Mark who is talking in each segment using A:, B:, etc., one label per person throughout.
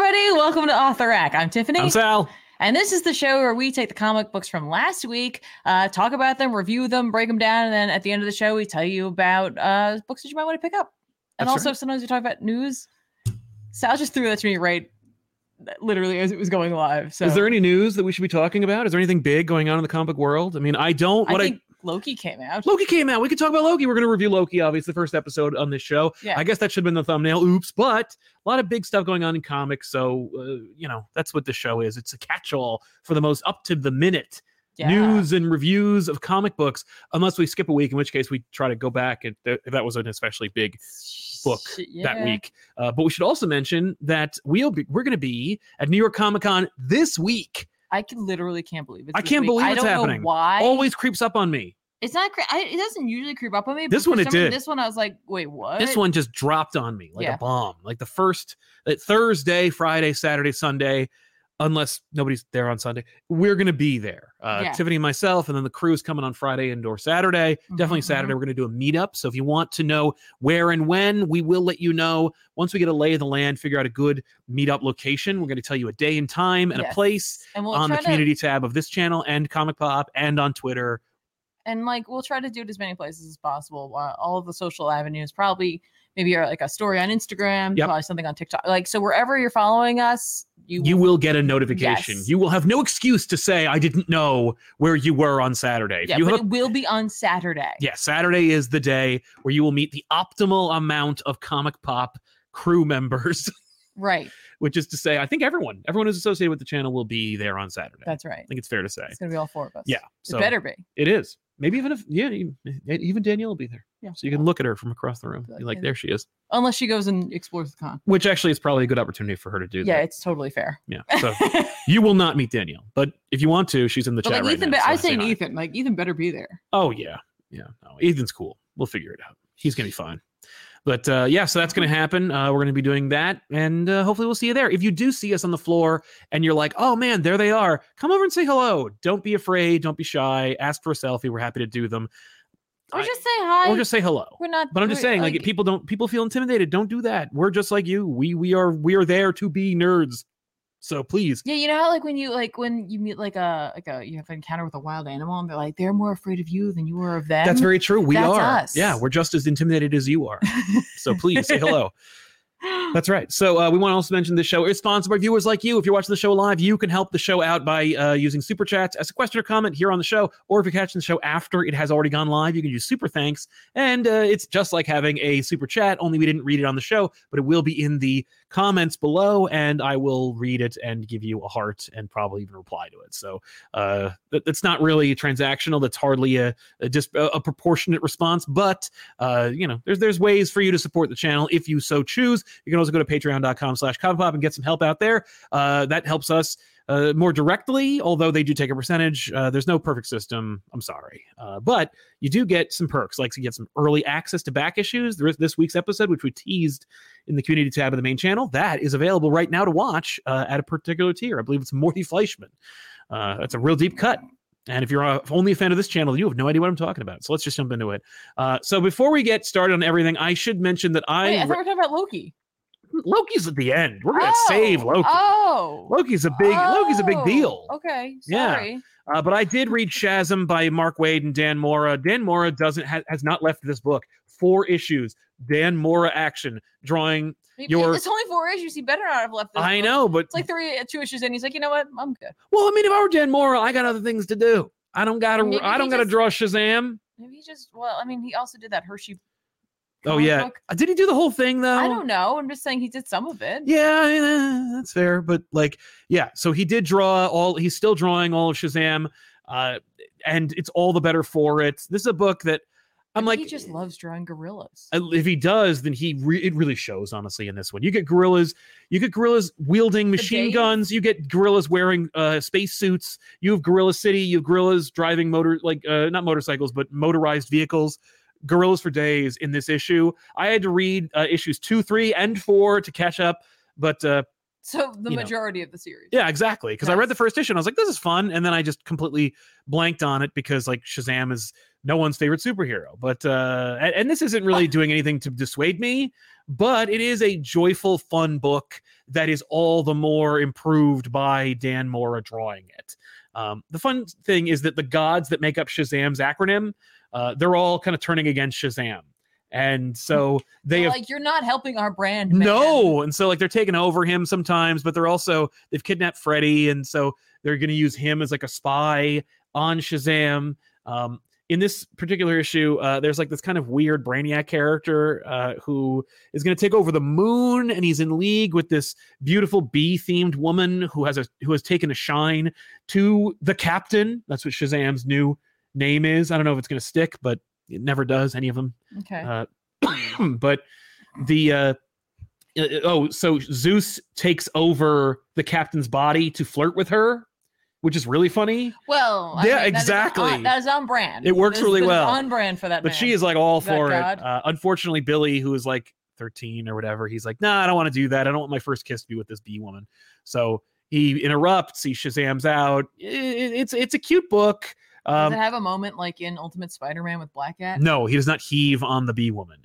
A: welcome to Author Rack. I'm Tiffany.
B: I'm Sal.
A: And this is the show where we take the comic books from last week, uh, talk about them, review them, break them down, and then at the end of the show, we tell you about uh, books that you might want to pick up. And
B: That's
A: also,
B: right.
A: sometimes we talk about news. Sal just threw that to me right, literally as it was going live. So
B: Is there any news that we should be talking about? Is there anything big going on in the comic world? I mean, I don't.
A: I
B: What I,
A: think Loki came out.
B: Loki came out. We could talk about Loki. We're going to review Loki, obviously, the first episode on this show.
A: Yeah.
B: I guess that should have been the thumbnail. Oops. But a lot of big stuff going on in comics. So, uh, you know, that's what the show is. It's a catch all for the most up to the minute
A: Yeah.
B: news and reviews of comic books, unless we skip a week, in which case we try to go back and th- if that was an especially big book that
A: Yeah.
B: week. Uh, but we should also mention that we'll be, we're going to be at New York Comic Con this week.
A: I can, literally can't believe it.
B: I can't believe
A: I
B: it's
A: don't
B: happening.
A: Know why?
B: Always creeps up on me.
A: It's not. Cre- I, it doesn't usually creep up on me. but
B: This
A: for
B: one it
A: some reason,
B: did.
A: This one I was like, wait, what?
B: This one just dropped on me like
A: Yeah.
B: a bomb. Like the first uh, Thursday, Friday, Saturday, Sunday, unless nobody's there on Sunday, we're going to be there. Uh,
A: Yeah.
B: Tiffany and myself, and then the crew is coming on Friday and or Saturday. Definitely
A: Mhm,
B: Saturday, we're going to do a meetup. So if you want to know where and when, we will let you know once we get a lay of the land, figure out a good meetup location. We're going to tell you a day and time and a
A: Yes.
B: place.
A: and we'll
B: on the
A: try to,
B: community tab of this channel and Comic Pop and on Twitter.
A: and like we'll try to do it as many places as possible. Uh, all of the social avenues, probably maybe uh, like a story on Instagram,
B: Yep.
A: probably something on TikTok. Like so, wherever you're following us, you,
B: You will get a notification.
A: Yes.
B: You will have no excuse to say I didn't know where you were on Saturday. If
A: yeah,
B: you
A: but
B: have a-
A: it will be on Saturday.
B: yeah, Saturday is the day where you will meet the optimal amount of Comic Pop crew members,
A: Right.
B: which is to say, I think everyone, everyone who's associated with the channel will be there on Saturday.
A: That's right.
B: I think it's fair to say.
A: It's gonna be all four of us.
B: Yeah,
A: it
B: so
A: better be.
B: it is. Maybe even if yeah, e- even Danielle will be there,
A: Yeah.
B: so you can look at her from across the room.
A: Be like,
B: You're like,
A: yeah.
B: there she is.
A: Unless she goes and explores the con.
B: Which actually is probably a good opportunity for her to do.
A: Yeah,
B: that.
A: it's totally fair.
B: yeah. So
A: but
B: You will not meet Danielle, but if you want to, she's in the chat.
A: like
B: right
A: Ethan,
B: now,
A: be-
B: so
A: I
B: say
A: say
B: hi.
A: Ethan. Like Ethan better be there.
B: Oh yeah, yeah. No, Ethan's cool. We'll figure it out. He's gonna be fine. But uh, yeah, so that's gonna happen. Uh, we're gonna be doing that, and uh, hopefully we'll see you there. If you do see us on the floor and you're like, "Oh man, there they are," come over and say hello. Don't be afraid. Don't be shy. Ask for a selfie. We're happy to do them,
A: Or
B: I-
A: just say hi.
B: or just say hello.
A: we're not.
B: But I'm just
A: we're-
B: saying, like, people don't people feel intimidated. Don't do that. We're just like you. We we are we are there to be nerds. So please,
A: Yeah, you know how like when you like when you meet like a like a you have an encounter with a wild animal and they're like they're more afraid of you than you are of them.
B: that's very true. We
A: that's
B: are.
A: us.
B: Yeah, we're just as intimidated as you are. So please say hello. That's right. So uh, we want to also mention this show is sponsored by viewers like you. If you're watching the show live, you can help the show out by uh, using super chats as a question or comment here on the show, or if you're catching the show after it has already gone live, you can use super thanks. And uh, it's just like having a super chat, only we didn't read it on the show, but it will be in the comments below, and I will read it and give you a heart and probably even reply to it. So uh, that, that's not really transactional. That's hardly a a, dis- a a proportionate response, but uh, you know, there's there's ways for you to support the channel if you so choose. You can also go to patreon.com slash comic pop and get some help out there. Uh, that helps us uh, more directly, although they do take a percentage. Uh, there's no perfect system. I'm sorry. Uh, but you do get some perks, like you get some early access to back issues. There is this week's episode, which we teased in the community tab of the main channel. That is available right now to watch uh, at a particular tier. I believe it's Morty Fleischman. Uh, that's a real deep cut. And if you're uh, only a fan of this channel, you have no idea what I'm talking about. So let's just jump into it. Uh, so before we get started on everything, I should mention that I,
A: Wait, I thought we
B: re-
A: were talking about Loki.
B: Loki's at the end. We're gonna save
A: Oh,
B: Loki.
A: Oh,
B: Loki's a big Loki's a big
A: oh,
B: deal.
A: Okay,
B: Yeah.
A: sorry.
B: Uh, but I did read Shazam by Mark Wade and Dan Mora. Dan Mora doesn't ha- has not left this book. Four issues. Dan Mora action drawing.
A: He-
B: Your-
A: it's only four issues. He better not have left. This
B: I
A: book.
B: know, but
A: It's like three, uh, two issues, and he's like, you know what? I'm good.
B: well, I mean, if I were Dan Mora, I got other things to do. I don't gotta.
A: Maybe
B: I
A: he
B: don't gotta
A: just-
B: draw Shazam.
A: Maybe he just. Well, I mean, he also did that Hershey.
B: Oh
A: comic
B: yeah.
A: book.
B: Uh, Did he do the whole thing though?
A: I don't know. I'm just saying he did some of it.
B: Yeah, eh, that's fair. But like, yeah, so he did draw all. He's still drawing all of Shazam, uh, and it's all the better for it. This is a book that I'm
A: Maybe
B: like.
A: he just loves drawing gorillas.
B: Uh, if he does, then he re- it really shows honestly in this one. You get gorillas, you get gorillas wielding machine
A: date.
B: guns, you get gorillas wearing uh space suits, you have Gorilla City, you have gorillas driving motor like uh not motorcycles but motorized vehicles. Gorillas for days in this issue. I had to read uh, issues 2, 3 and 4 to catch up, but uh
A: So the
B: you know.
A: majority of the series.
B: Yeah, exactly. Because I read the
A: Nice.
B: first issue and I was like, this is fun. And then I just completely blanked on it because like Shazam is no one's favorite superhero. But uh and, and this isn't really doing anything to dissuade me, but it is a joyful, fun book that is all the more improved by Dan Mora drawing it. Um, the fun thing is that the gods that make up Shazam's acronym, uh, they're all kind of turning against Shazam. And so they
A: They're
B: have
A: like you're not helping our brand. man."
B: no, and so like they're taking over him sometimes, but they're also they've kidnapped Freddy, and so they're going to use him as like a spy on Shazam. Um, in this particular issue, uh, there's like this kind of weird Brainiac character uh, who is going to take over the moon, and he's in league with this beautiful bee-themed woman who has a who has taken a shine to the Captain. That's what Shazam's new name is. I don't know if it's going to stick, but it never does. Any of them
A: Okay.
B: uh, but the uh, uh, oh, so Zeus takes over the captain's body to flirt with her, which is really funny.
A: well, I
B: yeah,
A: mean, that is
B: exactly.
A: on- uh, that is on brand.
B: It works
A: This-
B: really
A: this is
B: well.
A: On brand for that. Oh,
B: But
A: man.
B: she is like all
A: That
B: for it.
A: god.
B: Uh, unfortunately, Billy, who is like 13 or whatever, he's like, nah, I don't want to do that. I don't want my first kiss to be with this bee woman. So he interrupts. He Shazams out. I- I- it's it's a cute book.
A: Does
B: Um,
A: it have a moment like in Ultimate Spider-Man with Black Cat?
B: No, he does not heave on the bee woman.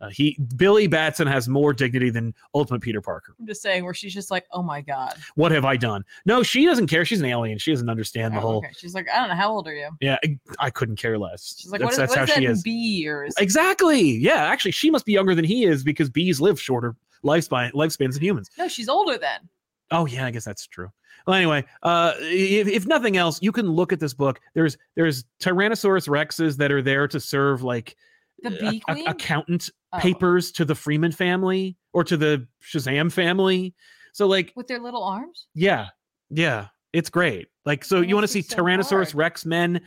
B: Uh, he Billy Batson has more dignity than Ultimate Peter Parker.
A: I'm just saying, where she's just like, "Oh my god."
B: what have I done? No, she doesn't care. She's an alien. She doesn't understand the
A: Oh,
B: whole.
A: okay. She's like, "I don't know how old are you."
B: Yeah, I, I couldn't care less.
A: She's like, "What
B: that's
A: is,
B: that's
A: what
B: how
A: is
B: she
A: that
B: is.
A: B years?"
B: Exactly. Yeah, actually, she must be younger than he is because bees live shorter lifespan lifespans than humans.
A: No, she's older then.
B: Oh yeah, I guess that's true. Well, anyway, uh, if, if nothing else, you can look at this book. There's there's Tyrannosaurus rexes that are there to serve like
A: The
B: a-
A: bee
B: a-
A: queen.
B: accountant
A: Oh,
B: papers to the Freeman family or to the Shazam family. So like
A: with their little arms.
B: Yeah. Yeah. It's great. Like, so
A: That
B: you want to
A: must
B: see
A: be so
B: Tyrannosaurus
A: hard.
B: Rex men,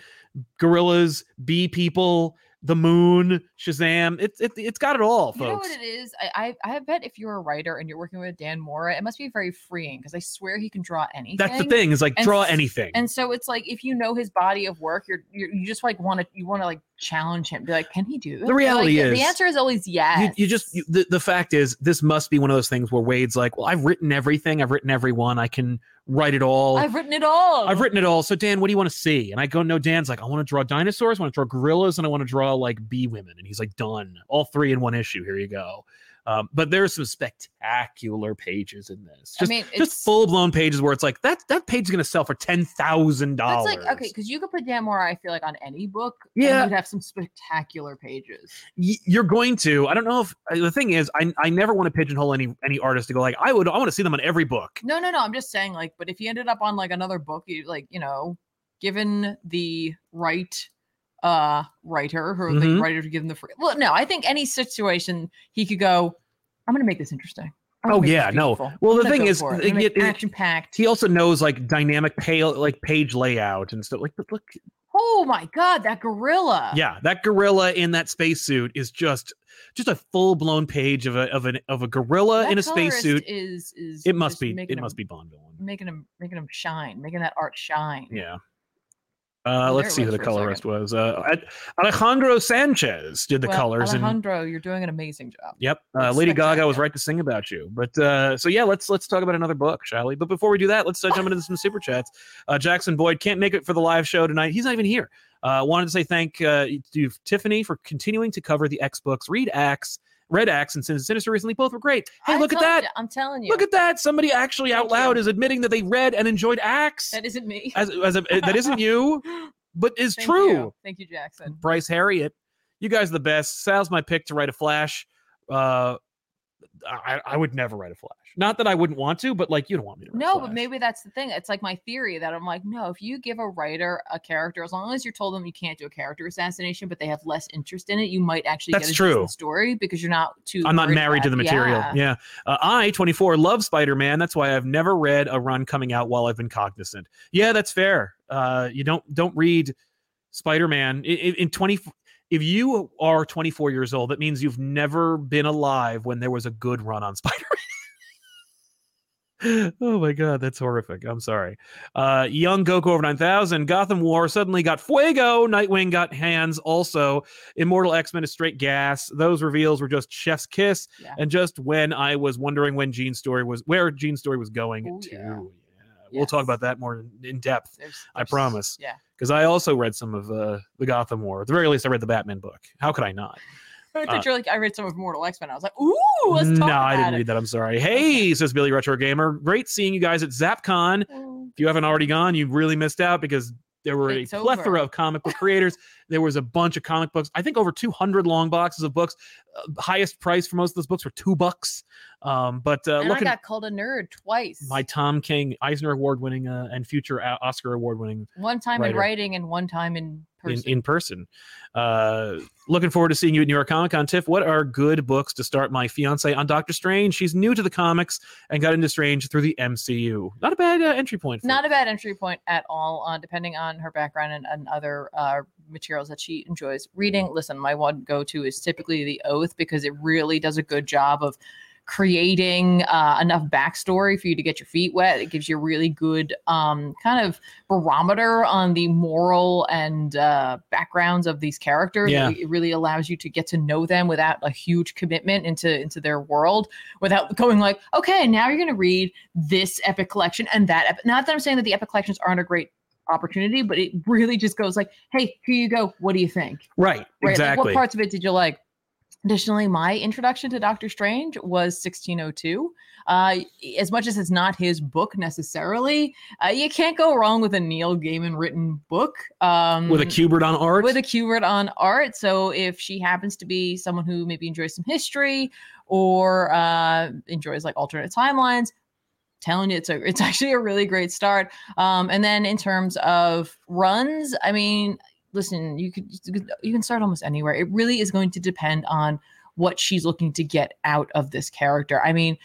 B: gorillas, bee people, the moon, Shazam. It's it, it's got it all,
A: You know
B: folks.
A: what it is? I, I I bet if you're a writer and you're working with Dan Mora, it must be very freeing because I swear he can draw anything.
B: That's the thing is like
A: And
B: draw
A: s-
B: anything.
A: And so it's like if you know his body of work, you're, you're you just like want to you want to like challenge him, be like, can he do? it?" Like,
B: reality is,
A: the answer is always yes.
B: you, you just you, the, the fact is this must be one of those things where Wade's like, well, I've written everything. I've written everyone. I can write it all.
A: I've written it all.
B: I've written it all. So Dan, what do you want to see? And I go, no, Dan's like, I want to draw dinosaurs, I want to draw gorillas, and I want to draw like bee women. And he's like, done. All three in one issue. Here you go. Um, but there's some spectacular pages in this. Just,
A: I mean,
B: just full blown pages where it's like that that page is gonna sell for ten thousand
A: That's
B: dollars.
A: like okay, because you could put Dan Mora, I feel like, on any book. and
B: Yeah.
A: you'd have some spectacular pages.
B: you're going to. I don't know if uh, the thing is, I I never want to pigeonhole any any artist to go like I would. I want to see them on every book.
A: No, no, no. I'm just saying, like, but if you ended up on like another book, you like, you know, given the right uh writer or the
B: Mhm.
A: writer to give them the free. Well, no, I think any situation he could go. I'm gonna make this interesting. I'm gonna
B: Oh,
A: make this
B: yeah, no.
A: beautiful.
B: Well,
A: I'm
B: the
A: gonna
B: thing
A: go
B: is,
A: for it.
B: it-
A: I'm gonna make
B: it- it-
A: action packed.
B: He also knows like dynamic pale like page layout and stuff. Like look,
A: Oh my god, that gorilla.
B: yeah that gorilla in that spacesuit is just just a full-blown page of a of an of a gorilla
A: That
B: in a
A: colorist
B: spacesuit
A: is is
B: it must
A: just
B: be
A: making Mm.
B: it must
A: him-
B: be bond villain
A: making him making him shine, making that art shine.
B: yeah
A: there
B: uh,
A: it
B: let's see who
A: was
B: the
A: for a second.
B: colorist was. Uh, Ad- Alejandro Sanchez did the
A: Well,
B: colors, and
A: Alejandro, you're doing an amazing job.
B: Yep. Uh,
A: Let's
B: Lady
A: check
B: Gaga
A: that
B: was
A: out.
B: right to sing about you. But uh, so yeah, let's let's talk about another book, shall we? But before we do that, let's uh, jump into some super chats. Uh, Jackson Boyd can't make it for the live show tonight. He's not even here. Uh, wanted to say thank uh, to Tiffany for continuing to cover the X books. Read Axe, Red Axe, and Sin- Sinister recently both were great. Hey,
A: I
B: look at
A: told
B: that!
A: ya, I'm telling you.
B: Look at that! Somebody actually out
A: Thank you.
B: loud is admitting that they read and enjoyed Axe.
A: that isn't me.
B: As, as a, that isn't you, but is
A: Thank
B: true.
A: You. Thank you, Jackson.
B: Bryce Harriet. You guys are the best. Sal's my pick to write a flash. Uh, I, I would never write a flash. Not that I wouldn't want to, but like you don't want me to. Write a
A: No, but
B: Flash.
A: maybe that's the thing. It's like my theory that I'm like, no, if you give a writer a character, as long as you're told them you can't do a character assassination, but they have less interest in it, you might actually
B: That's
A: get a
B: true.
A: decent story because you're not too.
B: I'm not
A: worried
B: married to the
A: about-
B: material.
A: Yeah.
B: Yeah. Uh, I, 24, love Spider Man. That's why I've never read a run coming out while I've been cognizant. Yeah, that's fair. Uh, you don't don't read Spider Man in, in 20. If you are 24 years old, that means you've never been alive when there was a good run on Spider oh my god, that's horrific. I'm sorry. Uh, young Goku over 9000, Gotham War suddenly got Fuego, Nightwing got hands also. Immortal X Men is straight gas. Those reveals were just chef's kiss,
A: Yeah.
B: and just when I was wondering when Gene's story was where Gene's story was going
A: Oh,
B: to.
A: yeah.
B: We'll talk
A: Yes.
B: about that more in- in depth
A: There's-
B: I
A: there's-
B: promise.
A: Yeah.
B: because I also read some of uh, the Gotham War. At the very least, I read the Batman book. How could I not?
A: I
B: Uh,
A: thought you were like, I read some of Mortal X Men. I was like, ooh, let's
B: no,
A: talk about
B: I didn't
A: it.
B: read that. I'm sorry. Hey, says Billy Retro Gamer. Great seeing you guys at ZapCon.
A: Oh,
B: If you haven't already gone, you really missed out because there were
A: It's
B: a
A: over.
B: plethora of comic book creators. there was a bunch of comic books. I think over 200 long boxes of books. Uh, highest price for most of those books were two bucks. Um, but uh,
A: and I
B: looking
A: got called a nerd twice.
B: my Tom King Eisner Award winning uh, and future O- Oscar Award winning
A: one time in
B: writer.
A: writing and one time in
B: in,
A: person.
B: in person. Uh, looking forward to seeing you at New York Comic Con. Tiff, what are good books to start my fiance on Doctor Strange? She's new to the comics and got into Strange through the MCU. Not a bad uh, entry point. for-
A: Not a bad entry point at all, uh, depending on her background and, and other uh, materials that she enjoys reading. Listen, my one go to is typically The Oath because it really does a good job of creating uh, enough backstory for you to get your feet wet. It gives you a really good um, kind of barometer on the moral and uh, backgrounds of these characters.
B: Yeah.
A: It- It really allows you to get to know them without a huge commitment into into their world, without going like, okay, now you're going to read this epic collection and that. Epic. Not that I'm saying that the epic collections aren't a great opportunity, but it really just goes like, hey, here you go. What do you think?
B: right.
A: Right? Like,
B: Exactly.
A: what parts of it did you like? Additionally, my introduction to Doctor Strange was 1602. Uh, as much as it's not his book necessarily, uh, you can't go wrong with a Neil Gaiman written book. Um,
B: with a Cubert on art.
A: with a keyword on art. So if she happens to be someone who maybe enjoys some history or uh, enjoys like alternate timelines, telling you it's a it's actually a really great start. Um, and then in terms of runs, I mean, listen, you could you could- you can start almost anywhere. It really is going to depend on what she's looking to get out of this character. I mean,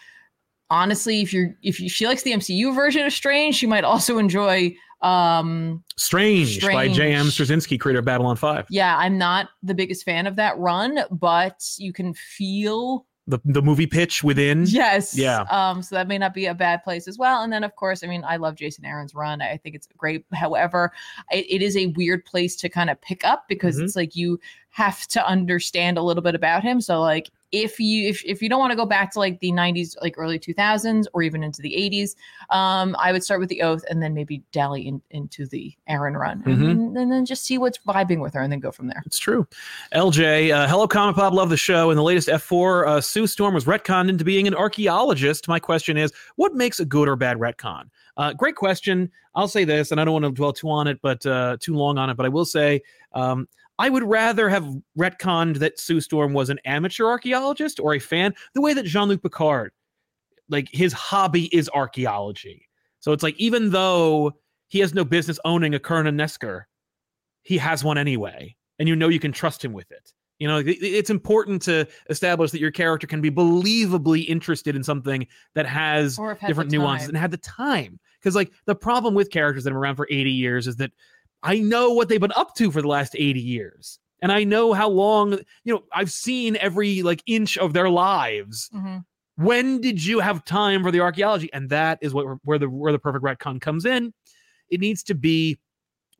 A: honestly, if you're if you, she likes the MCU version of Strange, she might also enjoy um
B: Strange, by J.M.
A: Strange.
B: Straczynski, creator of Babylon 5,
A: yeah, I'm not the biggest fan of that run, but you can feel
B: the, the movie pitch within.
A: yes,
B: Hmm? Yeah.
A: Um, so that may not be a bad place as well. And then, of course, I mean, I love Jason Aaron's run. I think it's great. However, it, it is a weird place to kind of pick up because
B: Mhm.
A: it's like you have to understand a little bit about him. So like. If you if, if you don't want to go back to like the 90s, like early 2000s, or even into the 80s, um, I would start with the Oath and then maybe dally in, into the Aaron run, and,
B: Mhm.
A: then, and then just see what's vibing with her, and then go from there.
B: It's true. LJ, uh, hello, Comic Pop. Love the show. In the latest F4, uh, Sue Storm was retconned into being an archaeologist. My question is, what makes a good or bad retcon? Uh, great question. I'll say this, and I don't want to dwell too on it, but uh, too long on it. But I will say, um, I would rather have retconned that Sue Storm was an amateur archaeologist or a fan, the way that Jean Luc Picard, like his hobby is archaeology. So it's like even though he has no business owning a Kernan Nesker, he has one anyway, and you know you can trust him with it. You know, it- it's important to establish that your character can be believably interested in something that has
A: or have had the
B: different nuances
A: time.
B: and had the time. Because like the problem with characters that have been around for 80 years is that I know what they've been up to for the last 80 years. And I know how long, you know, I've seen every like inch of their lives.
A: Mhm.
B: When did you have time for the archaeology? And that is what where the where the perfect retcon comes in. It needs to be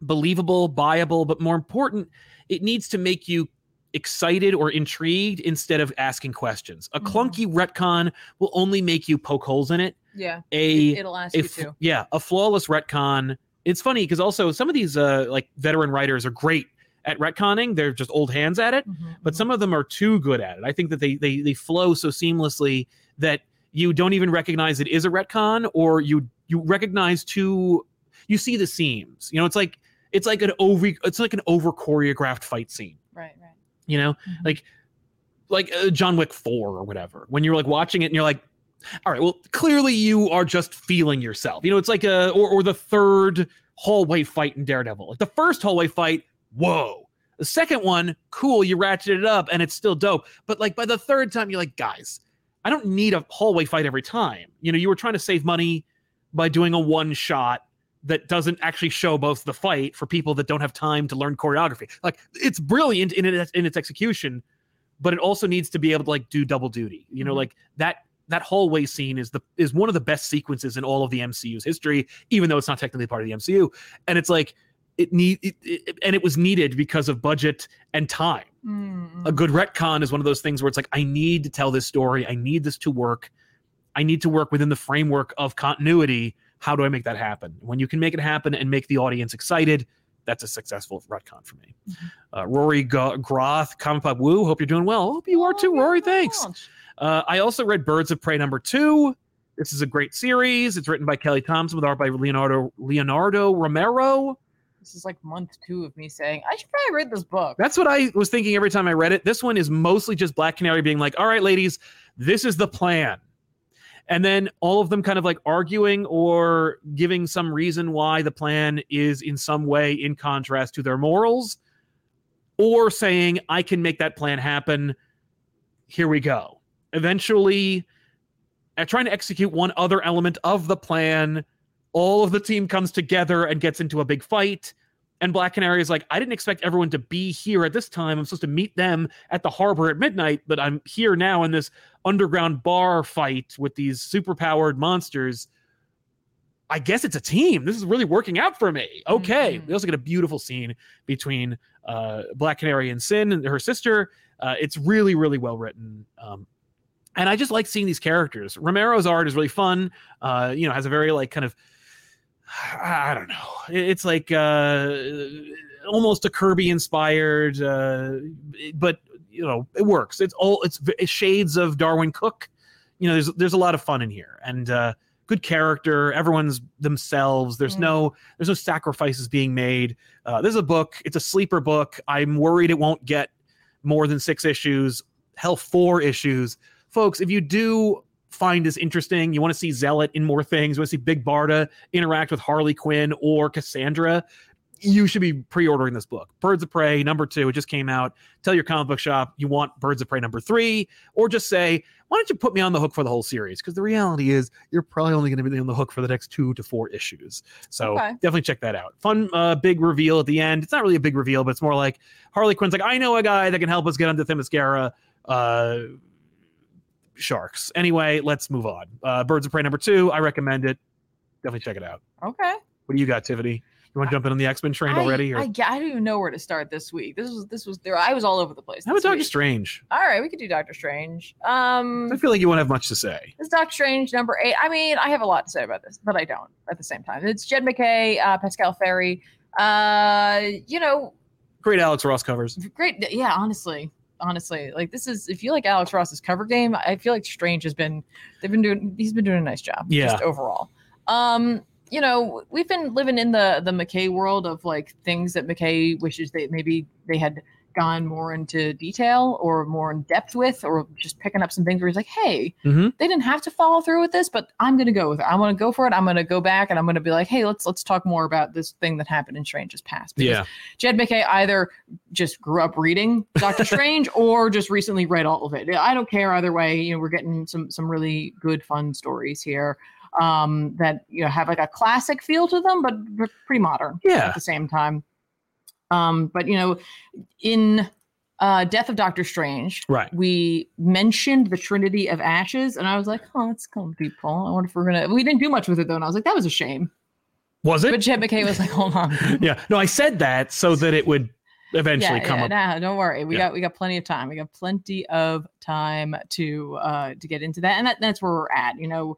B: believable, buyable, but more important, it needs to make you excited or intrigued instead of asking questions. A
A: Mhm.
B: clunky retcon will only make you poke holes in it.
A: Yeah,
B: A
A: it, will ask
B: a
A: you
B: f-
A: to.
B: yeah a flawless retcon it's funny because also some of these uh like veteran writers are great at retconning they're just old hands at it
A: Mhm,
B: but
A: mhm.
B: some of them are too good at it i think that they they, they flow so seamlessly that you don't even recognize it is a retcon or you you recognize too you see the seams you know it's like it's like an over it's like an over choreographed fight scene
A: right, right.
B: you know
A: Mhm.
B: like like uh, john wick 4 or whatever when you're like watching it and you're like all right well clearly you are just feeling yourself you know it's like a or, or the third hallway fight in daredevil like the first hallway fight whoa the second one cool you ratcheted it up and it's still dope but like by the third time you're like guys i don't need a hallway fight every time you know you were trying to save money by doing a one shot that doesn't actually show both the fight for people that don't have time to learn choreography. Like it's brilliant in its in its execution, but it also needs to be able to like do double duty. You know,
A: Mhm.
B: like that that hallway scene is the is one of the best sequences in all of the MCU's history, even though it's not technically part of the MCU. And it's like it need it, it, and it was needed because of budget and time.
A: Mm.
B: A good retcon is one of those things where it's like I need to tell this story, I need this to work. I need to work within the framework of continuity. How do I make that happen? When you can make it happen and make the audience excited, that's a successful retcon for me.
A: Mhm.
B: Uh, Rory G- Groth, Comic Pop Woo, hope you're doing well. Hope you are
A: Oh,
B: too,
A: yeah,
B: Rory.
A: my
B: Thanks.
A: gosh.
B: Uh, I also read Birds of Prey number two. This is a great series. It's written by Kelly Thompson with art by Leonardo Leonardo Romero.
A: This is like month two of me saying I should probably read this book.
B: That's what I was thinking every time I read it. This one is mostly just Black Canary being like, "All right, ladies, this is the plan," and then all of them kind of like arguing or giving some reason why the plan is in some way in contrast to their morals, or saying, "I can make that plan happen." Here we go. Eventually, at trying to execute one other element of the plan, all of the team comes together and gets into a big fight. And Black Canary is like, I didn't expect everyone to be here at this time. I'm supposed to meet them at the harbor at midnight, but I'm here now in this underground bar fight with these superpowered monsters. I guess it's a team. This is really working out for me. Okay.
A: Mhm.
B: We also get a beautiful scene between uh, Black Canary and Sin and her sister. Uh, it's really, really well written. Um, and I just like seeing these characters. Romero's art is really fun. Uh, you know, has a very like kind of I I don't know. It- It's like uh, almost a Kirby inspired, uh, but you know it works. It's all it's, v- it's shades of Darwin Cook. You know, there's there's a lot of fun in here and uh, good character. Everyone's themselves. There's
A: Mm.
B: no there's no sacrifices being made. Uh, this is a book. It's a sleeper book. I'm worried it won't get more than six issues. Hell, four issues, folks. If you do find this interesting, you want to see Zealot in more things. You want to see Big Barda interact with Harley Quinn or Cassandra, you should be pre-ordering this book. Birds of Prey number 2, it just came out. Tell your comic book shop you want Birds of Prey number 3 or just say, "Why don't you put me on the hook for the whole series?" Because the reality is you're probably only going to be on the hook for the next 2 to 4 issues. So,
A: Okay.
B: definitely check that out. Fun uh, big reveal at the end. It's not really a big reveal, but it's more like Harley Quinn's like, "I know a guy that can help us get onto Themyscira." Uh Sharks. Anyway, let's move on. Uh, Birds of Prey number two. I recommend it. Definitely check it out.
A: Okay.
B: What do you got, Tiffany? You want to jump in on the X Men train
A: I,
B: already? Or
A: I, g- I don't even know where to start this week. This was this was there. I was all over the place.
B: how about
A: this
B: Doctor
A: week.
B: Strange?
A: All right, we could do Doctor Strange.
B: I
A: Um,
B: feel like you won't have much to say.
A: this is Doctor Strange number eight. I mean, I have a lot to say about this, but I don't at the same time. It's Jed McKay, uh, Pascal Ferry. Uh, you know,
B: Great Alex Ross covers.
A: great. Yeah, honestly, honestly, like this is if you like Alex Ross's cover game, I feel like Strange has been they've been doing he's been doing a nice job.
B: Yeah.
A: just overall. Um, you know, we've been living in the the McKay world of like things that McKay wishes they maybe they had gone more into detail or more in depth with, or just picking up some things where he's like, hey,
B: Mhm.
A: they didn't have to follow through with this, but I'm gonna go with it. I want to go for it. I'm gonna go back and I'm gonna be like, hey, let's let's talk more about this thing that happened in Strange's past. Because Jed McKay either just grew up reading Doctor Strange or just recently read all of it. I don't care either way. You know, we're getting some some really good fun stories here um, that you know have like a classic feel to them, but but pretty modern at
B: yeah,
A: the same time. Um, but you know, in uh, Death of Doctor Strange,
B: right.
A: we mentioned the Trinity of Ashes, and I was like, "Oh, that's gonna be Paul." I wonder if we're gonna. We didn't do much with it though, and I was like, "That was a shame."
B: Was
A: But
B: it?
A: Jed McKay was like, "Hold on,
B: yeah. No, I said that so that it would eventually come up.
A: Nah, don't worry. We
B: Yeah.
A: got we got plenty of time. We got plenty of time to uh to get into that. And that, that's where we're at. You know,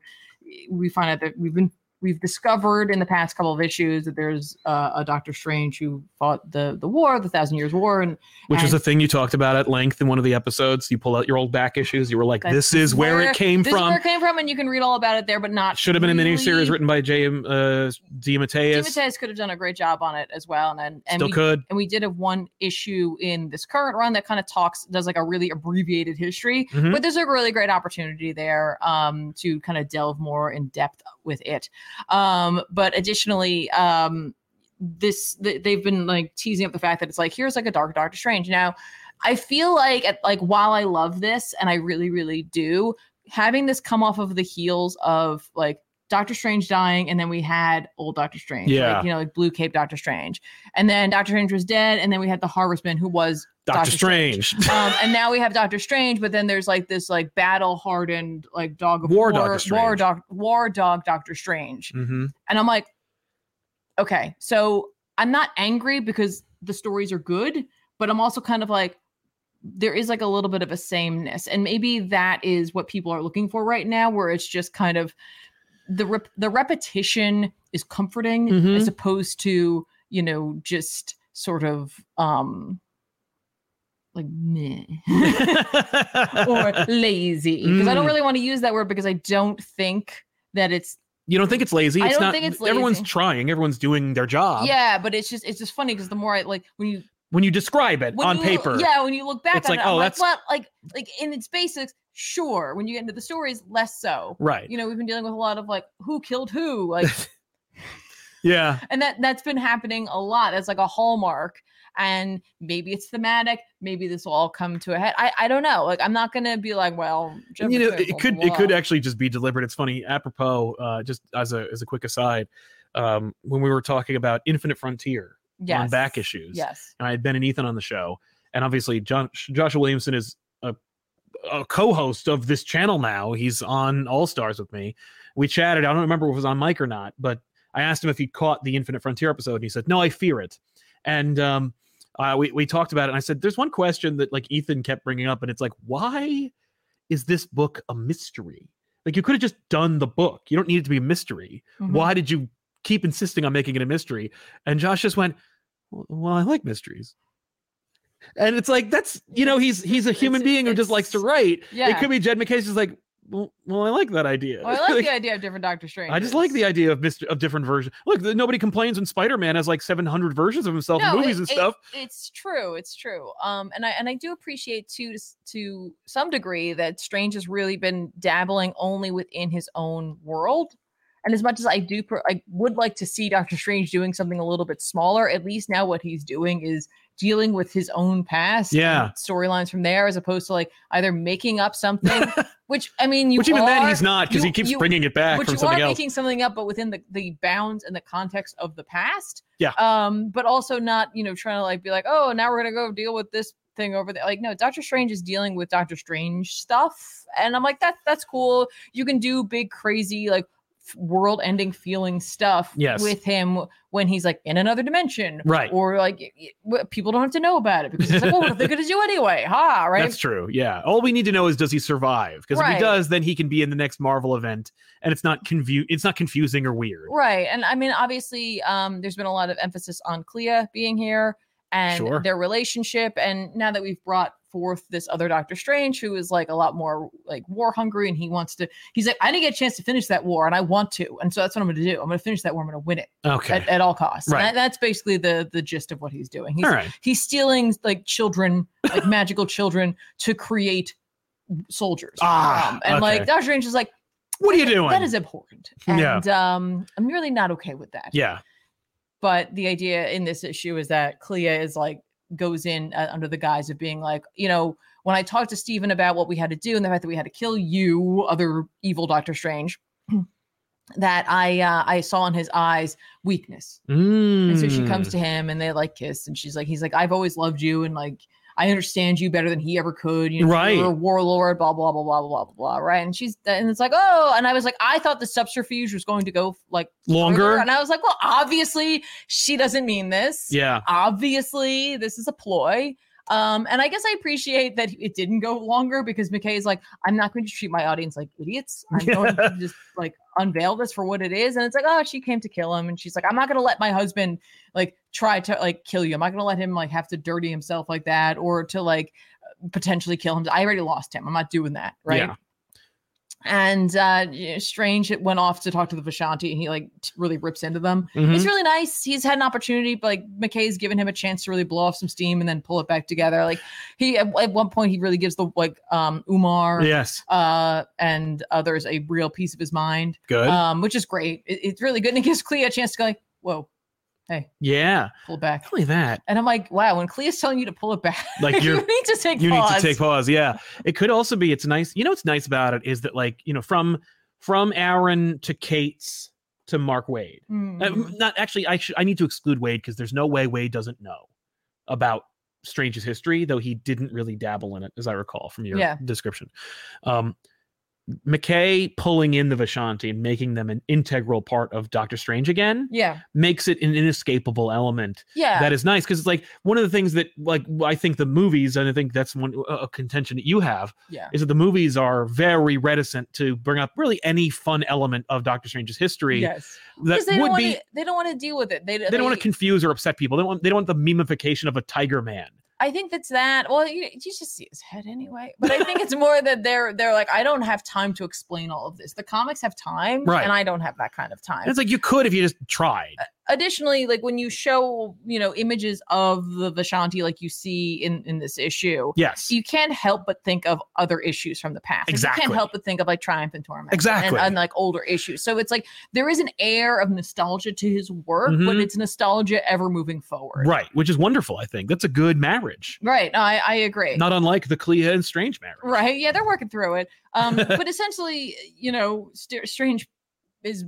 A: we find out that we've been we've discovered in the past couple of issues that there's uh, a Doctor Strange who fought the the war, the Thousand Years War, and
B: Which was
A: And-
B: a thing you talked about at length in one of the episodes. You pull out your old back issues. You were like,
A: That's
B: "This is where,
A: where-
B: it came
A: this is
B: from."
A: where it came from, and you can read all about it there, but not
B: Should have been in the new series
A: really-
B: written by J. M. Uh, DeMatteis.
A: Demetrius could have done a great job on it as well, and and, and
B: Still
A: we
B: could.
A: and we did have one issue in this current run that kind of talks does like a really abbreviated history
B: Mhm.
A: but there's a really great opportunity there um, to kind of delve more in depth with it um, but additionally um, this th- they've been like teasing up the fact that it's like here's like a dark doctor strange now i feel like at, like while i love this and i really really do having this come off of the heels of like Doctor Strange dying, and then we had old Doctor Strange,
B: Yeah.
A: like, you know, like Blue Cape Doctor Strange, and then Doctor Strange was dead, and then we had the Harvestman, who was
B: Doctor,
A: Doctor
B: Strange.
A: um, and now we have Doctor Strange, but then there's like this like battle hardened like dog of war,
B: War Doctor
A: war
B: Strange.
A: dog, war dog Doctor Strange,
B: hmm
A: and I'm like, okay, so I'm not angry because the stories are good, but I'm also kind of like, there is like a little bit of a sameness, and maybe that is what people are looking for right now, where it's just kind of the rep- the repetition is comforting
B: Mhm.
A: as opposed to you know just sort of um like meh.
B: Mm-hmm.
A: or lazy because I don't
B: Mm.
A: really want to use that word because I don't think that it's
B: you don't think it's lazy?
A: I
B: It's
A: don't
B: not.
A: think it's
B: Everyone's
A: lazy.
B: trying. Everyone's doing their job.
A: yeah, but it's just it's just funny because the more I like when you
B: When you describe it
A: when
B: on
A: you-
B: paper,
A: yeah, when you look back,
B: it's
A: on
B: like,
A: it, I'm
B: oh,
A: like,
B: that's-
A: well, like like in its basics, sure. When you get into the stories, less so.
B: right.
A: You know, we've been dealing with a lot of like who killed who, like,
B: Yeah.
A: and that that's been happening a lot. That's like a hallmark, and maybe it's thematic. Maybe this will all come to a head. I I don't know. Like, I'm not gonna be like, well,
B: And, you know,
A: Jefferson,
B: it
A: blah,
B: could
A: blah,
B: it could
A: blah.
B: actually just be deliberate. It's funny. Apropos, uh, just as a as a quick aside, um, when we were talking about Infinite Frontier on
A: Yes.
B: back issues,
A: Yes.
B: and I had Ben and Ethan on the show, and obviously John, Joshua Williamson is a, a co-host of this channel now. He's on All Stars with me. We chatted. I don't remember if it was on mic or not, but I asked him if he caught the Infinite Frontier episode, and he said, "No, I fear it." And um, uh, we we talked about it, and I said, "There's one question that like Ethan kept bringing up, and it's like, why is this book a mystery? Like you could have just done the book. You don't need it to be a mystery."
A: Mhm.
B: why did you keep insisting on making it a mystery and josh just went "Well- well i like mysteries and it's like that's you know he's he's a
A: It's-
B: human being who just likes to
A: it's-
B: write
A: Yeah.
B: it could be jed mckay's just like well, well i like that idea
A: Well, I like
B: Like,
A: the idea of different Doctor Strange.
B: I just like the idea of Mr. of different versions. Look, th- nobody complains when Spider-Man has like 700 versions of himself in movies and stuff.
A: it's true. It's true. Um, and I and I do appreciate too to s- to some degree that Strange has really been dabbling only within his own world. And as much as I do, pr- I would like to see Doctor Strange doing something a little bit smaller. At least now, what he's doing is dealing with his own past, and
B: Yeah.
A: storylines from there, as opposed to like either making up something, which I mean, you
B: Which even then
A: are-
B: he's not because
A: you-
B: he keeps
A: you-
B: bringing it back
A: but
B: from
A: you
B: something
A: are
B: else.
A: making something up, but within the, the bounds and the context of the past.
B: Yeah.
A: Um, but also not, you know, trying to like be like, oh, now we're gonna go deal with this thing over there. Like, no, Doctor Strange is dealing with Doctor Strange stuff, and I'm like, that's that's cool. You can do big, crazy, like world-ending feeling stuff
B: Yes.
A: with him when he's like in another dimension.
B: Right.
A: Or like y- y- w- people don't have to know about it because it's like, well, what are they gonna do anyway? Ha, right?
B: That's true. Yeah. All we need to know is does he survive? Because if he
A: Right.
B: does, then he can be in the next Marvel event, and it's not confu- It's not confusing or weird.
A: Right. And I mean, obviously, um, there's been a lot of emphasis on Clea being here and
B: Sure.
A: their relationship. And now that we've brought forth this other Doctor Strange, who is like a lot more like war hungry and he wants to, he's like, I didn't get a chance to finish that war and I want to. And so that's what I'm going to do. I'm going to finish that war. I'm going to win it
B: Okay.
A: at, at all costs.
B: Right.
A: And that- that's basically the, the gist of what he's doing. He's,
B: All right.
A: he's stealing like children, like magical children to create soldiers. Um,
B: Ah,
A: and
B: okay.
A: like Doctor Strange is like,
B: What are you
A: that-
B: doing?
A: That is abhorrent. And
B: Yeah.
A: um, I'm really not okay with that.
B: yeah.
A: But the idea in this issue is that Clea is like, goes in uh, under the guise of being like, you know, when I talked to Steven about what we had to do and the fact that we had to kill you, other evil Doctor Strange, that I uh, I saw in his eyes weakness.
B: Mm.
A: And so she comes to him and they like kiss and she's like, he's like, I've always loved you and like I understand you better than he ever could. You know,
B: Right.
A: you're a warlord, blah, blah, blah, blah, blah, blah, blah. Right. And she's and it's like, oh, and I was like, I thought the subterfuge was going to go like further.
B: longer.
A: And I was like, well, obviously she doesn't mean this.
B: Yeah.
A: Obviously, this is a ploy. Um, and I guess I appreciate that it didn't go longer because McKay is like, I'm not going to treat my audience like idiots. I'm going to just like unveil this for what it is. And it's like, oh, she came to kill him. And she's like, I'm not going to let my husband like try to like kill you. I'm not going to let him like have to dirty himself like that or to like potentially kill him. I already lost him. I'm not doing that. Right.
B: Yeah.
A: And uh, y- Strange went off to talk to the Vishanti and he like t- really rips into them.
B: Mhm.
A: It's really nice. He's had an opportunity, but like McKay's given him a chance to really blow off some steam and then pull it back together. Like he at, at one point he really gives the like um Umar
B: Yes.
A: uh and others a real piece of his mind.
B: Good.
A: Um, which is great. It- it's really good. And it gives Clea a chance to go like, whoa,
B: yeah.
A: pull it back.
B: Not only that,
A: And I'm like, wow, when Clea's telling you to pull it back,
B: like
A: you
B: you're
A: need to take
B: you
A: pause.
B: need to take pause yeah it could also be it's nice you know what's nice about it is that like you know from from aaron to kate's to mark wade
A: Mm.
B: Uh, m- not actually i should i need to exclude wade because there's no way wade doesn't know about Strange's history, though he didn't really dabble in it, as I recall from your
A: Yeah.
B: description. Um, McKay pulling in the Vishanti and making them an integral part of Doctor Strange again
A: Yeah.
B: makes it an inescapable element
A: Yeah.
B: that is nice because it's like one of the things that like I think the movies and I think that's one a a contention that you have
A: yeah.
B: is that the movies are very reticent to bring up really any fun element of Doctor Strange's history
A: Yes.
B: that
A: Because they don't
B: would
A: wanna,
B: be
A: they don't want to deal with it. They,
B: they don't want to confuse or upset people. They don't want they don't want the memification of a tiger man.
A: I think that's that. Well, you, you just see his head anyway. But I think it's more that they're they're like, I don't have time to explain all of this. The comics have time,
B: Right.
A: and I don't have that kind of time.
B: And it's like you could if you just tried.
A: Uh, Additionally, like when you show you know images of the Vishanti, like you see in in this issue,
B: Yes.
A: you can't help but think of other issues from the past. Like, You
B: Exactly.
A: can't help but think of like Triumph and Torment. and-
B: Exactly.
A: And, like older issues. So it's like there is an air of nostalgia to his work, but
B: Mhm.
A: it's nostalgia ever moving forward.
B: Right, which is wonderful, I think. That's a good marriage.
A: Right. No, I, I agree.
B: Not unlike the Clea and Strange marriage.
A: right. Yeah, they're working through it. Um, but essentially, you know, St- Strange is,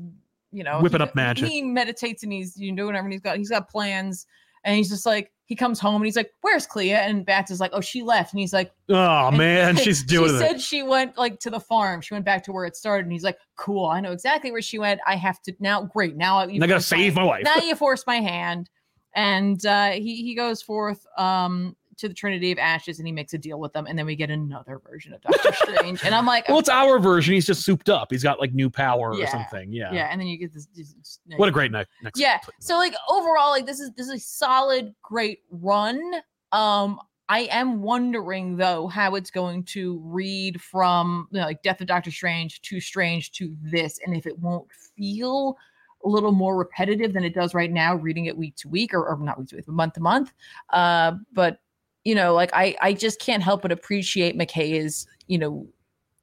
A: you know,
B: Whipping
A: he-
B: up magic.
A: He meditates and he's you know, doing everything he's got. He's got plans. And he's just like, he comes home and he's like, Where's Clea? And Bats is like, Oh, she left. And he's like,
B: Oh man, she's doing
A: she
B: it.
A: said she went like to the farm. She went back to where it started, and he's like, "Cool, I know exactly where she went. I have to now. Great, now you
B: And I gotta
A: forced my-
B: save my wife.
A: Now you force my hand." And uh, he he goes forth um, to the Trinity of Ashes, and he makes a deal with them, and then we get another version of Doctor Strange. And I'm like,
B: Well, it's our version. He's just souped up. He's got like new power
A: Yeah.
B: or something. Yeah.
A: yeah. And then you get this. this- this-
B: What a great night. Next
A: yeah
B: please.
A: so like overall like this is this is a solid great run um i am wondering though how it's going to read from you know, like death of doctor strange to strange to this and if it won't feel a little more repetitive than it does right now reading it week to week or, or not week to week but month to month uh but you know like i i just can't help but appreciate mckay's you know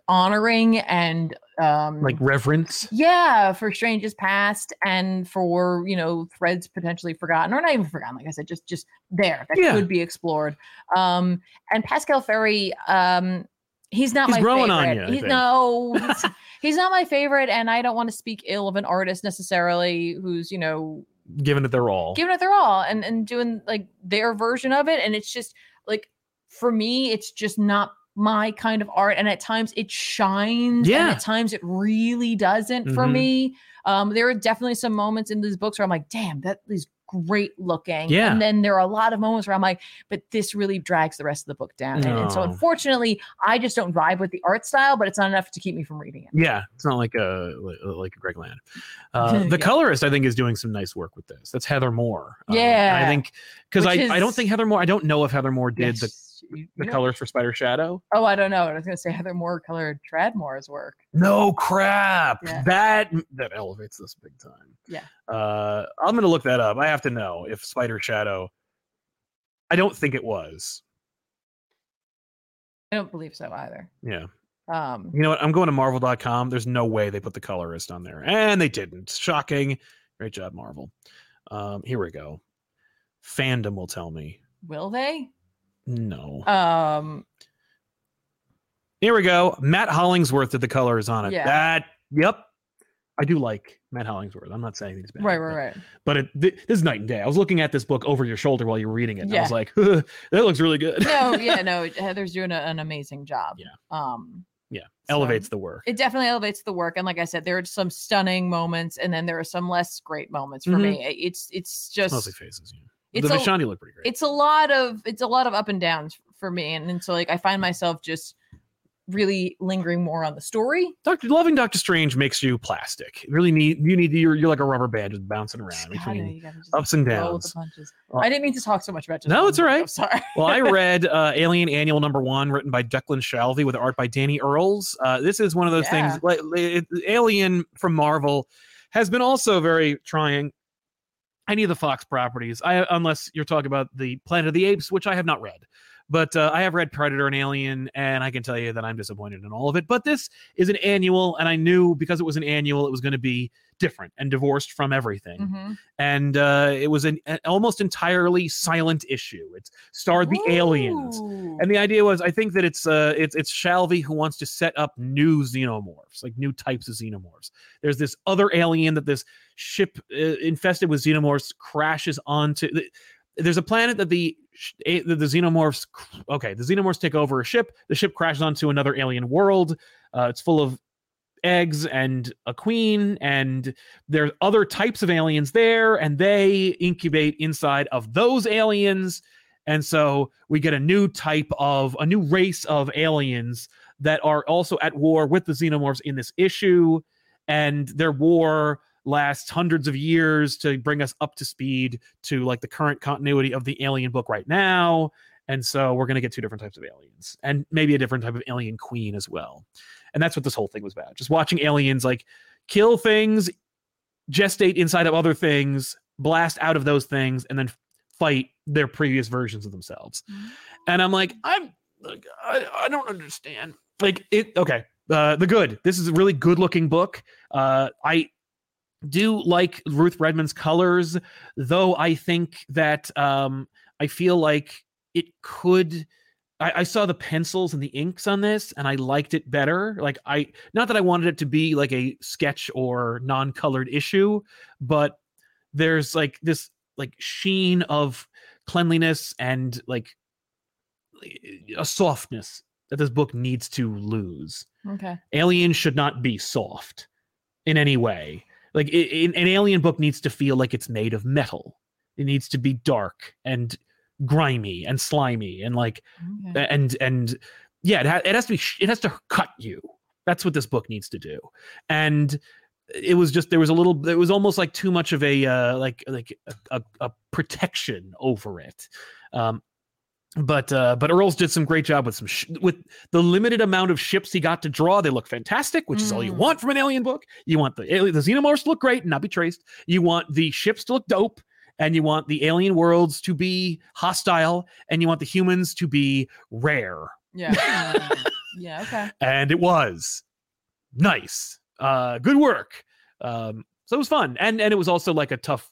A: honoring and um
B: like reverence.
A: yeah, for Strange's past and for, you know, threads potentially forgotten or not even forgotten, like I said, just just there. That
B: Yeah.
A: could be explored. Um and Pascal Ferry, um he's not
B: He's
A: my
B: growing on
A: favorite.
B: you, I
A: He's-
B: think.
A: no, he's, he's not my favorite and I don't want to speak ill of an artist necessarily who's, you know,
B: Giving it their all.
A: giving it their all and and doing like their version of it and it's just like for me it's just not my kind of art and at times it shines and
B: Yeah.
A: at times it really doesn't for
B: Mhm.
A: me um there are definitely some moments in these books where i'm like damn that is great looking
B: Yeah.
A: and then there are a lot of moments where i'm like but this really drags the rest of the book down and, and so
B: No.
A: unfortunately i just don't vibe with the art style but it's not enough to keep me from reading it
B: yeah, it's not like a li- like a Greg Land. Uh, the
A: Yeah.
B: colorist, I think, is doing some nice work with this. That's Heather Moore. Um, and
A: Yeah.
B: I think because I,
A: Which
B: I don't
A: is-
B: think Heather Moore. I don't know if Heather Moore did the
A: Yes, you-
B: the
A: you know-
B: colors for Spider Shadow.
A: oh i don't know i was gonna say heather moore colored tradmore's work
B: No crap.
A: Yeah.
B: That that elevates this big time.
A: Yeah.
B: Uh, I'm gonna look that up. I have to know if Spider Shadow. I don't think it was.
A: I don't believe so either.
B: Yeah.
A: Um,
B: You know what? I'm going to Marvel.com. There's no way they put the colorist on there, and they didn't. Shocking. Great job, Marvel. Um, here we go. Fandom will tell me.
A: will they?
B: No.
A: Um,
B: Here we go. Matt Hollingsworth did the colors on it.
A: Yeah.
B: That. Yep. I do like Matt Hollingsworth. I'm not saying he's bad.
A: right,
B: but-
A: right, right.
B: but it, th- this is night and day. I was looking at this book over your shoulder while you were reading it. And
A: Yeah.
B: I was like, that looks really good.
A: No, yeah, no. Heather's doing a, an amazing job.
B: Yeah.
A: Um,
B: Yeah,
A: so
B: Elevates the work.
A: It definitely elevates the work, and like I said, there are some stunning moments, and then there are some less great moments for
B: Mhm.
A: me. It- It's it's just
B: Mostly faces. Yeah.
A: it's
B: the
A: a-
B: Vishani look pretty great.
A: it's a lot of it's a lot of up and downs for me, and, and so like I find myself just really lingering more on the story.
B: Doctor loving Doctor Strange makes you plastic. You really need you need you're, you're like a rubber band just bouncing around
A: God, I know,
B: between
A: you gotta just
B: ups and
A: roll with the
B: downs.
A: punches.
B: Well-
A: I didn't mean to talk so much about just
B: No,
A: one
B: it's all
A: book.
B: right.
A: I'm sorry.
B: well, I read uh, Alien Annual Number One, written by Declan Shalvey, with art by Danny Earls. Uh, this is one of those
A: Yeah.
B: things. Like, it- Alien from Marvel has been also very trying. Any of the Fox properties, I unless you're talking about the Planet of the Apes, which I have not read, but uh, I have read Predator and Alien, and I can tell you that I'm disappointed in all of it. But this is an annual, and I knew because it was an annual, it was going to be different and divorced from everything
A: Mhm.
B: and uh, it was an, an almost entirely silent issue. It starred the aliens,
A: Ooh.
B: and the idea was, I think that it's uh, it's it's Shalvey who wants to set up new xenomorphs, like new types of xenomorphs. There's this other alien that this ship uh, infested with xenomorphs crashes onto. th- there's a planet that the sh- a- that the xenomorphs cr- okay the xenomorphs take over a ship the ship crashes onto another alien world uh, it's full of eggs and a queen and there's other types of aliens there and they incubate inside of those aliens and so we get a new type of a new race of aliens that are also at war with the xenomorphs in this issue and their war lasts hundreds of years to bring us up to speed to like the current continuity of the alien book right now and so we're going to get two different types of aliens and maybe a different type of alien queen as well and that's what this whole thing was about just watching aliens like kill things gestate inside of other things blast out of those things and then fight their previous versions of themselves
A: Mm-hmm.
B: and i'm like i'm like, I, I don't understand like it okay uh the good this is a really good looking book uh i do like ruth redman's colors though i think that um i feel like it could I, I saw the pencils and the inks on this and i liked it better like i not that i wanted it to be like a sketch or non-colored issue but there's like this like sheen of cleanliness and like a softness that this book needs to lose
A: Okay.
B: alien should not be soft in any way like i- i- an alien book needs to feel like it's made of metal it needs to be dark and grimy and slimy and like
A: okay.
B: and and yeah it, ha- it has to be sh- it has to cut you that's what this book needs to do and it was just there was a little it was almost like too much of a uh like like a, a, a protection over it um but uh but earls did some great job with some sh- with the limited amount of ships he got to draw they look fantastic which is all you
A: Mm.
B: want from an alien book you want the alien the xenomorphs to look great and not be traced you want the ships to look dope and you want the alien worlds to be hostile and you want the humans to be rare
A: Yeah. uh, yeah. Okay.
B: and it was nice uh good work um so it was fun and and it was also like a tough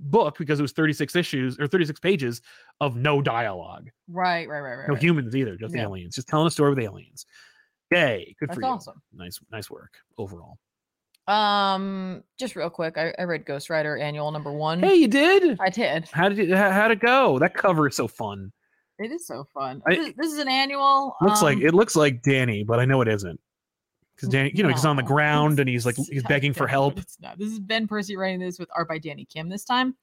B: book because it was 36 issues or 36 pages of no dialogue
A: Right. Right. Right. Right.
B: no
A: right.
B: humans either just
A: Yeah.
B: aliens just telling a story with aliens yay good
A: That's
B: for you
A: awesome.
B: nice nice work overall
A: Um, just real quick, I, I read Ghost Rider Annual Number One.
B: hey you did
A: I did.
B: how did it how, how'd it go that cover is so fun
A: It is so fun.
B: I-
A: this, this is an annual.
B: looks like
A: um,
B: it looks like danny but i know it isn't because danny you know he's on the
A: no,
B: ground
A: it's-
B: and he's like
A: it's
B: he's
A: not
B: begging for
A: that,
B: help
A: It's not. This is Ben Percy writing this with art by Danny Kim this time.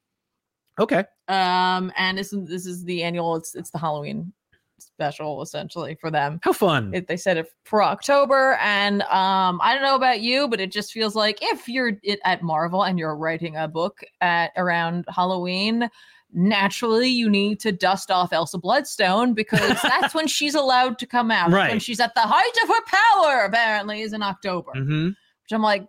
B: okay
A: Um, and this is this is the annual. It's it's the Halloween special essentially for them.
B: how fun
A: It, they said it for October, and um, I don't know about you, but it just feels like if you're it, at Marvel and you're writing a book at around Halloween, naturally you need to dust off Elsa Bloodstone because that's when she's allowed to come out. That's When
B: Right.
A: she's at the height of her power, apparently, is in October.
B: hmm
A: Which I'm like,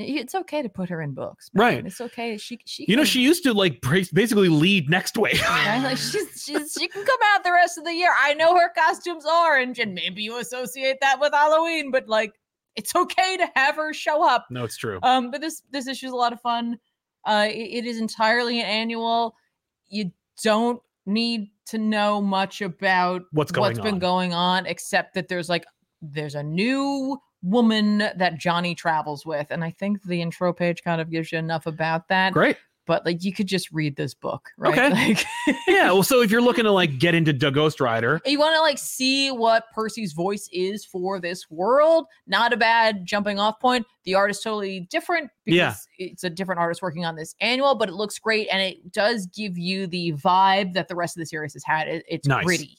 A: it's okay to put her in books,
B: Right.
A: man. It's okay. She, she,
B: You know,
A: can-
B: she used to like bra- basically lead next wave.
A: I was like, she's, she's, she can come out the rest of the year. I know her costume's orange, and maybe you associate that with Halloween, but like, it's okay to have her show up.
B: no, it's true.
A: Um, but this this issue is a lot of fun. Uh, i- it is entirely an annual. You don't need to know much about
B: What's going
A: what's been
B: on.
A: going on, except that there's like there's a new woman that Johnny travels with, and I think the intro page kind of gives you enough about that.
B: Great.
A: But like, you could just read this book, right?
B: Okay.
A: Like,
B: Yeah. Well, so if you're looking to like get into Da- Ghost Rider,
A: you want to like see what Percy's voice is for this world. Not a bad jumping off point. The art is totally different
B: Yeah.
A: because it's a different artist working on this annual, but it looks great and it does give you the vibe that the rest of the series has had. It- it's
B: Nice. Mm-hmm.
A: gritty,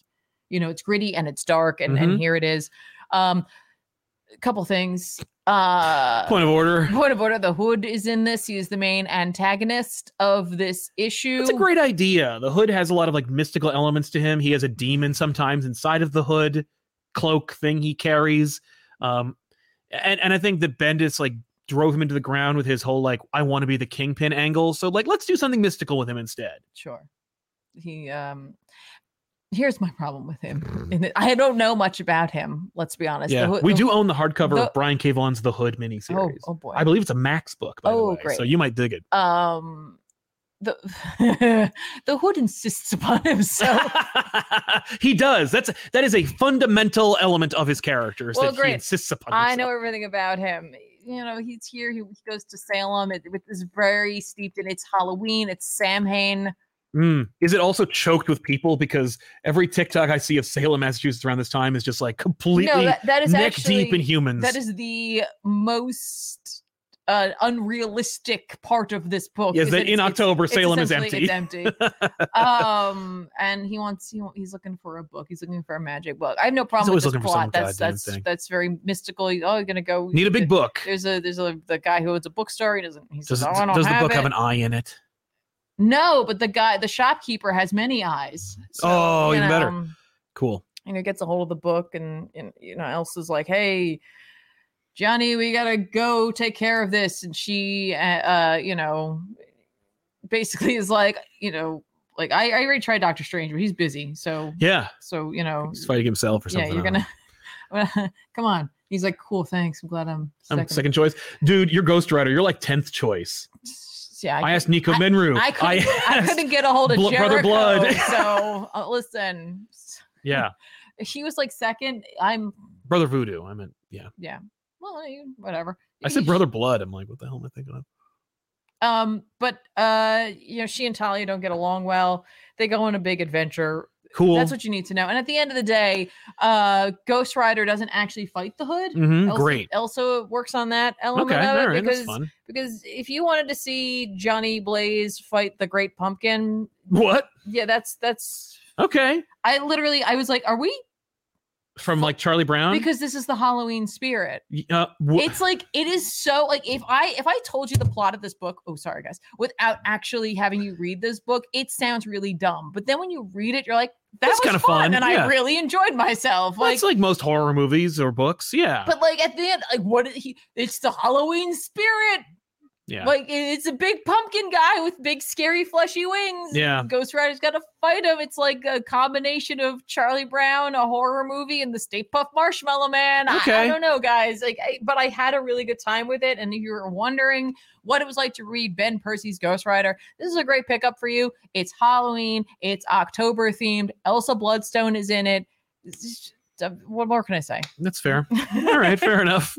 A: you know, it's gritty and it's dark, and, and here it is. Um, a couple things. Uh,
B: point of order.
A: point of order: the Hood is in this. He is the main antagonist of this issue.
B: It's a great idea. The hood has a lot of like mystical elements to him. He has a demon sometimes inside of the hood cloak thing he carries. Um, and and I think that Bendis like drove him into the ground with his whole like I want to be the kingpin angle. So like let's do something mystical with him instead.
A: Sure. He um here's my problem with him. In that I don't know much about him, let's be honest. The
B: Yeah,
A: Hood-
B: we
A: the-
B: do own the hardcover
A: the-
B: of Brian K. Vaughan's The Hood miniseries.
A: Oh, oh boy.
B: I believe it's a Max book, by the
A: Oh,
B: way, so
A: great.
B: you might dig it.
A: um the the hood insists upon himself. Oh.
B: he does. That's that is a fundamental element of his character. Is
A: Well,
B: that
A: great.
B: he insists upon.
A: I know
B: himself.
A: everything about him. You know, he's here, he, he goes to Salem. It, it is very steeped in it's Halloween, it's Samhain.
B: Mm. Is it also choked with people? Because every TikTok I see of Salem, Massachusetts around this time is just like completely
A: no, that, that is
B: eh, neck
A: actually
B: deep in humans.
A: that is the most uh, unrealistic part of this book.
B: Yes, that
A: it's-
B: in
A: it's-
B: October,
A: it's
B: Salem is
A: essentially-
B: empty.
A: It's empty. um, and he wants he, wa- he's looking for a book. He's looking for a magic book. I have no problem
B: always
A: with this
B: looking for some
A: plot. That's
B: goddamn
A: that's
B: thing.
A: that's very mystical. You- Oh, you're gonna go
B: Need a big book.
A: There's a there's a the guy who owns a bookstore. He doesn't. He
B: Does,
A: says, "Oh, I don't
B: does the
A: have
B: book
A: it."
B: have an eye in it?
A: no, but the guy, the shopkeeper, has many eyes. So,
B: Oh,
A: you
B: even better.
A: um,
B: Cool.
A: you know gets a hold of the book and, and you know else is like hey johnny we gotta go take care of this and she uh, uh you know basically is like you know like i, I already tried doctor strange but he's busy so
B: Yeah,
A: so you know
B: he's fighting himself or
A: yeah
B: something.
A: you're
B: I don't know.
A: gonna, I'm gonna- come on he's like cool thanks i'm glad i'm
B: I'm
A: second,
B: second choice, dude. You're ghostwriter. You're like tenth choice.
A: yeah
B: I, asked Nico Menru.
A: I couldn't, I,
B: asked-
A: couldn't get a hold of
B: Blo- Brother
A: Jericho,
B: Blood.
A: so uh, listen,
B: Yeah,
A: he was like second. I'm
B: brother Voodoo. I meant yeah.
A: well, you- whatever.
B: I said
A: He-
B: brother blood. I'm like, what the hell am I thinking of?
A: Um, but uh, you know, she and Talia don't get along well. They go on a big adventure.
B: Cool.
A: That's what you need to know. And at the end of the day, uh, Ghost Rider doesn't actually fight the Hood.
B: Mhm,
A: Elsa-
B: Great.
A: Elsa works on that element
B: Okay.
A: of it
B: All right. That's
A: because
B: fun.
A: because if you wanted to see Johnny Blaze fight the Great Pumpkin,
B: What?
A: yeah, that's that's.
B: Okay.
A: I literally I was like, are we?
B: From like Charlie Brown.
A: Because this is the Halloween spirit.
B: Y- uh, wh-
A: it's like it is so like if i if i told you the plot of this book oh sorry guys without actually having you read this book it sounds really dumb but then when you read it you're like that
B: That's
A: was
B: kinda
A: fun,
B: fun,
A: and
B: yeah.
A: i really enjoyed myself like,
B: that's like most horror movies or books. Yeah.
A: but like at the end like what did he it's the halloween spirit
B: yeah.
A: like it's a big pumpkin guy with big scary fleshy wings
B: yeah.
A: Ghost Rider's got to fight him. It's like a combination of Charlie Brown, a horror movie, and the Stay Puff Marshmallow Man. I- I,
B: Okay.
A: don't know, guys. Like, I, but I had a really good time with it. And if you're wondering what it was like to read Ben Percy's Ghost Rider, this is a great pickup for you. It's Halloween. It's October themed. Elsa Bloodstone is in it. It's just- uh, What more can I say?
B: That's fair. All right. Fair enough.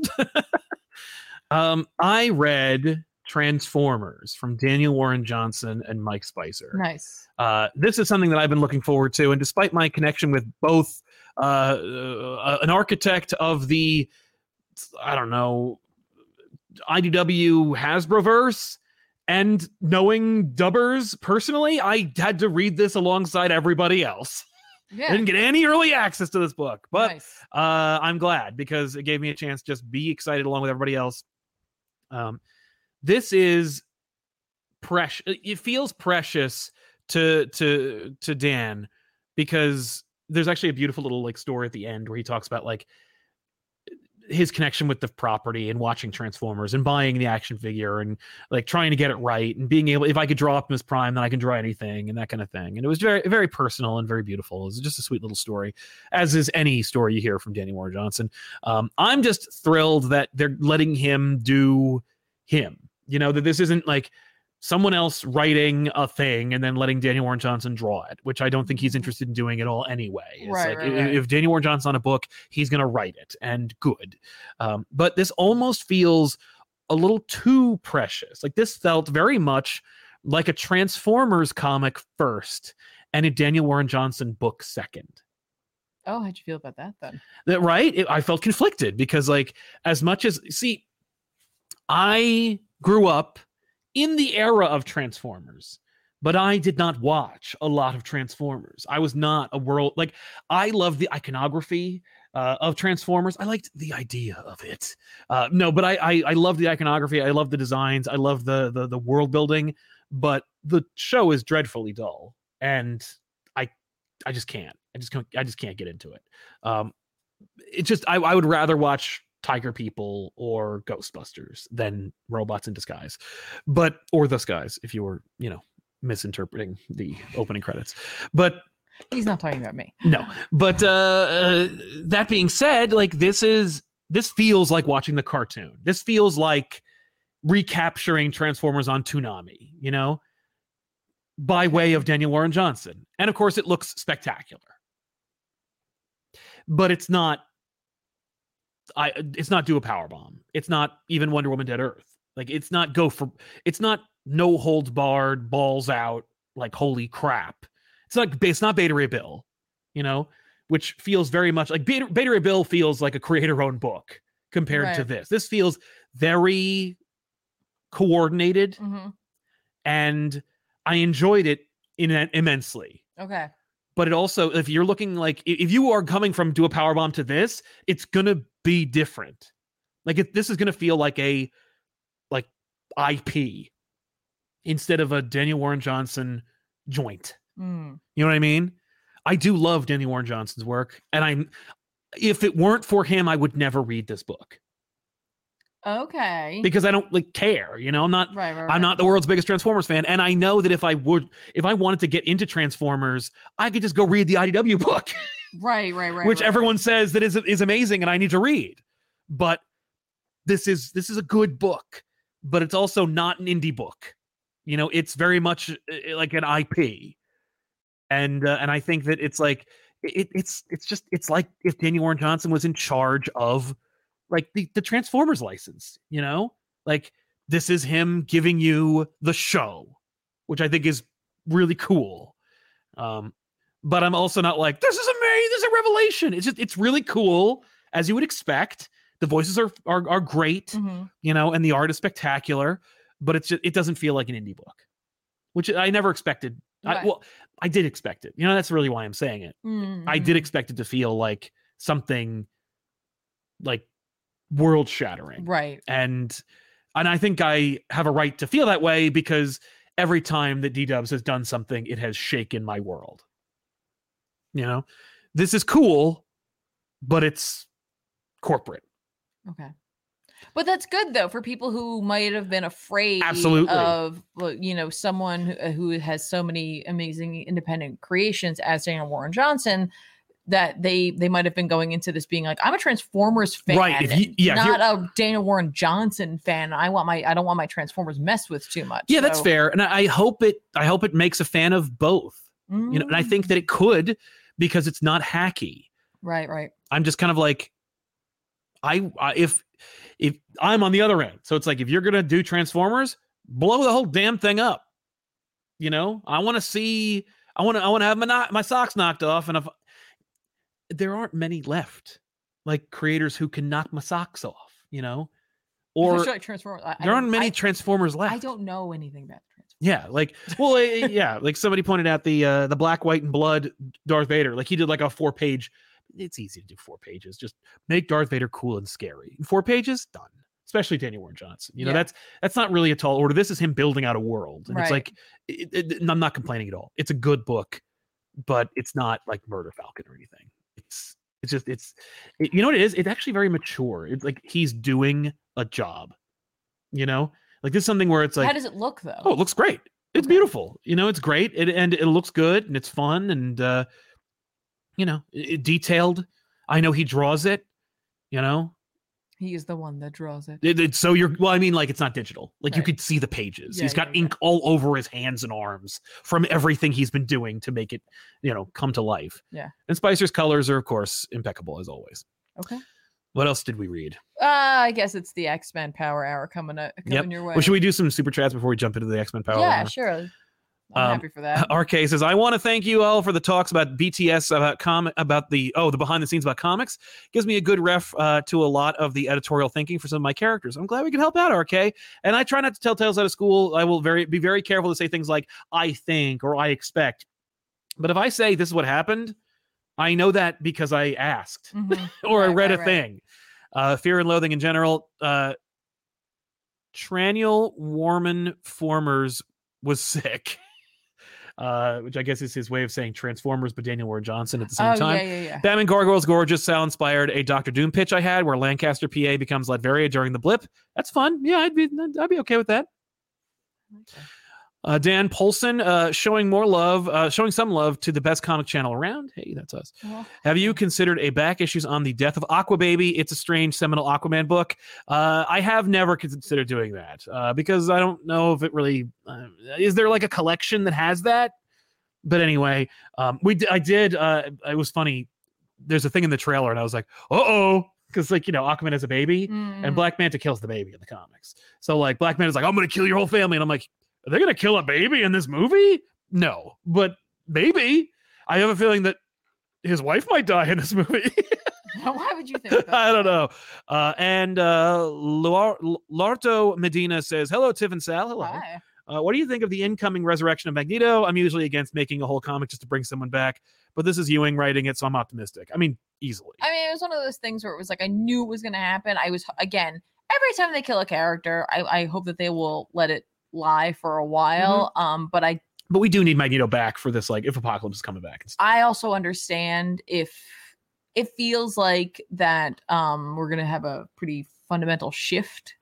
B: um, I read Transformers from Daniel Warren Johnson and Mike Spicer.
A: nice.
B: Uh, this is something that I've been looking forward to, and despite my connection with both uh, uh, an architect of the, I don't know, IDW Hasbroverse, and knowing Dubbers personally, I had to read this alongside everybody else. I
A: Yeah.
B: didn't get any early access to this book, but
A: nice.
B: uh, I'm glad because it gave me a chance to just be excited along with everybody else. Um, this is precious. It feels precious to to to Dan because there's actually a beautiful little like story at the end where he talks about like his connection with the property and watching Transformers and buying the action figure and like trying to get it right and being able if I could draw Optimus Prime then I can draw anything and that kind of thing and it was very very personal and very beautiful it was just a sweet little story as is any story you hear from Danny Warren Johnson um, I'm just thrilled that they're letting him do him you know that this isn't like someone else writing a thing and then letting Daniel Warren Johnson draw it which I don't think he's interested in doing at all anyway It's
A: Right,
B: like,
A: right,
B: i-
A: right.
B: if Daniel Warren Johnson's on a book he's going to write it and good um, but this almost feels a little too precious. Like this felt very much like a Transformers comic first and a Daniel Warren Johnson book second.
A: Oh, how'd you feel about that then?
B: That right? It- I felt conflicted because like as much as see I grew up in the era of Transformers, but I did not watch a lot of Transformers. I was not a world like I love the iconography uh, of Transformers. I liked the idea of it. Uh, no, but I I, I love the iconography. I love the designs. I love the, the the world building. But the show is dreadfully dull, and I I just can't. I just can't. I just can't get into it. Um, it just I, I would rather watch Tiger People or Ghostbusters than Robots in Disguise, but or This Guys if you were you know misinterpreting the opening credits. But
A: He's not talking about me.
B: no, but uh, uh, that being said, like this is this feels like watching the cartoon. This feels like recapturing Transformers on Toonami, you know, by way of Daniel Warren Johnson, and of course it looks spectacular, but it's not. I it's not do a power bomb. It's not even Wonder Woman Dead Earth. Like it's not go for. It's not no holds barred balls out like holy crap. It's like it's not Beta Ray Bill, you know, which feels very much like Beta, Beta Ray Bill feels like a creator-owned book compared to
A: Right.
B: this. This feels very coordinated,
A: Mhm.
B: and I enjoyed it in immensely.
A: Okay.
B: But it also, if you're looking like i- if you are coming from do a power bomb to this, it's gonna be different. Like it, this is gonna feel like a like IP instead of a Daniel Warren Johnson joint.
A: Mm.
B: You know what I mean? I do love Danny Warren Johnson's work, and I'm if it weren't for him, I would never read this book
A: Okay.
B: because I don't like care. You know, I'm not
A: right, right, right.
B: I'm not the world's biggest Transformers fan, and I know that if I would if I wanted to get into Transformers, I could just go read the IDW book,
A: Right, right, right.
B: which
A: right, right.
B: everyone says that is is amazing, and I need to read. But this is this is a good book, but it's also not an indie book. You know, it's very much uh, like an IP, and uh, and I think that it's like it, it's it's just it's like if Daniel Warren Johnson was in charge of like the, the Transformers license, you know? Like this is him giving you the show, which I think is really cool. Um but I'm also not like this is amazing, this is a revelation. It's just it's really cool as you would expect. The voices are are, are great,
A: Mhm.
B: you know, and the art is spectacular, but it's just, it doesn't feel like an indie book, which I never expected. I,
A: Right.
B: well, I did expect it. You know, that's really why I'm saying it. I did
A: Mhm.
B: expect it to feel like something like world shattering.
A: Right.
B: And and I think I have a right to feel that way because every time that D Dubs has done something, it has shaken my world. You know? This is cool, but it's corporate.
A: Okay. But that's good though for people who might have been afraid
B: Absolutely.
A: of well, you know someone who, uh, who has so many amazing independent creations as Daniel Warren Johnson that they they might have been going into this being like I'm a Transformers fan,
B: Right, if you- yeah, if you're-
A: not a Daniel Warren Johnson fan. I want my I don't want my Transformers messed with too much.
B: Yeah, that's
A: so-
B: fair. And I I hope it I hope it makes a fan of both. You know, and I think
A: Mm,
B: that it could because it's not hacky.
A: right, right,
B: I'm just kind of like, I, I if if I'm on the other end, so it's like if you're gonna do Transformers, blow the whole damn thing up. You know, I want to see, I want to, I want to have my knock, my socks knocked off, and if there aren't many left, like creators who can knock my socks off, you know,
A: Because I
B: or
A: feel like Transformers. I, I
B: there aren't
A: don't-
B: many
A: I,
B: Transformers left.
A: I don't know anything about Transformers.
B: Yeah, like well, eh, eh, yeah, like somebody pointed out the uh the black, white, and blood Darth Vader. Like he did like a four page. It's easy to do four pages. Just make Darth Vader cool and scary. In four pages, done. Especially Daniel Warren Johnson. You know
A: Yeah.
B: that's that's not really a tall order. This is him building out a world, and
A: Right.
B: it's like it, it- and I'm not complaining at all. It's a good book, but it's not like Murder Falcon or anything. It's it's just it's it, you know what it is. It's actually very mature. It's like he's doing a job. You know, like this is something where it's like
A: How does it look though?
B: Oh, it looks great. It's
A: Okay.
B: beautiful. You know, it's great. It, and it looks good and it's fun and uh you know, i- i- detailed. I know he draws it, you know.
A: he is the one that draws it.
B: It, it- so you're well, I mean like it's not digital. Like you
A: Right.
B: could see the pages.
A: Yeah,
B: he's got
A: yeah, yeah.
B: ink all over his hands and arms from everything he's been doing to make it, you know, come to life.
A: Yeah.
B: And Spicer's colors are of course impeccable as always.
A: Okay.
B: What else did we read?
A: Uh, I guess it's the X Men Power Hour coming up, coming
B: Yep.
A: your way.
B: Well, should we do some super chats before we jump into the X-Men Power?
A: yeah,
B: Hour?
A: sure. I'm
B: Um,
A: happy for that.
B: RK says, I want to thank you all for the talks about BTS, about com- about the oh, the behind the scenes about comics. Gives me a good ref uh, to a lot of the editorial thinking for some of my characters. I'm glad we can help out, RK. And I try not to tell tales out of school. I will very be very careful to say things like I think or I expect. But if I say this is what happened, I know that because I asked
A: Mhm.
B: or I
A: Right,
B: read
A: right,
B: a
A: right.
B: thing. Uh, Fear and Loathing in general. Uh, Traniel Warman Formers was sick, uh, which I guess is his way of saying Transformers, but Daniel Ward Johnson at the same
A: oh
B: time.
A: yeah, yeah, yeah.
B: Batman Gargoyles Gorgeous Sound inspired a Doctor Doom pitch I had where Lancaster, PA becomes Latveria during the blip. That's fun. Yeah, I'd be I'd be okay with that.
A: Okay.
B: Uh, Dan Polson uh, showing more love, uh, showing some love to the best comic channel around. Hey, that's us.
A: Well,
B: Have you considered a back issues on the death of Aquababy? It's a strange seminal Aquaman book. Uh, I have never considered doing that uh, because I don't know if it really uh, is there like a collection that has that. But anyway, um, we d- I did. Uh, it was funny. There's a thing in the trailer, and I was like, uh oh, because like you know Aquaman has a baby,
A: mm,
B: and Black Manta kills the baby in the comics. So like Black Manta's like, I'm gonna kill your whole family, and I'm like, are they gonna kill a baby in this movie? No, but maybe. I have a feeling that his wife might die in this movie.
A: Why would you think? that?
B: I don't know. Uh, and uh, Luar- Larto Medina says, "Hello, Tiff and Sal. Hello.
A: Why?
B: Uh, what do you think of the incoming resurrection of Magneto? I'm usually against making a whole comic just to bring someone back, but this is Ewing writing it, so I'm optimistic. I mean, easily.
A: I mean, it was one of those things where it was like I knew it was going to happen. I was again every time they kill a character, I, I hope that they will let it lie for
B: Mm-hmm.
A: a while. Um, but I
B: but we do need Magneto back for this, like if Apocalypse is coming back. And stuff.
A: I also understand if it feels like that um we're gonna have a pretty fundamental shift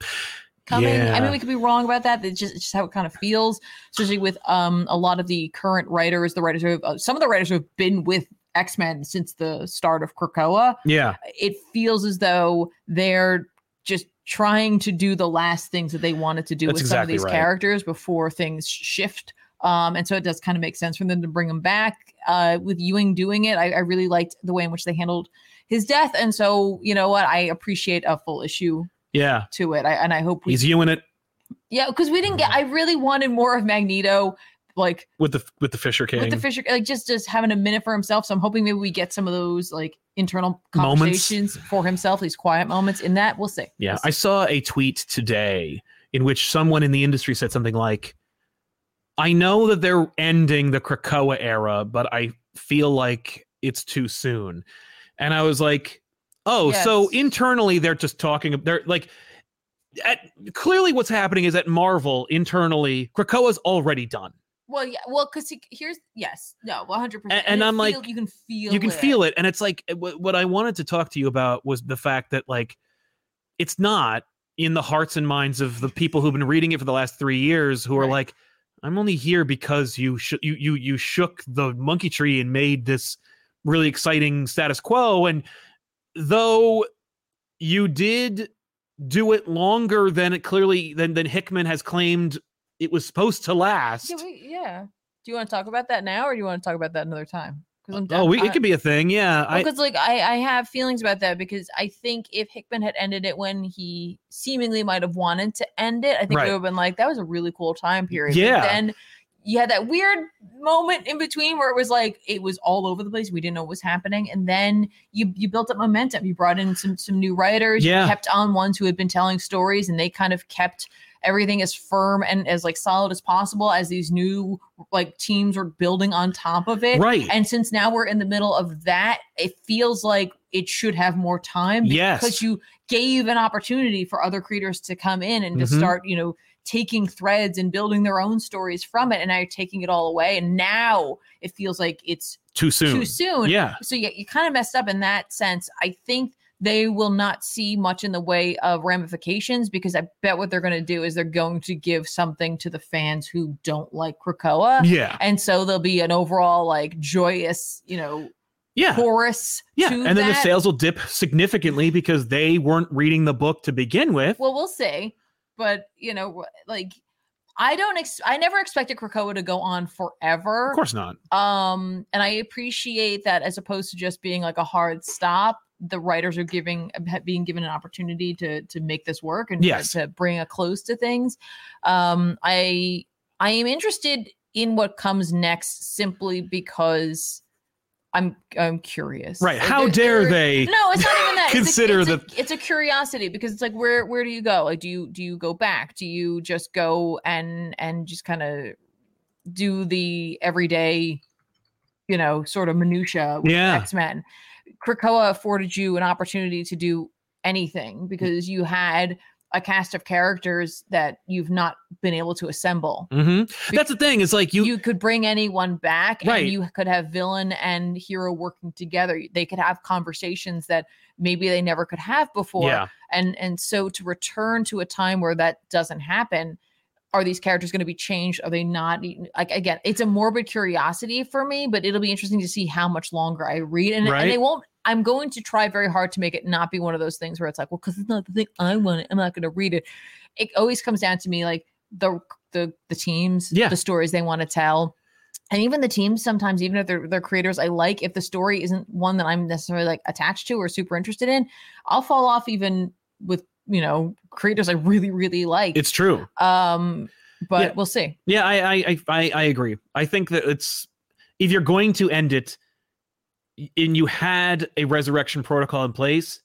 A: coming. I
B: Yeah.
A: mean, we could be wrong about that. It's just, it's just how it kind of feels, especially with um a lot of the current writers, the writers who have, uh, some of the writers who have been with X Men since the start of Krakoa.
B: Yeah,
A: It feels as though they're just trying to do the last things that they wanted to do
B: That's
A: with
B: exactly
A: some of these
B: right.
A: characters before things shift. Um, and so it does kind of make sense for them to bring him back. Uh, with Ewing doing it, I, I really liked the way in which they handled his death. And so, you know what? I appreciate a full issue
B: yeah.
A: to it. I, and I hope we
B: He's Ewing it
A: yeah, because we didn't get.
B: Mhm.
A: I really wanted more of Magneto, like
B: with the with the Fisher King.
A: with the Fisher, like just just having a minute for himself. So I'm hoping maybe we get some of those like internal
B: Moments.
A: conversations for himself, these quiet moments. In that, we'll see.
B: Yeah,
A: We'll
B: I
A: see.
B: saw a tweet today in which someone in the industry said something like, "I know that they're ending the Krakoa era, but I feel like it's too soon." And I was like, "Oh, so
A: Yes.
B: internally they're just talking. They're like." At, clearly, what's happening is at Marvel internally, Krakoa's already done.
A: well, yeah, well, because he, here's yes, no, 100. percent
B: and
A: you
B: I'm like,
A: feel- you can feel,
B: you can feel it and it's like eh, what, what i wanted to talk to you about was the fact that like it's not in the hearts and minds of the people who've been reading it for the last three years who are
A: Right.
B: like i'm only here because you shook you, you you shook the monkey tree and made this really exciting status quo and though you did do it longer than it clearly than than hickman has claimed it was supposed to last
A: Yeah, we, yeah. Do you want to talk about that now, or do you want to talk about that another time? Because I'm
B: oh we,
A: I-
B: it could be a thing yeah I,
A: because like I, I have feelings about that because I think if Hickman had ended it when he seemingly might have wanted to end it, I think
B: Right.
A: we would have been like, that was a really cool time period. But
B: Yeah.
A: then you had that weird moment in between where it was like it was all over the place. We didn't know what was happening. And then you you built up momentum. You brought in some some new writers,
B: Yeah.
A: you kept on ones who had been telling stories and they kind of kept everything as firm and as like solid as possible as these new like teams were building on top of it.
B: right
A: And since now we're in the middle of that, it feels like it should have more time because
B: Yes.
A: you gave an opportunity for other creators to come in and to
B: Mhm.
A: start, you know, taking threads and building their own stories from it. And now you're taking it all away. And now it feels like it's
B: too soon
A: too soon.
B: yeah
A: So yeah, you kind of messed up in that sense. I think they will not see much in the way of ramifications because I bet what they're going to do is they're going to give something to the fans who don't like Krakoa
B: yeah
A: and so there'll be an overall like joyous you know
B: Yeah.
A: chorus
B: yeah.
A: to
B: And then the
A: that.
B: sales will dip significantly because they weren't reading the book to begin with.
A: well we'll see but you know wh- like i don't ex- i never expected krakoa to go on forever
B: of course not.
A: um and i appreciate that as opposed to just being like a hard stop the writers are giving ha- being given an opportunity to to make this work and to-
B: Yes.
A: to bring a close to things um i i am interested in what comes next simply because i'm i'm curious
B: Right.
A: Like,
B: How
A: there-
B: dare
A: there-
B: they?
A: no it's not even that
B: consider
A: it's a, it's,
B: that-
A: a, it's a curiosity because it's like where where do you go like do you do you go back do you just go and and just kind of do the everyday you know sort of minutia with
B: Yeah.
A: x-men krakoa afforded you an opportunity to do anything because you had a cast of characters that you've not been able to assemble
B: hmm That's the thing. It's like you,
A: you, could bring anyone back
B: Right.
A: and you could have villain and hero working together they could have conversations that maybe they never could have before
B: yeah.
A: and and so to return to a time where that doesn't happen are these characters going to be changed are they not e-, like again it's a morbid curiosity for me but it'll be interesting to see how much longer i read and, and they
B: Right.
A: won't i'm going to try very hard to make it not be one of those things where it's like well because it's not the thing i want i'm not going to read it it always comes down to me like the the the teams
B: Yeah.
A: the stories they want to tell and even the teams sometimes even if they're, they're creators i like if the story isn't one that i'm necessarily like attached to or super interested in i'll fall off even with you know creators i really really like
B: It's true.
A: um but
B: Yeah.
A: we'll see.
B: Yeah, I, I I- I I agree. I think that it's if you're going to end it, y- and you had a resurrection protocol in place,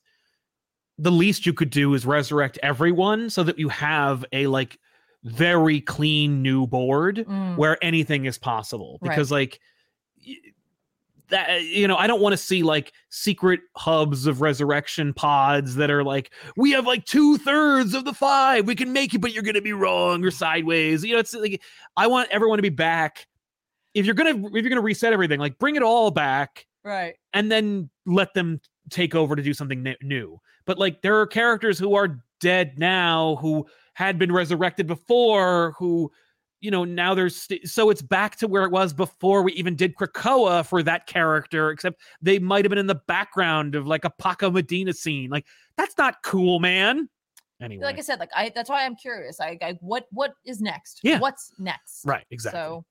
B: the least you could do is resurrect everyone so that you have a like very clean new board
A: Mm,
B: where anything is possible.
A: Right.
B: Because like y- that you know, I don't want to see like secret hubs of resurrection pods that are like, we have like two thirds of the five, we can make it, but you're gonna be wrong or sideways. You know, it's like I want everyone to be back. If you're gonna if you're gonna reset everything, like bring it all back
A: right.
B: and then let them take over to do something ne- new. But like there are characters who are dead now who had been resurrected before who you know now there's st- so it's back to where it was before we even did Krakoa for that character except they might have been in the background of like a Paco Medina scene. Like that's not cool, man. Anyway.
A: Like I said, like I that's why I'm curious. I, I what what is next?
B: Yeah.
A: What's next?
B: right, exactly.
A: So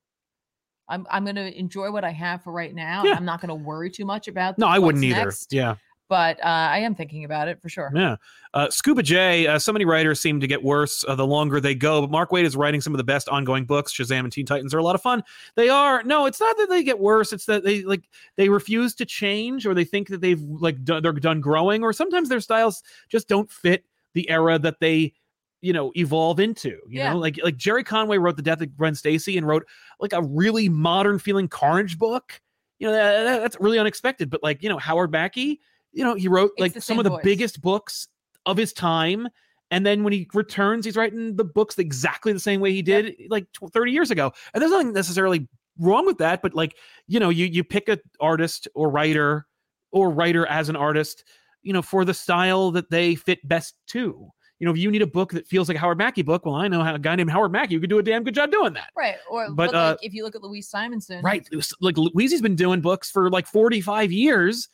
A: I'm I'm gonna enjoy what I have for right now.
B: Yeah.
A: I'm not gonna worry too much about
B: no, I
A: what's
B: wouldn't either.
A: next,
B: Yeah.
A: But uh, I am thinking about it for sure.
B: Yeah. Uh, Scuba J, uh, so many writers seem to get worse uh, the longer they go, but Mark Wade is writing some of the best ongoing books. Shazam and Teen Titans are a lot of fun. They are. No, it's not that they get worse. It's that they like they refuse to change or they think that they've like do- they're done growing or sometimes their styles just don't fit the era that they you know evolve into you
A: Yeah.
B: know like like jerry conway wrote the death of gwen stacy and wrote like a really modern feeling carnage book you know that, that- that's really unexpected but like you know howard mackey you know he wrote
A: It's
B: like
A: the
B: some
A: same
B: of the
A: voice.
B: biggest books of his time and then when he returns he's writing the books exactly the same way he
A: Yep.
B: did like tw- 30 years ago and there's nothing necessarily wrong with that but like you know you you pick a artist or writer or writer as an artist you know for the style that they fit best to you know if you need a book that feels like a howard mackey book well i know how- a guy named howard mackey who could do a damn good job doing that
A: Right. Or
B: But,
A: but,
B: uh,
A: like if you look at Louise Simonson,
B: right it was- like Louisy's been doing books for like 45 years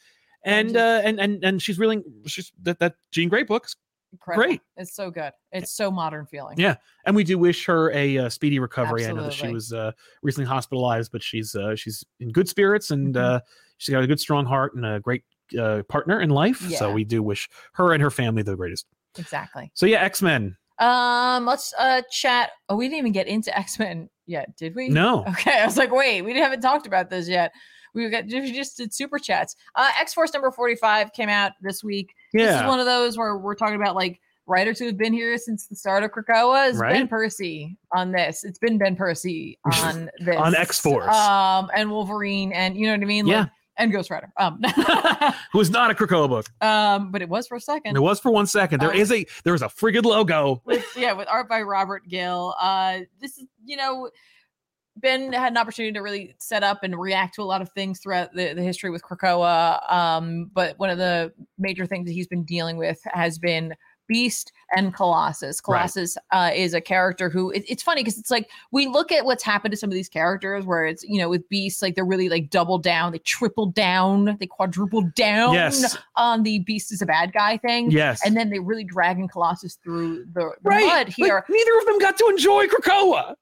B: and
A: And
B: uh and and and she's really she's that that jean gray book's
A: incredible.
B: great.
A: It's so good. It's so modern feeling.
B: Yeah. and we do wish her a uh, speedy recovery. I know that she
A: Absolutely.
B: was uh, recently hospitalized, but she's uh, she's in good spirits and
A: Mhm.
B: uh, she's got a good, strong heart and a great uh, partner in life. So
A: Yeah.
B: we do wish her and her family the greatest.
A: Exactly.
B: So yeah, X Men.
A: Um, let's uh chat. Oh, we didn't even get into X Men yet, did we? Oh,
B: No,
A: Okay, I was like, wait, we haven't talked about this yet. We got we just did super chats. Uh, X Force number forty five came out this week. This is
B: yeah,
A: one of those where we're talking about like writers who have been here since the start of Krakoa. It's Ben
B: Right.
A: Percy on this. It's been Ben Percy on this
B: On X-Force.
A: um, and Wolverine, and you know what I mean.
B: Yeah.
A: like, and Ghost Rider. Um,
B: who was not a Krakoa book.
A: um, but it was for a second.
B: And it was for one second. There
A: Uh,
B: is a there is a friggin' logo.
A: with yeah with art by robert gill uh this is you know ben had an opportunity to really set up and react to a lot of things throughout the, the history with krakoa um but one of the major things that he's been dealing with has been beast and colossus
B: Right.
A: colossus uh, is a character who it- it's funny because it's like we look at what's happened to some of these characters where it's you know with beast like they're really like double down they triple down they quadruple down
B: Yes,
A: on the beast is a bad guy thing
B: yes.
A: and then they really dragging Colossus through the, the
B: right
A: mud
B: Like,
A: here.
B: neither of them got to enjoy Krakoa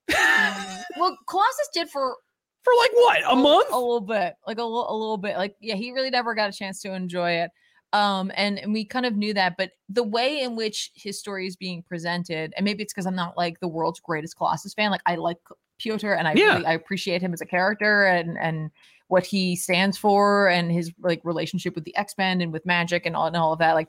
A: well, Colossus did for
B: for like what a month.
A: a little bit, like a, li- a little bit, like yeah, he really never got a chance to enjoy it. Um, and, and we kind of knew that, but the way in which his story is being presented, and maybe it's because I'm not like the world's greatest Colossus fan. Like I like Piotr, and I
B: Yeah.
A: really I appreciate him as a character and and what he stands for, and his like relationship with the X Men and with magic and all and all of that. Like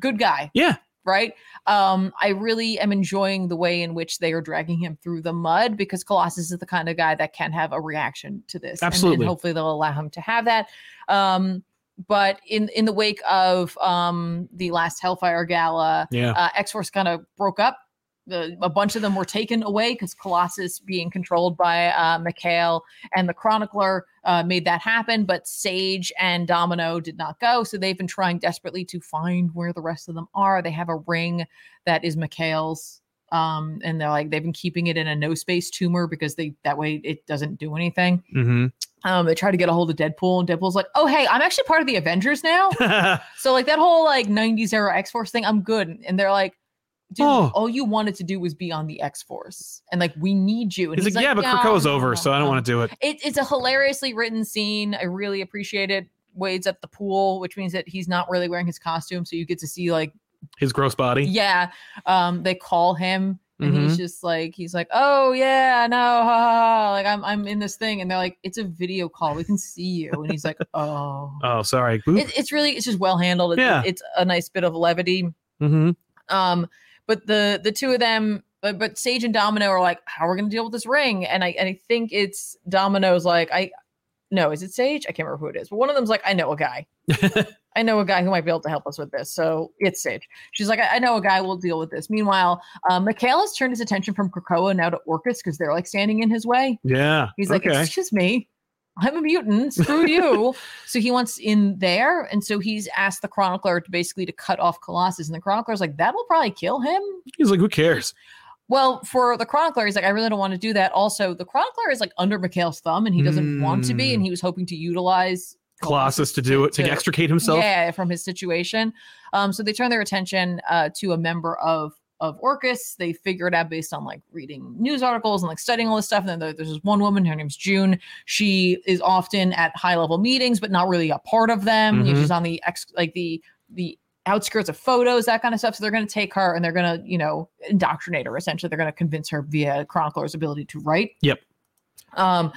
A: good guy,
B: Yeah,
A: right? Um, I really am enjoying the way in which they are dragging him through the mud because Colossus is the kind of guy that can have a reaction to this. and- And,
B: Absolutely.
A: hopefully they'll allow him to have that. Um, but in in the wake of um the last Hellfire Gala,
B: yeah.
A: uh, X Force kind of broke up. The, a bunch of them were taken away because Colossus, being controlled by uh, Mikhail and the Chronicler, uh, made that happen. But Sage and Domino did not go. So they've been trying desperately to find where the rest of them are. They have a ring that is Mikhail's. Um, and they're like, they've been keeping it in a no space tumor because they that way it doesn't do anything.
B: Mm-hmm.
A: Um, they try to get a hold of Deadpool, and Deadpool's like, oh, hey, I'm actually part of the Avengers now. So like that whole like 90s era X Force thing, I'm good. And they're like, dude,
B: Oh.
A: all you wanted to do was be on the X Force, and like we need you. And
B: He's like, yeah, but Krakoa's over, so I don't want to do it.
A: to. It, it's a hilariously written scene. I really appreciate it. Wade's at the pool, which means that he's not really wearing his costume, so you get to see like,
B: His gross body. Mm-hmm.
A: yeah, um, they call him. and he's just like he's like oh yeah no ha, ha, ha. like I'm I'm in this thing and they're like it's a video call we can see you and he's like oh
B: Oh, sorry. Boop.
A: it, it's really it's just well handled it's,
B: Yeah.
A: it's a nice bit of levity
B: Mhm.
A: um but the the two of them but, but Sage and Domino are like how are we gonna deal with this ring and I and I think it's Domino's like I no is it Sage I can't remember who it is but one of them's like I know a guy I know a guy who might be able to help us with this. So it's Sage. She's like, I, I know a guy will deal with this. Meanwhile, um, Michaela's turned his attention from Krakoa now to Orcus because they're like standing in his way.
B: Yeah.
A: He's like,
B: okay.
A: Excuse me. I'm a mutant. Screw you. so he wants in there. And so he's asked the chronicler to basically to cut off Colossus. And the chronicler's like, that'll probably kill him.
B: He's like, who cares?
A: Well, for the chronicler, he's like, I really don't want to do that. Also, the chronicler is like under Michael's thumb and he doesn't want to be.
B: Mm.
A: And he was hoping to utilize
B: Colossus to do it to
A: to-
B: extricate himself.
A: yeah, from his situation. Um, so they turn their attention uh, to a member of of Orcus. They figure it out based on like reading news articles and like studying all this stuff. And then there- there's this one woman, her name's June. She is often at high level meetings, but not really a part of them. You know,
B: Mhm.
A: She's on the ex like the the outskirts of photos, that kind of stuff. So they're gonna take her and they're gonna, you know, indoctrinate her essentially. They're gonna convince her via Chronicler's ability to write.
B: Yep.
A: Um,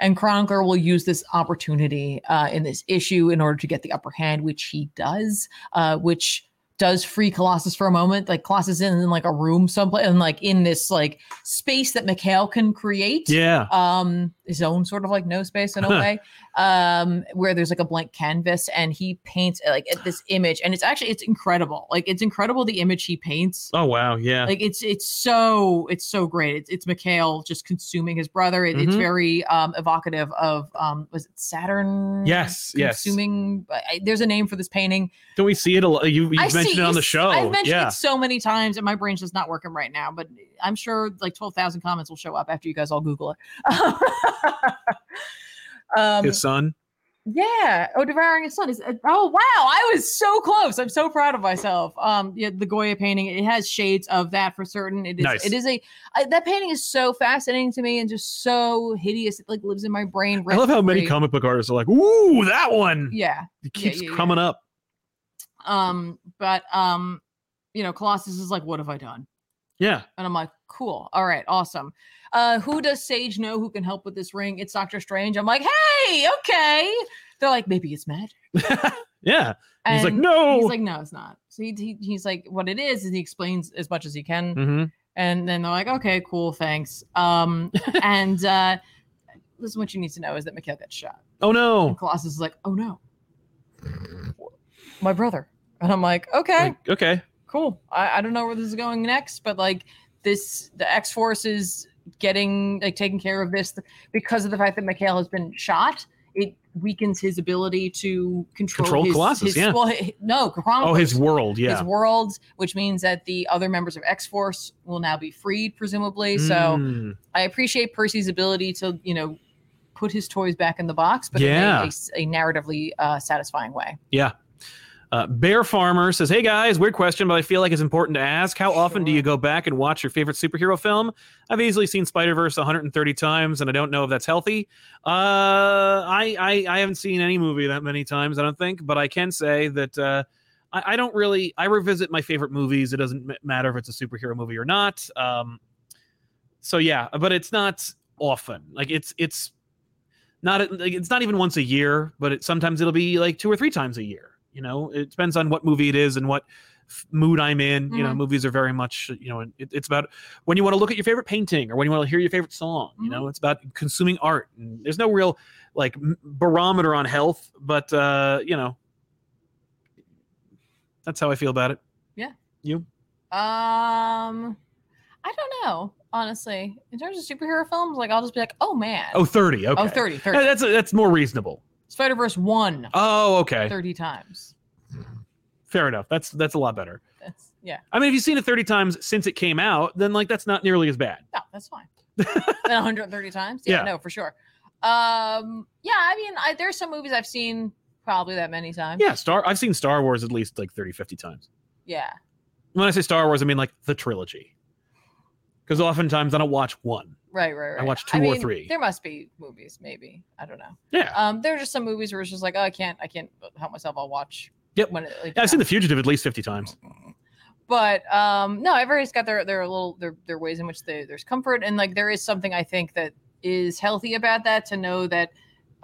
A: and Chronicler will use this opportunity uh, in this issue in order to get the upper hand, which he does, uh, which does free Colossus for a moment. Like Colossus is in like a room someplace, and like in this like space that Mikhail can create.
B: Yeah.
A: Um, his own sort of like no space in a
B: Huh.
A: way, um, where there's like a blank canvas and he paints like this image, and it's actually it's incredible. Like it's incredible the image he paints
B: Oh wow. Yeah.
A: like it's it's so it's so great it's it's mikhail just consuming his brother it, it's
B: Mhm.
A: very um evocative of um was it saturn
B: yes. Yes.
A: mm, consuming I- I, there's a name for this painting
B: Don't we see it a lot? You, you've
A: I
B: mentioned
A: see-
B: it on the
A: s-
B: show.
A: i've mentioned
B: yeah.
A: it so many times and my brain's just not working right now but i'm sure like 12000 comments will show up after you guys all google it um
B: His son.
A: yeah oh devouring his son is oh wow i was so close i'm so proud of myself um yeah the goya painting it has shades of that for certain it is
B: Nice.
A: it is a I, that painting is so fascinating to me and just so hideous it like lives in my brain
B: I love how many
A: rent-free.
B: comic book artists are like, ooh, that one.
A: yeah
B: It keeps
A: yeah, yeah.
B: coming up.
A: um but um you know colossus is like what have i done
B: Yeah.
A: and i'm like cool all right awesome uh who does sage know who can help with this ring it's doctor strange i'm like hey okay they're like maybe it's magic
B: Yeah. And he's like,
A: And-
B: no.
A: He's like, no, it's not. So he, he he's like, what it is, is he explains as much as he can,
B: Mhm.
A: and then they're like, okay, cool, thanks. Um, and uh, this is what you need to know is that Mikhail gets shot.
B: Oh
A: And
B: no.
A: Colossus is like, oh no, my brother. And I'm like, okay,
B: Like, okay.
A: cool. I, I don't know where this is going next, but like this, the X Force is getting like taking care of this because of the fact that Mikhail has been shot. It weakens his ability to control,
B: Control
A: his,
B: Colossus,
A: his-
B: yeah.
A: Well, hi- no,
B: Oh, his
A: Chronicles
B: world. Yeah.
A: his world, which means that the other members of X Force will now be freed, presumably. So
B: Mm.
A: I appreciate Percy's ability to, you know, put his toys back in the box, but
B: Yeah.
A: in a- a, s- a narratively uh, satisfying way.
B: Uh, Bear Farmer says, "Hey guys, weird question, but I feel like it's important to ask. How often do
A: Sure.
B: you go back and watch your favorite superhero film? I've easily seen Spider Verse 130 times, and I don't know if that's healthy. Uh, I, I I haven't seen any movie that many times, I don't think, but I can say that uh, I, I don't really. I revisit my favorite movies. It doesn't m- matter if it's a superhero movie or not. Um, so yeah, but it's not often. Like it's it's not like, it's not even once a year, but it, sometimes it'll be like two or three times a year. You know, it depends on what movie it is and what f- mood I'm in. You know,
A: Mhm.
B: movies are very much you know it, it's about when you want to look at your favorite painting or when you want to hear your favorite song. You know, it's about consuming art. And there's no real like m- barometer on health, but uh, you know, that's how I feel about it.
A: Um, I don't know, honestly. In terms of superhero films, like I'll just be like, oh man.
B: Oh, 30. Okay.
A: Oh, 30, 30.
B: No, that's that's more reasonable.
A: Spider Verse 1,
B: Oh, okay.
A: 30 times.
B: Fair enough. That's that's a lot better.
A: That's, yeah.
B: I mean, if you've seen it 30 times since it came out, then like that's not nearly as bad.
A: No, Oh, that's fine. Than 130 times? Yeah,
B: Yeah.
A: no, for sure. Um, yeah, I mean, I, there's some movies I've seen probably that many times.
B: Yeah, Star I've seen Star Wars at least like 30 50 times.
A: Yeah.
B: When I say Star Wars, I mean like the trilogy. Cuz oftentimes I don't watch one.
A: Right, right, right.
B: watched two or three.
A: There must be movies, maybe. I don't know.
B: Yeah.
A: Um, there are just some movies where it's just like, oh, I can't, I can't help myself. I'll watch.
B: Yep.
A: When it, like,
B: Yeah, I've seen
A: yeah.
B: The Fugitive at least 50 times.
A: but um no everybody's got their their little their, their ways in which they, there's comfort and like there is something i think that is healthy about that to know that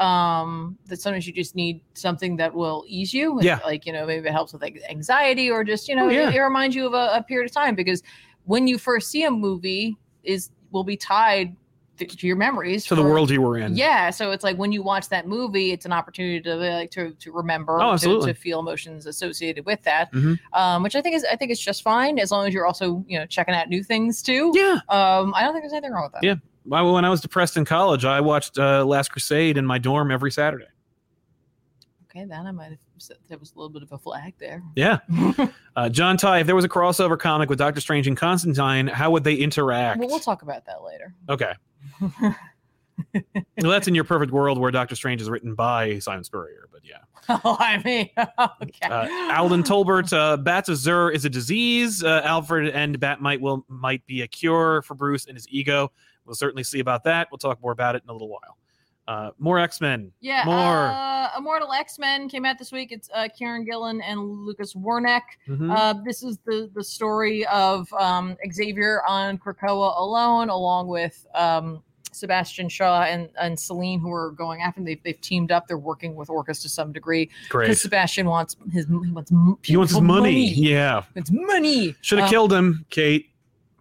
A: um that sometimes you just need something that will ease you
B: Yeah.
A: like you know maybe it helps with like anxiety or just you know
B: Oh, yeah.
A: it, it reminds you of a, a period of time because when you first see a movie is will be tied to, to your memories
B: to the
A: for-
B: world you were in.
A: yeah, so it's like when you watch that movie, it's an opportunity to like to, to remember,
B: Oh,
A: to,
B: absolutely.
A: to feel emotions associated with that,
B: Mhm.
A: um, which I think is I think it's just fine as long as you're also you know checking out new things too.
B: Yeah.
A: Um, I don't think there's anything wrong with that.
B: Yeah. I, when I was depressed in college, I watched uh, Last Crusade in my dorm every Saturday.
A: Okay, then I might have said there was a little bit of a flag there.
B: Yeah. Uh, John Ty, if there was a crossover comic with Doctor Strange and Constantine, how would they interact?
A: Well, we'll talk about that later.
B: okay. Well, that's in your perfect world where Doctor Strange is written by Simon Spurrier, but yeah.
A: oh, I mean, okay.
B: Uh, Alden Tolbert, uh, Bats of Zur is a disease. Uh, Alfred and Bat might will might be a cure for Bruce and his ego. We'll certainly see about that. We'll talk more about it in a little while. Uh, more X Men.
A: Yeah,
B: More.
A: Uh, Immortal X Men came out this week. It's uh, Kieran Gillen and Lucas Warneck.
B: Mm-hmm.
A: Uh, this is the the story of um, Xavier on Krakoa alone, along with um, Sebastian Shaw and and Celine, who are going after. Him. They've they've teamed up. They're working with Orcus to some degree because
B: Great.
A: Sebastian wants his he wants
B: He wants his money. Yeah.
A: It's money.
B: Should have
A: Uh,
B: killed him, Kate.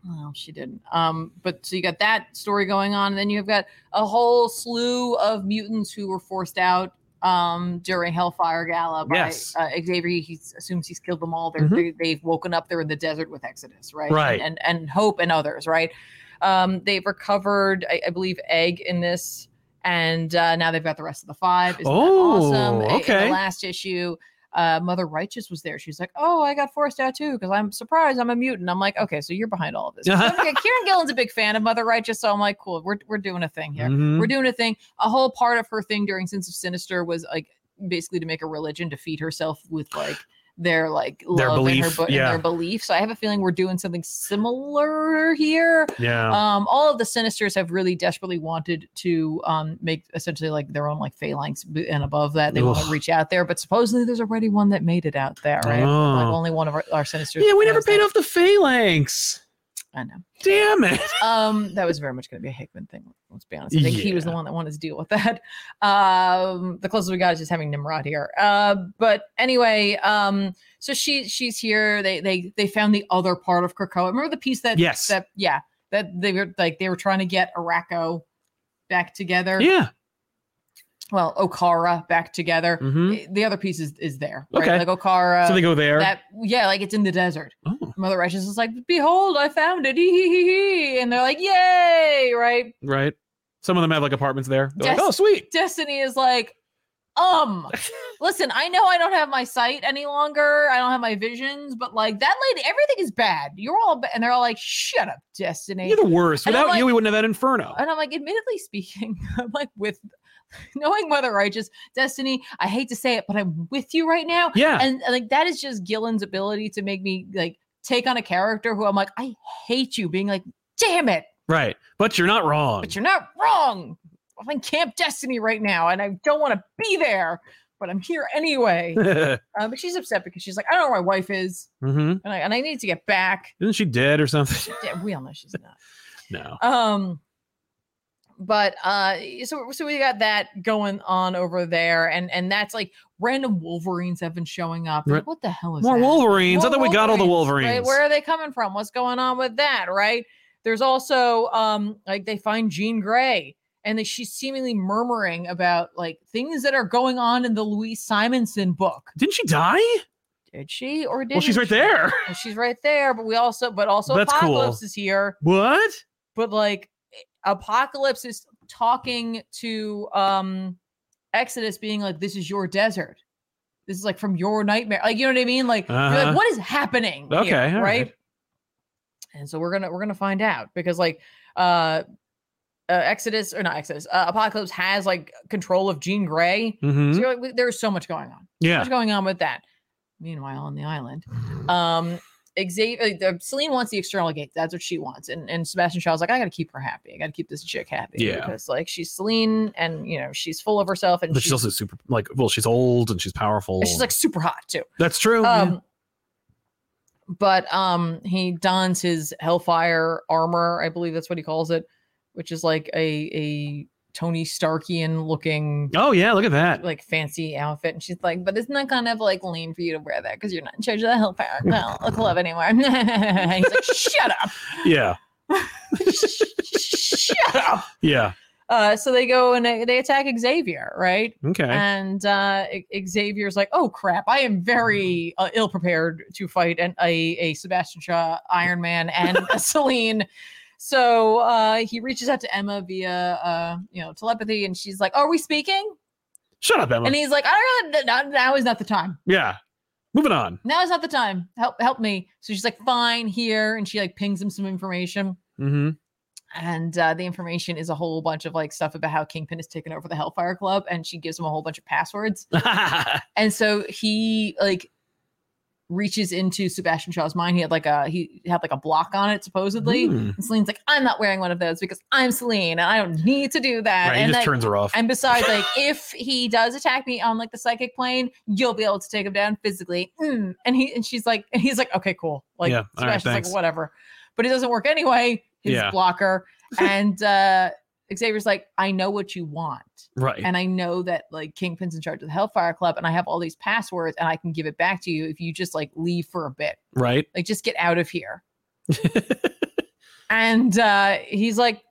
A: Well, she didn't. Um, but so you got that story going on, and then you've got a whole slew of mutants who were forced out um, during Hellfire Gala by
B: Yes.
A: uh, Xavier. He assumes he's killed them all. They're,
B: Mhm.
A: they, they've woken up. They're in the desert with Exodus, right?
B: Right.
A: And and, and Hope and others, right? Um, they've recovered, I, I believe, Egg in this, and uh, now they've got the rest of the five. Isn't that
B: Oh,
A: awesome? In- in
B: okay.
A: the last issue. Uh, Mother Righteous was there. She's like, "Oh, I got forced out too because I'm surprised I'm a mutant." I'm like, "Okay, so you're behind all of this." Don't forget, Kieran Gillen's a big fan of Mother Righteous, so I'm like, "Cool, we're we're doing a thing here.
B: Mhm.
A: We're doing a thing." A whole part of her thing during Sins of Sinister was like basically to make a religion to feed herself with like their like
B: Their
A: love and, her,
B: belief,
A: bu- and
B: yeah.
A: their belief. So I have a feeling we're doing something similar here.
B: Yeah.
A: Um, all of the Sinisters have really desperately wanted to um, make essentially like their own like phalanx b- and above that they want
B: Ugh.
A: to reach out there, but supposedly there's already one that made it out there, right? Like
B: Oh.
A: only one of our, our Sinisters.
B: yeah, we never
A: knows
B: paid
A: that.
B: off the phalanx.
A: I know.
B: Damn it.
A: Um, that was very much going to be a Hickman thing. Let's be honest. I think he was the
B: Yeah.
A: one that wanted to deal with that. Um, the closest we got is just having Nimrod here. Uh, but anyway, um, so she she's here. They they they found the other part of Krakoa. Remember the piece that
B: Yes.
A: that yeah that they were like they were trying to get Araco back together.
B: Yeah.
A: Well, Okara back together. Eh,
B: Mhm.
A: The other piece is is there. Right?
B: Okay.
A: Like Okara.
B: so they go there.
A: that yeah, like it's in the desert.
B: oh,
A: Mother Righteous is like, behold, I found it. Hee hee hee hee. And they're like, yay, right?
B: right. Some of them have like apartments there. They're like,
A: Yes.
B: oh, sweet.
A: Destiny is like, um, listen, I know I don't have my sight any longer. I don't have my visions, but like that lady, everything is bad. You're all bad. And they're all like, shut up, Destiny.
B: You're the worst.
A: And I'm
B: Without you,
A: like- Oh,
B: we wouldn't have had Inferno.
A: And I'm like, admittedly speaking, I'm like with knowing Mother Righteous, Destiny, I hate to say it, but I'm with you right now.
B: yeah.
A: And and, like that is just Gillen's ability to make me like take on a character who I'm like, I hate you, being like, damn it.
B: Right. But you're not wrong.
A: but you're not wrong. I'm in Camp Destiny right now, and I don't want to be there, but I'm here anyway. um, but she's upset because she's like, I don't know where my wife is,
B: Mhm.
A: and I, and I need to get back.
B: Isn't she dead or something?
A: Yeah, we all know she's not.
B: no.
A: Um, but uh, so so we got that going on over there, and and that's like random Wolverines have been showing up.
B: Right.
A: Like, what the hell is
B: More
A: that?
B: Wolverines. I
A: More
B: thought we got all the Wolverines.
A: right? Where are they coming from? What's going on with that? Right? There's also um like they find Jean Grey and they, she's seemingly murmuring about like things that are going on in the Louise Simonson book.
B: Didn't she die?
A: Did she or did
B: Well, she's right there.
A: She's right there, but we also but also
B: That's cool.
A: Apocalypse is here.
B: What?
A: But like Apocalypse is talking to um Exodus being like, This is your desert. This is like from your nightmare. Like, you know what I mean? Like, you're like,
B: Uh-huh.
A: what is happening? here,
B: Okay, all
A: right?
B: right.
A: And so we're gonna we're gonna find out because like uh, uh Exodus or not Exodus, uh, Apocalypse has like control of Jean Grey.
B: hmm
A: So you're like, there's so much going on. So
B: Yeah.
A: much going on with that. Meanwhile, on the island, um, Xavier, uh, Celine wants the external gate. That's what she wants. And and Sebastian Shaw's like, I got to keep her happy. I got to keep this chick happy.
B: Yeah.
A: Because like she's Celine, and you know she's full of herself, and
B: But she's also super, like, well, she's old and she's powerful. Oh,
A: and she's like super hot too.
B: That's true.
A: Um, But um, he dons his Hellfire armor, I believe that's what he calls it, which is like a a Tony Starkian looking
B: Oh yeah, look at that.
A: like fancy outfit, and she's like, "But isn't that kind of like lame for you to wear that because you're not in charge of the Hellfire well, a club anymore?" He's like, "Shut up,
B: Yeah,
A: shut up."
B: yeah.
A: Uh, so they go and they, they attack Xavier, right?
B: Okay.
A: And uh, I- Xavier's like, "Oh crap! I am very uh, ill prepared to fight an, a a Sebastian Shaw Iron Man and a Celine." So uh, he reaches out to Emma via uh, you know telepathy, and she's like, "Are we speaking?"
B: Shut up, Emma.
A: And he's like, "I don't really, not, now is not the time.
B: yeah. Moving on.
A: Now is not the time. Help, help me." So she's like, "Fine, here," and she like pings him some information.
B: Mm-hmm.
A: And uh, the information is a whole bunch of like stuff about how Kingpin has taken over the Hellfire Club, and she gives him a whole bunch of passwords. And so he like reaches into Sebastian Shaw's mind. He had like a he had like a block on it supposedly.
B: Hmm.
A: And Celine's like, I'm not wearing one of those because I'm Celine and I don't need to do that.
B: Right, he
A: and
B: just
A: like,
B: turns her off.
A: and besides, like if he does attack me on like the psychic plane, you'll be able to take him down physically. Mm. And he and she's like, and he's like, okay, cool. Like
B: Yeah, all right,
A: Sebastian's
B: thanks.
A: like, whatever. But it doesn't work anyway. His
B: Yeah.
A: blocker. And uh Xavier's like, I know what you want
B: right.
A: and I know that like Kingpin's in charge of the Hellfire Club, and I have all these passwords, and I can give it back to you if you just like leave for a bit,
B: right.
A: like just get out of here. and uh, he's like,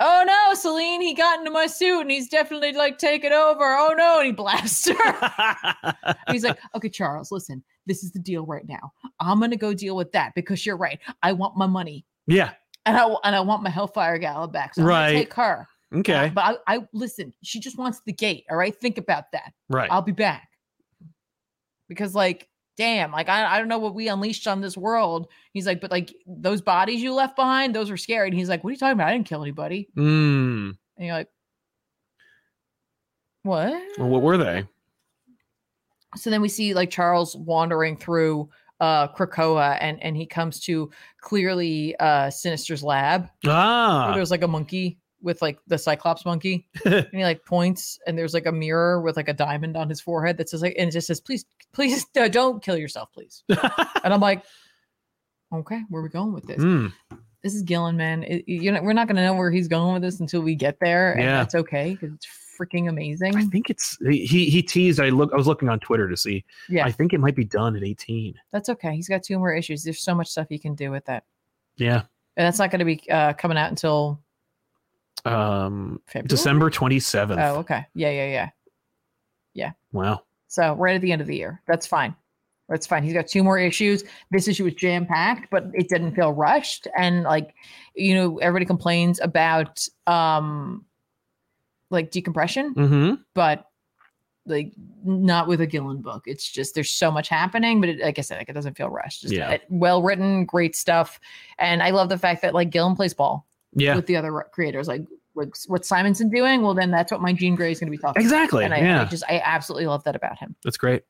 A: "Oh no, Celine, he got into my suit, and he's definitely like taken over. Oh no!" And he blasts her. And he's like, "Okay, Charles, listen, this is the deal right now. I'm gonna go deal with that because you're right. I want my money,
B: yeah.
A: and I and I want my Hellfire Gala back. So I'm
B: Right.
A: gonna take her. And I-
B: Okay.
A: but I, I listen. She just wants the gate. All right, think about that."
B: Right.
A: I'll be back. Because like, damn, like I, I don't know what we unleashed on this world. He's like, but like those bodies you left behind, those were scary. And he's like, what are you talking about? I didn't kill anybody.
B: Mm.
A: And you're like, what?
B: Well, what were they?
A: So then we see like Charles wandering through uh Krakoa and and he comes to clearly uh Sinister's lab. where
B: Ah.
A: There's like a monkey with like the Cyclops monkey. and he like points and there's like a mirror with like a diamond on his forehead that says like and it just says, please, please uh, don't kill yourself, please. And I'm like, okay, where are we going with this?
B: Mm.
A: This is Gillen, man. It- you know, we're not going to know where he's going with this until we get there. And
B: Yeah.
A: that's okay because it's freaking amazing.
B: I think it's he. He teased. I look. I was looking on Twitter to see.
A: yeah,
B: I think it might be done at eighteen.
A: that's okay. He's got two more issues. There's so much stuff he can do with that.
B: Yeah.
A: And that's not going to be uh, coming out until
B: Um.
A: February.
B: December twenty seventh.
A: Oh, okay. Yeah, yeah, yeah.
B: Wow.
A: So right at the end of the year. That's fine. That's fine. He's got two more issues. This issue was jam packed, but it didn't feel rushed. And like, you know, everybody complains about um like decompression.
B: Mm-hmm.
A: but like not with a Gillen book. It's just there's so much happening, but it, like I said, like it doesn't feel rushed. Just
B: Yeah.
A: uh, well written, great stuff, and I love the fact that like Gillen plays ball
B: Yeah.
A: with the other r- creators. Like like s- what Simonson doing? Well, then that's what my Jean Grey is going to be talking. about.
B: Exactly.
A: And I,
B: yeah.
A: I just I absolutely love that about him.
B: That's great.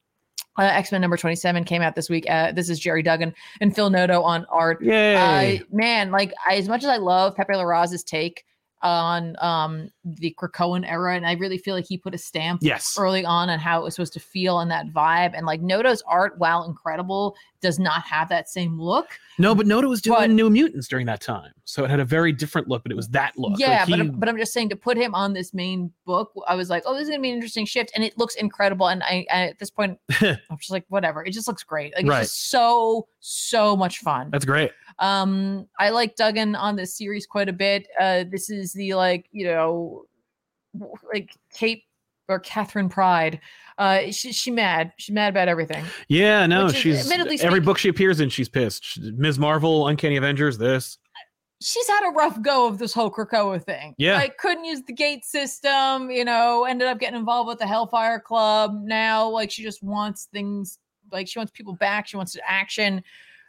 A: Uh, X Men number twenty seven came out this week. Uh, this is Jerry Duggan and Phil Noto on art.
B: Yay.
A: Uh, man, like I, as much as I love Pepe Larraz's take on um the Krakoan era, and I really feel like he put a stamp
B: yes.
A: early on and how it was supposed to feel and that vibe. And like Noto's art, while incredible, does not have that same look.
B: No, but Noda was doing
A: But-
B: New Mutants during that time, so it had a very different look. But it was that look. Like,
A: yeah, but,
B: he-
A: I'm, but I'm just saying to put him on this main book, I was like, oh, this is gonna be an interesting shift, and it looks incredible. And I, I at this point, I'm just like, whatever, it just looks great. Like
B: Right.
A: it's just so so much fun.
B: that's great.
A: Um, I like Duggan on this series quite a bit. Uh, this is the like you know, w- like Kate or Catherine Pride. Uh, she she mad. She's mad about everything.
B: Yeah, no,
A: Which is,
B: she's
A: admittedly
B: every
A: speak-
B: book she appears in, she's pissed. She- Ms. Marvel, Uncanny Avengers, this.
A: she's had a rough go of this whole Krakoa thing.
B: Yeah.
A: Like couldn't use the gate system, you know, ended up getting involved with the Hellfire Club. Now, like she just wants things like she wants people back, she wants action.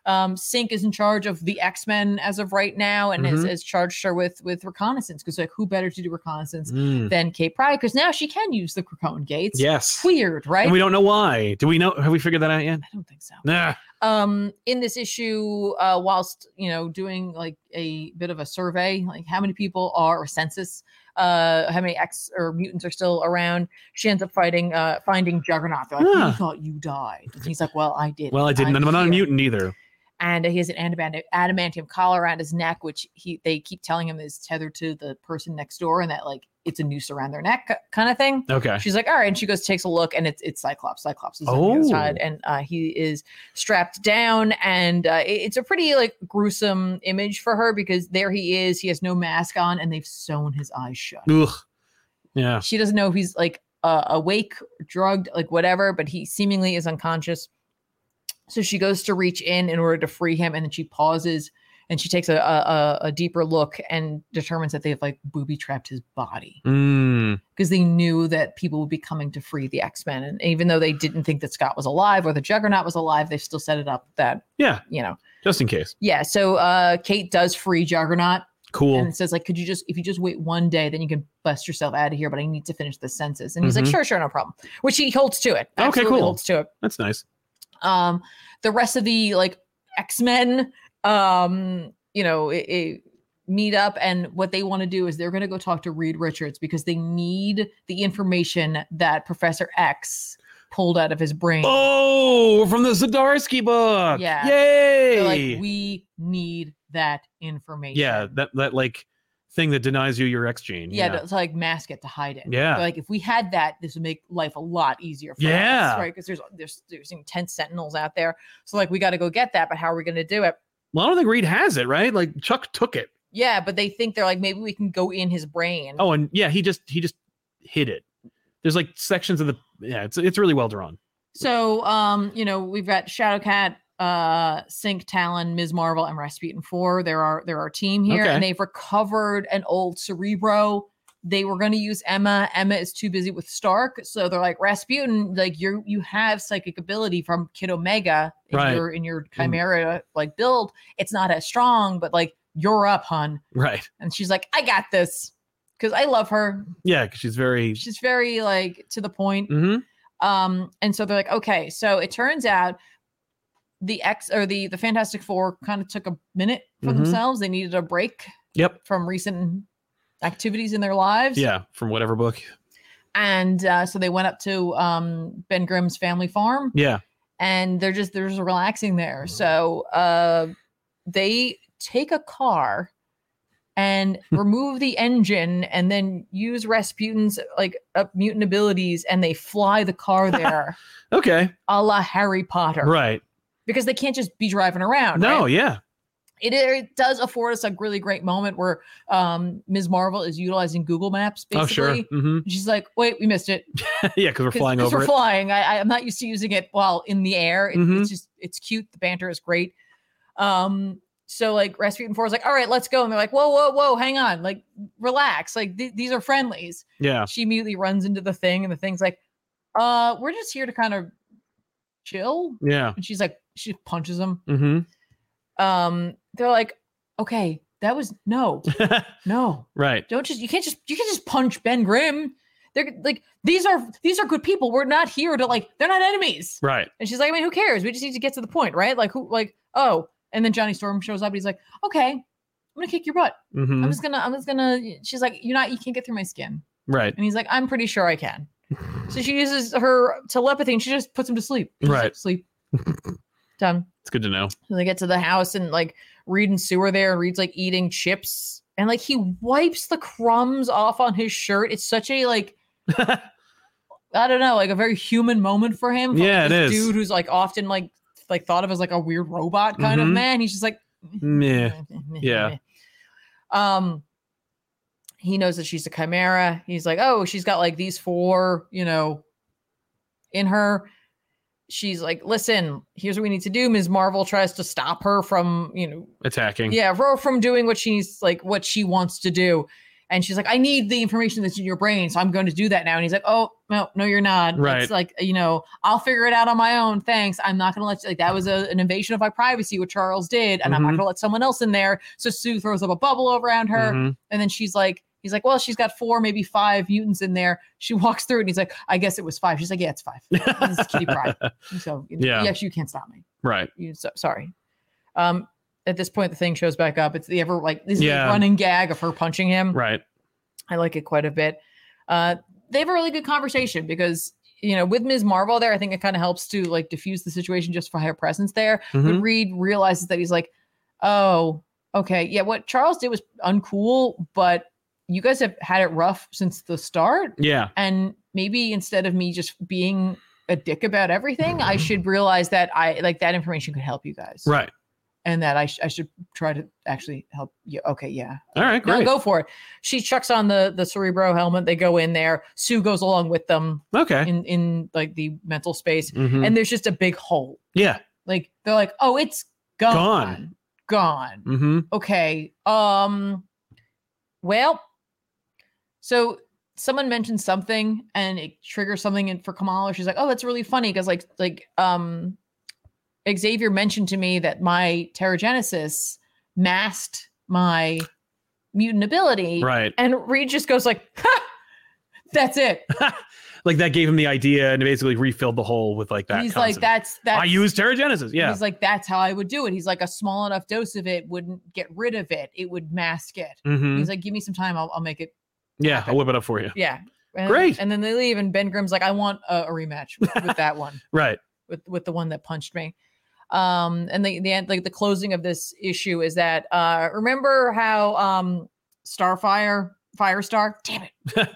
A: Um, Sink is in charge of the X-Men as of right now and has,
B: Mhm.
A: has charged her with with reconnaissance because like who better to do reconnaissance
B: Mm.
A: than Kate Pryde? Because now she can use the Krakoan gates.
B: Yes.
A: Weird, right?
B: and we don't know why. Do we know? Have we figured that out yet?
A: I don't think so
B: Nah.
A: um in this issue uh whilst you know doing like a bit of a survey like how many people are or census uh how many ex or mutants are still around she ends up fighting uh finding juggernaut they're like
B: Huh.
A: we thought you died and he's like well i did
B: Ah." Well, I didn't.
A: I'm
B: I'm not a
A: here."
B: mutant either.
A: and he has an adamant- adamantium collar around his neck, which he they keep telling him is tethered to the person next door, and that like it's a noose around their neck kind of thing.
B: Okay.
A: She's like, all right, and she goes takes a look, and it's it's Cyclops. Cyclops is on the
B: Oh.
A: other side, and uh, he is strapped down, and uh, it- it's a pretty like gruesome image for her because there he is, he has no mask on, and they've sewn his eyes shut.
B: Ugh. Yeah.
A: She doesn't know if he's like uh, awake, drugged, like whatever, but he seemingly is unconscious. So she goes to reach in in order to free him, and then she pauses and she takes a a, a- a deeper look and determines that they've like booby trapped his body
B: Mm.
A: because they knew that people would be coming to free the X Men, and even though they didn't think that Scott was alive or the Juggernaut was alive, they still set it up that
B: Yeah.
A: you know
B: Just in case.
A: yeah. So uh, Kate does free Juggernaut and
B: Cool.
A: it says like could you just if you just wait one day then you can bust yourself out of here but i need to finish the census and he's
B: Mhm.
A: like sure sure no problem which he holds to it
B: Okay,
A: Absolutely
B: cool.
A: holds to it
B: That's nice.
A: um the rest of the like x-men um you know it, it meet up and what they want to do is they're going to go talk to reed richards because they need the information that professor x pulled out of his brain
B: Oh, we're from the Zadarsky book.
A: Yeah.
B: Yay.
A: They're like we need that information
B: yeah. That that like thing that denies you your X gene.
A: yeah, To, to, like mask it to hide it.
B: Yeah.
A: But, like if we had that, this would make life a lot easier for
B: Yeah.
A: us, right? Because there's there's there's intense sentinels out there. So like we got to go get that, but how are we going to do it?
B: Well, I don't think Reed has it, right? Like Chuck took it.
A: Yeah, but they think they're like maybe we can go in his brain.
B: Oh, and yeah, he just he just hid it. There's like sections of the yeah, it's it's really well drawn.
A: So um, you know, we've got Shadowcat, uh, Sync, Talon, Ms. Marvel, and Rasputin Four. There are there are team here,
B: Okay.
A: and they've recovered an old Cerebro. They were going to use Emma. Emma is too busy with Stark, so they're like Rasputin. Like you, you have psychic ability from Kid Omega in
B: Right.
A: your in your
B: And-
A: Chimera like build. It's not as strong, but like you're up, hun.
B: Right.
A: And she's like, I got this because I love her.
B: Yeah, because she's very
A: She's very like to the point.
B: hmm
A: Um, and so they're like, okay, so it turns out the X or the the Fantastic Four kind of took a minute for
B: Mhm.
A: themselves. They needed a break
B: Yep.
A: from recent activities in their lives.
B: Yeah, from whatever book.
A: And uh, so they went up to um Ben Grimm's family farm
B: Yeah.
A: and they're just they're just relaxing there. So uh they take a car and remove the engine and then use Rasputin's like uh, mutant abilities and they fly the car there.
B: Okay.
A: a la Harry Potter,
B: Right.
A: because they can't just be driving around.
B: No,
A: right?
B: yeah.
A: it, it does afford us a really great moment where um, Ms. Marvel is utilizing Google Maps. Basically,
B: Oh, sure. hmm
A: she's like, "Wait, we missed it.
B: yeah, because we're
A: 'Cause-
B: flying
A: 'cause
B: over
A: We're
B: it.
A: flying. I, I- I'm not used to using it while in the air. It-
B: Mhm.
A: It's just it's cute. The banter is great. Um, so like Rasputin Four is like, "All right, let's go," and they're like, "Whoa, whoa, whoa, hang on, like relax. Like th- these are friendlies."
B: yeah.
A: She immediately runs into the thing, and the thing's like, "Uh, we're just here to kind of chill."
B: Yeah.
A: And she's like, she punches him.
B: Mm-hmm.
A: um they're like okay that was no no
B: right.
A: don't just you can't just you can't just punch ben grimm they're like these are these are good people we're not here to like they're not enemies
B: Right.
A: and she's like i mean who cares we just need to get to the point right like who like oh and then johnny storm shows up and he's like okay i'm gonna kick your butt
B: hmm
A: i'm just gonna i'm just gonna she's like you're not you can't get through my skin
B: Right.
A: and he's like i'm pretty sure i can so she uses her telepathy and she just puts him to sleep She's like,
B: Right.
A: sleep done
B: It's good to know.
A: and they get to the house and like Reed and Sue are there and Reed's like eating chips and like he wipes the crumbs off on his shirt. It's such a like I don't know, like a very human moment for him. for, like,
B: Yeah, it
A: this
B: is.
A: Dude who's like often like like thought of as like a weird robot kind
B: Mhm.
A: of man. He's just like
B: Meh. Yeah.
A: Um he knows that she's a chimera. He's like, "Oh, she's got like these four, you know, in her. She's like, listen, here's what we need to do. Ms. Marvel tries to stop her from, you know,
B: Attacking.
A: yeah, Ro from doing what she's like, what she wants to do. And she's like, I need the information that's in your brain. So I'm going to do that now. And he's like, Oh, no, no, you're not.
B: Right.
A: It's like, you know, I'll figure it out on my own. Thanks. I'm not going to let you, like, that was a, an invasion of my privacy, what Charles did. And I'm not
B: Mhm.
A: going to let someone else in there. So Sue throws up a bubble around her.
B: Mhm.
A: And then she's like, He's like, Well, she's got four, maybe five mutants in there. She walks through it and he's like, I guess it was five. She's like, Yeah, it's five. This is Kitty Pryde. So,
B: Yeah.
A: yes, you can't stop me
B: Right.
A: you so, sorry. Um, at this point, the thing shows back up. It's the ever like this is
B: Yeah.
A: a running gag of her punching him.
B: Right.
A: I like it quite a bit. Uh, they have a really good conversation because you know, with Ms. Marvel there, I think it kind of helps to like diffuse the situation just for her presence there.
B: Mhm.
A: But Reed realizes that he's like, oh, okay, yeah, what Charles did was uncool, but you guys have had it rough since the start.
B: Yeah.
A: and maybe instead of me just being a dick about everything i should realize that i like that information could help you guys
B: Right.
A: and that i, sh- I should try to actually help you okay yeah
B: All right.
A: no,
B: Great.
A: go for it she chucks on the the cerebro helmet they go in there sue goes along with them
B: Okay.
A: in in like the mental space
B: Mhm.
A: and there's just a big hole
B: yeah.
A: like they're like oh it's gone
B: Gone.
A: gone
B: Mm-hmm.
A: okay um well so someone mentioned something and it triggers something in for kamala she's like oh that's really funny because like like um xavier mentioned to me that my pterogenesis masked my mutant ability
B: Right.
A: and reed just goes like ha! that's it
B: Like that gave him the idea and basically refilled the hole with like that.
A: he's
B: concept.
A: like that's that's
B: I use pterogenesis. Yeah.
A: he's like that's how i would do it he's like a small enough dose of it wouldn't get rid of it it would mask it
B: Mhm.
A: he's like give me some time i'll, I'll make it
B: Yeah. I'll whip it up for you.
A: Yeah. And,
B: Great.
A: And then they leave, and Ben Grimm's like, I want a, a rematch with, with that one,
B: Right.
A: with with the one that punched me. Um, and the the end, like the closing of this issue is that uh, remember how um, Starfire, Firestar, damn it.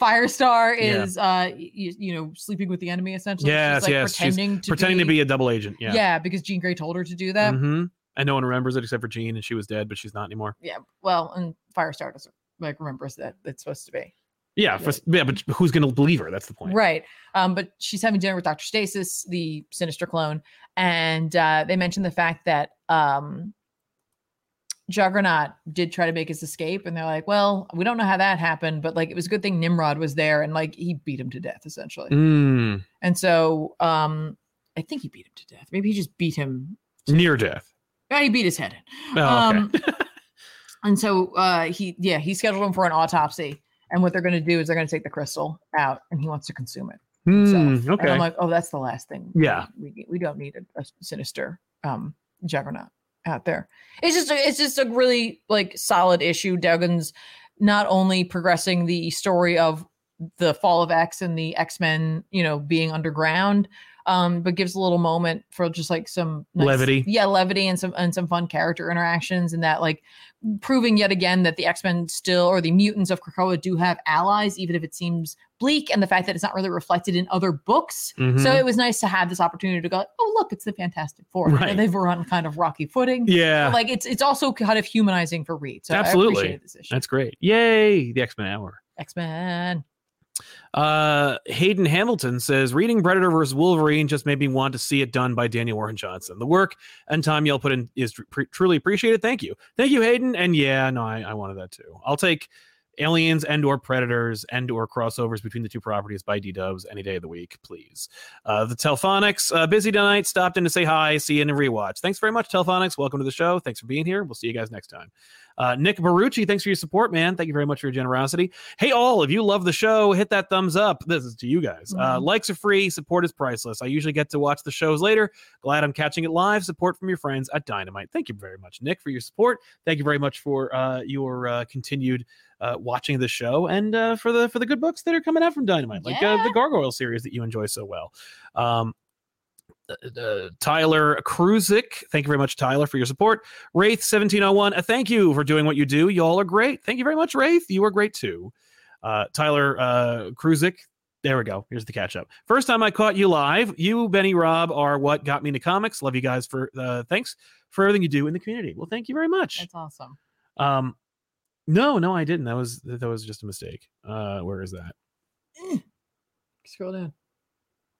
A: Firestar
B: Yeah.
A: is uh y- you, you know sleeping with the enemy essentially.
B: Yes, yes, she's
A: pretending to
B: Pretending
A: be,
B: to be a double agent. Yeah.
A: yeah. because Jean Grey told her to do that.
B: Mm-hmm. And no one remembers it except for Jean, and she was dead, but she's not anymore.
A: Yeah, well, and Firestar doesn't like remembers that it's supposed to be.
B: Yeah, for, yeah, but who's going to believe her? That's the point.
A: Right. Um, but she's having dinner with Dr. Stasis, the sinister clone. And uh, they mentioned the fact that um, Juggernaut did try to make his escape. And they're like, well, we don't know how that happened, but like it was a good thing Nimrod was there and like he beat him to death essentially.
B: Mm,
A: And so um, I think he beat him to death. Maybe he just beat him.
B: near death.
A: No, he beat his head in.
B: Oh, okay.
A: Um, and so uh, he, yeah, he scheduled him for an autopsy. And what they're going to do is they're going to take the crystal out and he wants to consume it.
B: Mm,
A: itself. And
B: okay.
A: I'm like, oh, that's the last thing.
B: Yeah.
A: We, we- we don't need a, a sinister um, juggernaut out there. It's just a, it's just a really like solid issue. Duggan's not only progressing the story of the fall of X and the X Men, you know, being underground, um, but gives a little moment for just like some
B: Levity.
A: yeah, levity and some and some fun character interactions, and that like proving yet again that the X Men still or the mutants of Krakoa do have allies, even if it seems bleak, and the fact that it's not really reflected in other books. So
B: Mhm.
A: it was nice to have this opportunity to go, oh look, it's the Fantastic Four. You know,
B: Right.
A: they were on kind of rocky footing.
B: yeah,
A: But, Like it's it's also kind of humanizing for Reed. So
B: Absolutely.
A: I appreciated this issue.
B: that's great. Yay, the X Men Hour.
A: X Men.
B: Uh, Hayden Hamilton says reading Predator vs. Wolverine just made me want to see it done by Daniel Warren Johnson. The work and time y'all put in is tr- pre- truly appreciated. Thank you, thank you, Hayden. And yeah, no, I, I wanted that too. I'll take aliens and or predators and or crossovers between the two properties by d-dubs any day of the week please uh the telphonics uh busy tonight stopped in to say hi see you in a rewatch thanks very much telphonics welcome to the show thanks for being here we'll see you guys next time uh nick barucci thanks for your support man thank you very much for your generosity Hey, all, if you love the show, hit that thumbs up. This is to you guys. Uh,
A: Mhm.
B: likes are free, support is priceless. I usually get to watch the shows later. Glad I'm catching it live. Support from your friends at Dynamite. Thank you very much, Nick, for your support. Thank you very much for uh, your uh, continued uh, watching the show and uh, for the for the good books that are coming out from Dynamite, like uh,
A: Yeah.
B: the Gargoyle series that you enjoy so well. Um, uh, uh, Tyler Kruzik, thank you very much, Tyler, for your support. Wraith 1701, a uh, thank you for doing what you do. Y'all are great. Thank you very much, Wraith. You are great too. Uh, Tyler uh, Kruzik, there we go. Here's the catch up. First time I caught you live. You, Benny, Rob are what got me into comics. Love you guys for uh, thanks for everything you do in the community. Well, thank you very much.
A: That's awesome.
B: Um, no, no, I didn't. That was that was just a mistake. Uh, where is that?
A: Scroll down.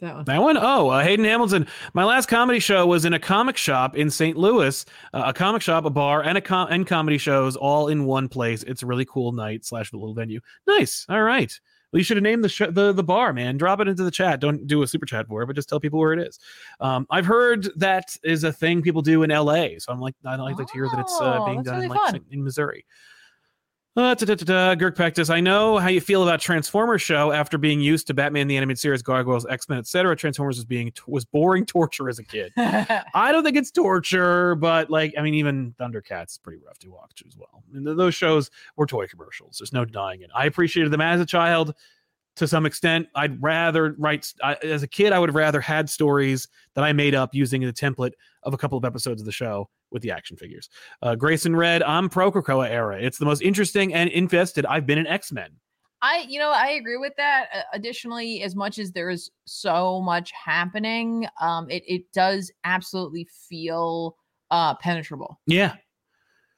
A: That one.
B: That one? Oh, uh, Hayden Hamilton. My last comedy show was in a comic shop in St. Louis. Uh, a comic shop, a bar, and a com- and comedy shows all in one place. It's a really cool night slash little venue. Nice. All right. Well, you should have named the, show the the bar, man. Drop it into the chat. Don't do a super chat for it, but just tell people where it is. Um, I've heard that is a thing people do in L.A. So I'm like, I'd like to hear that it's uh,
A: Oh,
B: being
A: that's
B: done in,
A: really
B: like,
A: fun.
B: in Missouri. Uh, da, da, da, da, Girk Pectus, I know how you feel about Transformers show after being used to Batman the animated series, Gargoyles, X Men, etc. Transformers was being was boring torture as a kid. I don't think it's torture, but like I mean, even Thundercats is pretty rough to watch as well. And th- those shows were toy commercials. There's no denying it. I appreciated them as a child. to some extent. I'd rather write I, as a kid. I would have rather had stories that I made up using the template of a couple of episodes of the show with the action figures. Uh, Grayson Red, I'm pro Krakoa era. It's the most interesting and invested I've been in X Men.
A: I, you know, I agree with that. Uh, additionally, as much as there is so much happening, um, it it does absolutely feel uh penetrable.
B: Yeah,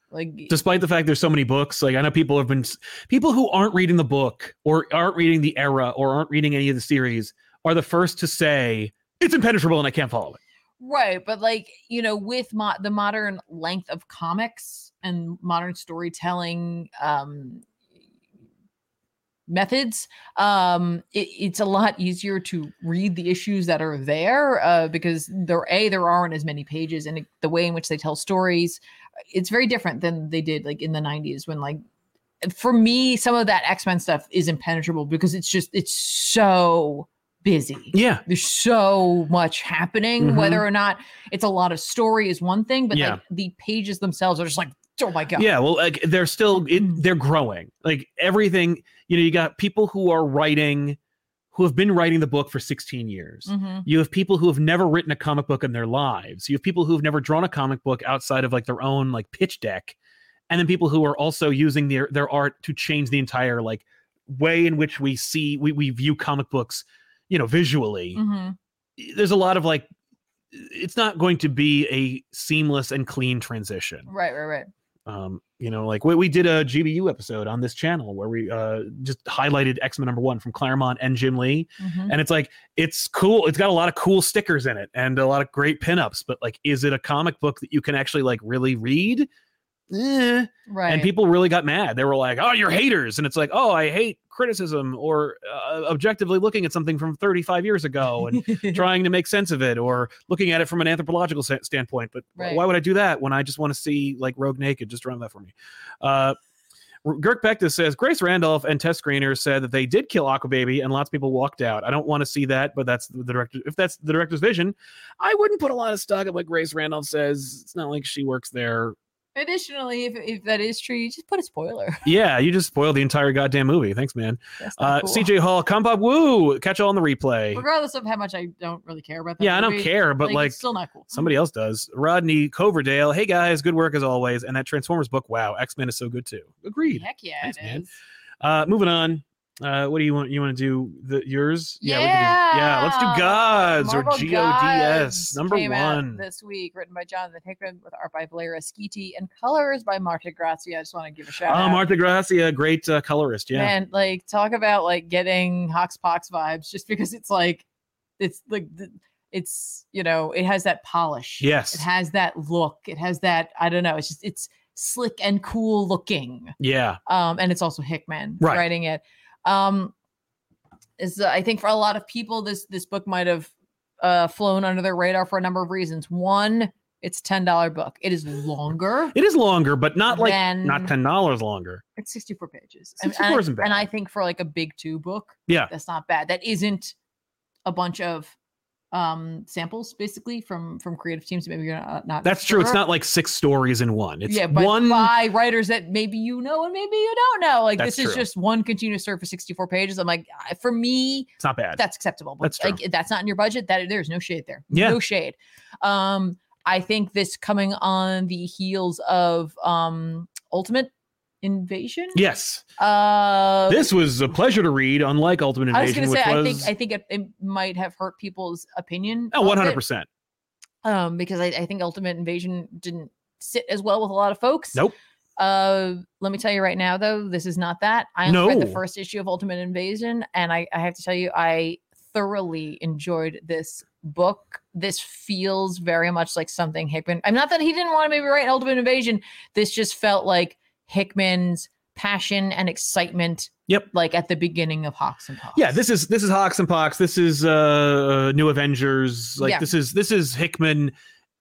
A: Like
B: despite the fact there's so many books like i know people have been people who aren't reading the book or aren't reading the era or aren't reading any of the series are the first to say it's impenetrable and i can't follow it
A: right, but like you know, with mo- the modern length of comics and modern storytelling um methods um it, it's a lot easier to read the issues that are there uh because there a there aren't as many pages and it, the way in which they tell stories it's very different than they did like in the 90s when like for me some of that x-men stuff is impenetrable because it's just it's so busy
B: yeah
A: there's so much happening
B: Mhm.
A: whether or not it's a lot of story is one thing but
B: Yeah.
A: like the pages themselves are just like oh my god
B: yeah well like they're still it, they're growing like everything you know you got people who are writing who have been writing the book for 16 years
A: Mhm.
B: You have people who have never written a comic book in their lives. You have people who have never drawn a comic book outside of like their own like pitch deck, and then people who are also using their their art to change the entire like way in which we see we we view comic books, you know, visually.
A: Mhm.
B: There's a lot of like it's not going to be a seamless and clean transition.
A: right right right
B: Um, you know, like we, we did a GBU episode on this channel where we uh just highlighted X-Men number 1 from Claremont and Jim Lee
A: Mhm.
B: and it's like it's cool it's got a lot of cool stickers in it and a lot of great pinups but like is it a comic book that you can actually like really read Eh.
A: right
B: and people really got mad they were like oh you're haters and it's like oh i hate criticism or uh, objectively looking at something from 35 years ago and trying to make sense of it or looking at it from an anthropological sa- standpoint but
A: Right.
B: why would i do that when i just want to see like rogue naked just run that for me uh Girk Pectus says Grace Randolph and Tess Greener said that they did kill Aquababy and lots of people walked out. I don't want to see that, but that's the director. If that's the director's vision, I wouldn't put a lot of stock in what Grace Randolph says. It's not like she works there.
A: Additionally, if, if that is true, you just put a spoiler.
B: Yeah, you just spoiled the entire goddamn movie. Thanks, man.
A: That's not
B: Uh,
A: cool.
B: CJ Hall, Compub Woo, catch all on the replay.
A: Regardless of how much I don't really care about that.
B: Yeah, I don't
A: movie,
B: care, but like
A: it's still not cool.
B: Somebody else does. Rodney Coverdale. Hey guys, good work as always. And that Transformers book. Wow, X Men is so good too. Agreed.
A: Heck yeah,
B: Thanks,
A: it
B: man.
A: is.
B: Uh, moving on. Uh, what do you want? You want to do the yours? we can do- yeah. Let's
A: Yeah.
B: do Gods
A: Marvel
B: or Uh, G O D S
A: Gods
B: number
A: came out
B: one.
A: this week, written by Jonathan Hickman with art by Valera Skeety and colors by Marta Grazia. I just want to give a shout
B: Oh,
A: out.
B: Martha Gracia, great uh, colorist. Yeah.
A: Man, like talk about like getting Hox Pox vibes just because it's like it's like th- it's you know, it has that polish.
B: Yes.
A: It has that look. It has that, I don't know, it's just it's slick and cool looking.
B: yeah.
A: um, and it's also Hickman
B: Right.
A: writing it. Um, is uh, I think for a lot of people, this this book might have uh, flown under their radar for a number of reasons. One, it's ten dollar book. It is longer.
B: It is longer, but not like
A: than,
B: not ten dollars longer.
A: It's sixty four pages.
B: 64 isn't bad.
A: and I think for like a big two book,
B: Yeah.
A: that's not bad. That isn't a bunch of um samples basically from from creative teams that maybe you're not, not
B: That's true. It's
A: sure.
B: not like six stories in one. It's
A: yeah, but
B: one.
A: by writers that maybe you know and maybe you don't know. Like
B: That's
A: this is
B: true.
A: just one continuous story for 64 pages. I'm like, I- for me,
B: It's not bad.
A: that's acceptable. But
B: That's true.
A: like that's not in your budget. That there's no shade there.
B: Yeah.
A: No shade. Um, I think this coming on the heels of um Ultimate Invasion.
B: yes.
A: Uh
B: This was a pleasure to read, unlike Ultimate
A: I was
B: Invasion,
A: gonna say, I
B: which
A: think
B: was
A: I think it, it might have hurt people's opinion.
B: oh,
A: of it,
B: 100%.
A: Um, because I, I think Ultimate Invasion didn't sit as well with a lot of folks.
B: Nope.
A: Uh, let me tell you right now, though, this is not that. I only read
B: No.
A: the first issue of Ultimate Invasion, and I, I have to tell you, I thoroughly enjoyed this book. This feels very much like something Hickman. I'm not that he didn't want to maybe write Ultimate Invasion. This just felt like Hickman's passion and excitement.
B: Yep.
A: Like at the beginning of Hawks and Hawks.
B: yeah this is this is Hawks and Pox. This is uh New Avengers. Like
A: Yeah.
B: this is this is Hickman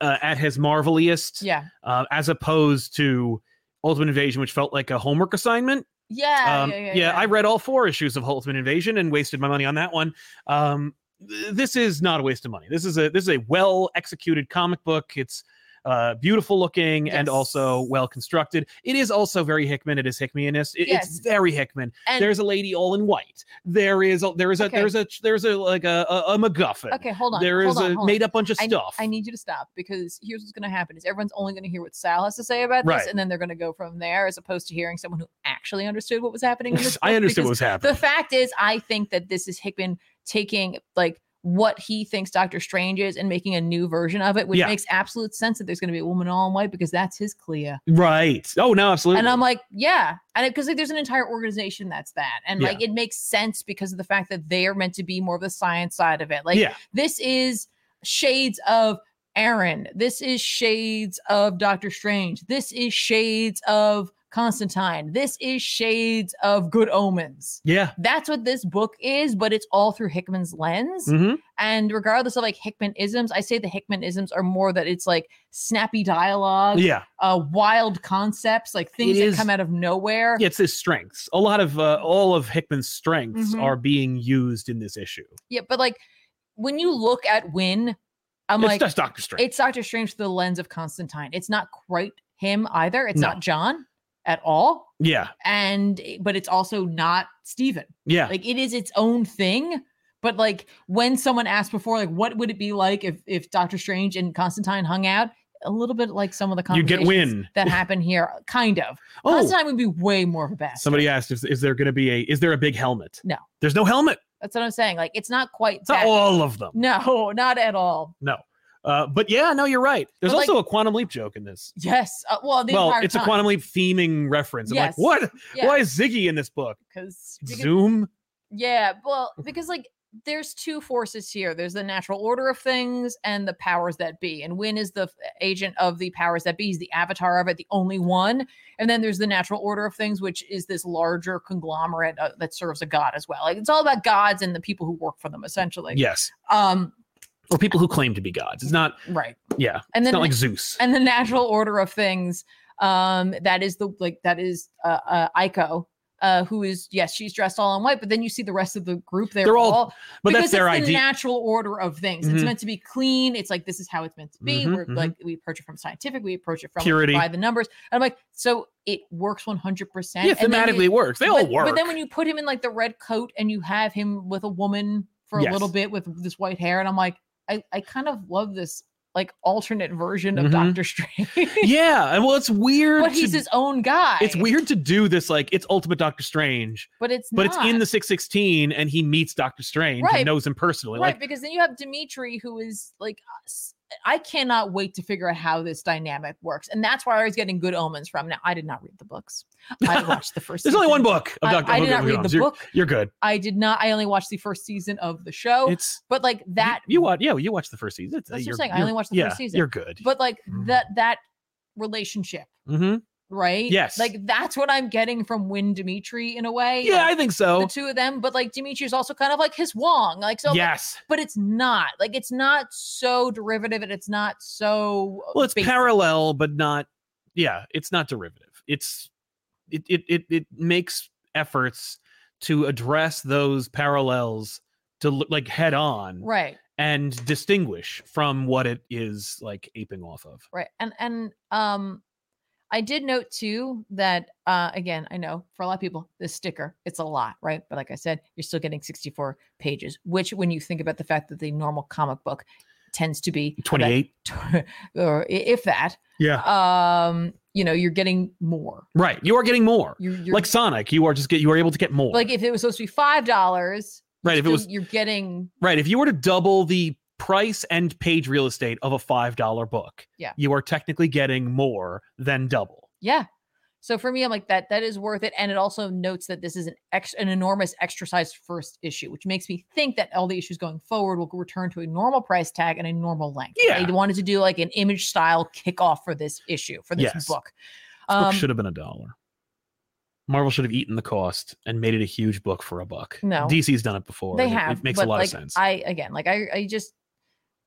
B: uh, at his marveliest,
A: Yeah.
B: uh, as opposed to Ultimate Invasion, which felt like a homework assignment.
A: Yeah.
B: um,
A: yeah, yeah,
B: I read all four issues of Ultimate Invasion and wasted my money on that one. Um, th- this is not a waste of money. This is a this is a well executed comic book. It's uh, beautiful looking and
A: Yes.
B: also well constructed. It is also very Hickman. It is Hickmanist. It, It's
A: Yes.
B: very Hickman.
A: And
B: there's a lady all in white. There is a, there is a
A: Okay.
B: there's a there's a like a a, a MacGuffin.
A: okay, hold on.
B: There is
A: hold on,
B: a
A: hold on.
B: made up bunch of
A: I-
B: stuff.
A: I need you to stop because here's what's going to happen: is everyone's only going to hear what Sal has to say about this,
B: Right.
A: and then they're going to go from there, as opposed to hearing someone who actually understood what was happening. In this
B: I
A: book,
B: understood
A: because
B: what was happening.
A: the fact is, I think that this is Hickman taking like what he thinks Doctor Strange is and making a new version of it, which
B: Yeah.
A: makes absolute sense that there's going to be a woman all in white because that's his Clea.
B: right. Oh no, absolutely.
A: And I'm like, yeah, and because like, there's an entire organization that's that, and like it makes sense because of the fact that they are meant to be more of the science side of it. Like
B: yeah.
A: this is shades of Aaron. This is shades of Doctor Strange. This is shades of Constantine. This is shades of Good Omens.
B: Yeah.
A: That's what this book is, but it's all through Hickman's lens.
B: hmm
A: And regardless of like Hickman isms, I say the Hickman isms are more that it's like snappy dialogue,
B: Yeah.
A: uh, wild concepts, like things
B: is-
A: that come out of nowhere.
B: Yeah, it's his strengths. A lot of uh, all of Hickman's strengths
A: Mhm.
B: are being used in this issue.
A: Yeah, but like when you look at Win, I'm
B: it's
A: like,
B: just Doctor Strange.
A: it's Doctor Strange through the lens of Constantine. It's not quite him either. It's
B: No.
A: not John at all.
B: yeah,
A: And but it's also not Stephen.
B: yeah,
A: Like it is its own thing. But like when someone asked before, like what would it be like if if Doctor Strange and Constantine hung out? A little bit like some of the
B: You'd get
A: conversations
B: Wynn.
A: that happen here, kind of.
B: Oh,
A: Constantine would be way more of a bastard.
B: somebody asked, is, is there going to be a? Is there a big helmet?
A: No.
B: there's no helmet.
A: That's what I'm saying. Like it's not quite
B: It's not
A: that-
B: all of them.
A: No, not at all.
B: No, uh, but yeah, no, you're right. There's
A: But, like-
B: also a quantum leap joke in this.
A: Yes. Uh, well, the
B: well,
A: entire
B: it's a
A: time.
B: quantum leap theming reference. I'm
A: Yes.
B: like, what?
A: Yeah.
B: Why is Ziggy in this book?
A: 'cause- because
B: Zoom.
A: Yeah, well, because like there's two forces here. There's the natural order of things and the powers that be. And Win is the f- agent of the powers that be. He's the avatar of it, the only one. And then there's the natural order of things, which is this larger conglomerate uh, that serves a god as well. Like it's all about gods and the people who work for them, essentially.
B: Yes,
A: Um.
B: or people who claim to be gods. It's not.
A: Right.
B: Yeah,
A: And
B: it's
A: then
B: not like Zeus.
A: and the natural order of things um that is the like that is uh, uh Aiko uh who is yes she's dressed all in white but then you see the rest of the group they're,
B: They're all-
A: all,
B: But
A: because
B: that's their
A: it's the
B: idea.
A: natural order of things
B: Mhm.
A: it's meant to be clean it's like this is how it's meant to be
B: Mhm,
A: we're
B: mhm.
A: like we approach it from scientific we approach it from
B: Purity.
A: by the numbers and i'm like so it works 100 percent
B: yeah, thematically it works. They all
A: but,
B: work.
A: but then when you put him in like the red coat and you have him with a woman for a little
B: Yes.
A: bit with this white hair, and I'm like, I, I kind of love this like alternate version of
B: Mhm.
A: Doctor Strange.
B: yeah, and well, it's weird.
A: but he's
B: to-
A: his own guy.
B: It's weird to do this, like it's Ultimate Doctor Strange,
A: But it's
B: but it's in
A: not.
B: the 616 and he meets Doctor Strange
A: Right.
B: and knows him personally.
A: right
B: Like,
A: because then you have Dimitri who is like us. I cannot wait to figure out how this dynamic works. And that's where I was getting good omens from. Now I did not read the books. I watched the first
B: there's only
A: season.
B: one book of
A: I-
B: Doctor
A: I, did not
B: Who
A: read
B: Goes.
A: the
B: you're,
A: book.
B: you're good.
A: I did not. I only watched the first season of the show.
B: It's
A: but like that
B: you, you watch. Yeah, you watch the first season. It's-
A: That's what I'm
B: you're-
A: saying, I
B: you're-
A: only watched the
B: yeah,
A: first season.
B: You're good.
A: but like
B: Mm.
A: that that relationship
B: hmm
A: right
B: Yes.
A: like that's what i'm getting from win dimitri in a way
B: Yeah,
A: like,
B: I think so.
A: the two of them uh, but like dimitri is also kind of like his wong like so I'm like,
B: yes.
A: but it's not like it's not so derivative and it's not so
B: Well, it's
A: basic.
B: parallel, but not. Yeah, it's not derivative. It's it it it it makes efforts to address those parallels to look like head on
A: right
B: and distinguish from what it is like aping off of.
A: right and and um i did note too that uh again i know for a lot of people this sticker it's a lot right but like i said you're still getting 64 pages which when you think about the fact that the normal comic book tends to be about
B: 28.
A: or i- if that
B: Yeah.
A: um you know you're getting more
B: Right. You are getting more.
A: you're, you're
B: like Sonic, you are just get you are able to get more.
A: like if it was supposed to be five dollars
B: right. If it was
A: you're getting
B: right, if you were to double the price and page real estate of a five dollar book,
A: Yeah.
B: you are technically getting more than double.
A: yeah so for me i'm like that that is worth it and it also notes that this is an ex an enormous exercise first issue which makes me think that all the issues going forward will return to a normal price tag and a normal length
B: Yeah.
A: they wanted to do like an image style kickoff for this issue for this
B: Yes.
A: book
B: This
A: um
B: book should have been a dollar. Marvel should have eaten the cost and made it a huge book for a buck.
A: No.
B: DC's done it before.
A: they
B: and it-
A: have
B: It, makes a
A: but,
B: lot
A: like,
B: of sense. I,
A: i again like i i just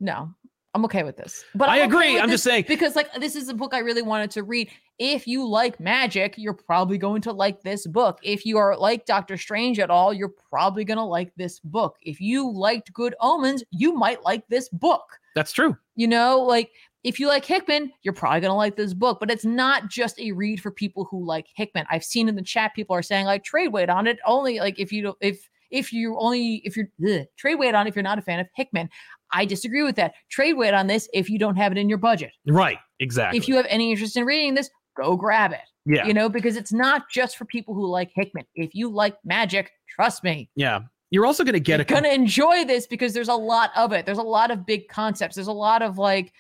A: no i'm okay with this but okay
B: agree.
A: with
B: I'm
A: this
B: just saying
A: because like this is a book I really wanted to read. If you like magic, you're probably going to like this book. If you are like Doctor Strange at all, you're probably going to like this book. If you liked Good Omens, you might like this book.
B: that's true.
A: You know, like if you like Hickman, you're probably going to like this book, but it's not just a read for people who like Hickman. I've seen in the chat people are saying like trade weight on it only like if you don't if if you only if you're ugh, trade weight on if you're not a fan of Hickman. I disagree with that. Trade weight on this if you don't have it in your budget.
B: Right. Exactly.
A: If you have any interest in reading this, go grab it.
B: yeah.
A: You know, because it's not just for people who like Hickman. If you like magic, trust me,
B: yeah. You're also going to get
A: you're
B: a com-
A: gonna enjoy this because there's a lot of it. There's a lot of big concepts. There's a lot of like,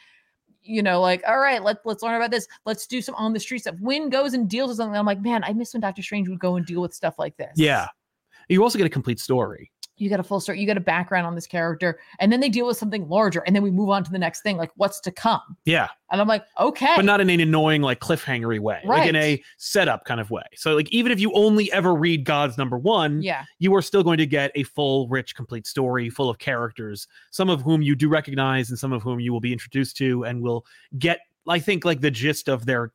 A: you know, like all right, let let's learn about this. Let's do some on the street stuff. Wynn goes and deals with something. I'm like, man, I miss when Doctor Strange would go and deal with stuff like this.
B: Yeah. You also get a complete story.
A: you get a full story. You get a background on this character, and then they deal with something larger, and then we move on to the next thing, like what's to come.
B: Yeah.
A: And I'm like, okay,
B: But not in an annoying, like cliffhangery way. Like in
A: Right.
B: a setup kind of way. So like even if you only ever read God's number one,
A: yeah,
B: you are still going to get a full, rich, complete story full of characters, some of whom you do recognize and some of whom you will be introduced to and will get, I think, like the gist of their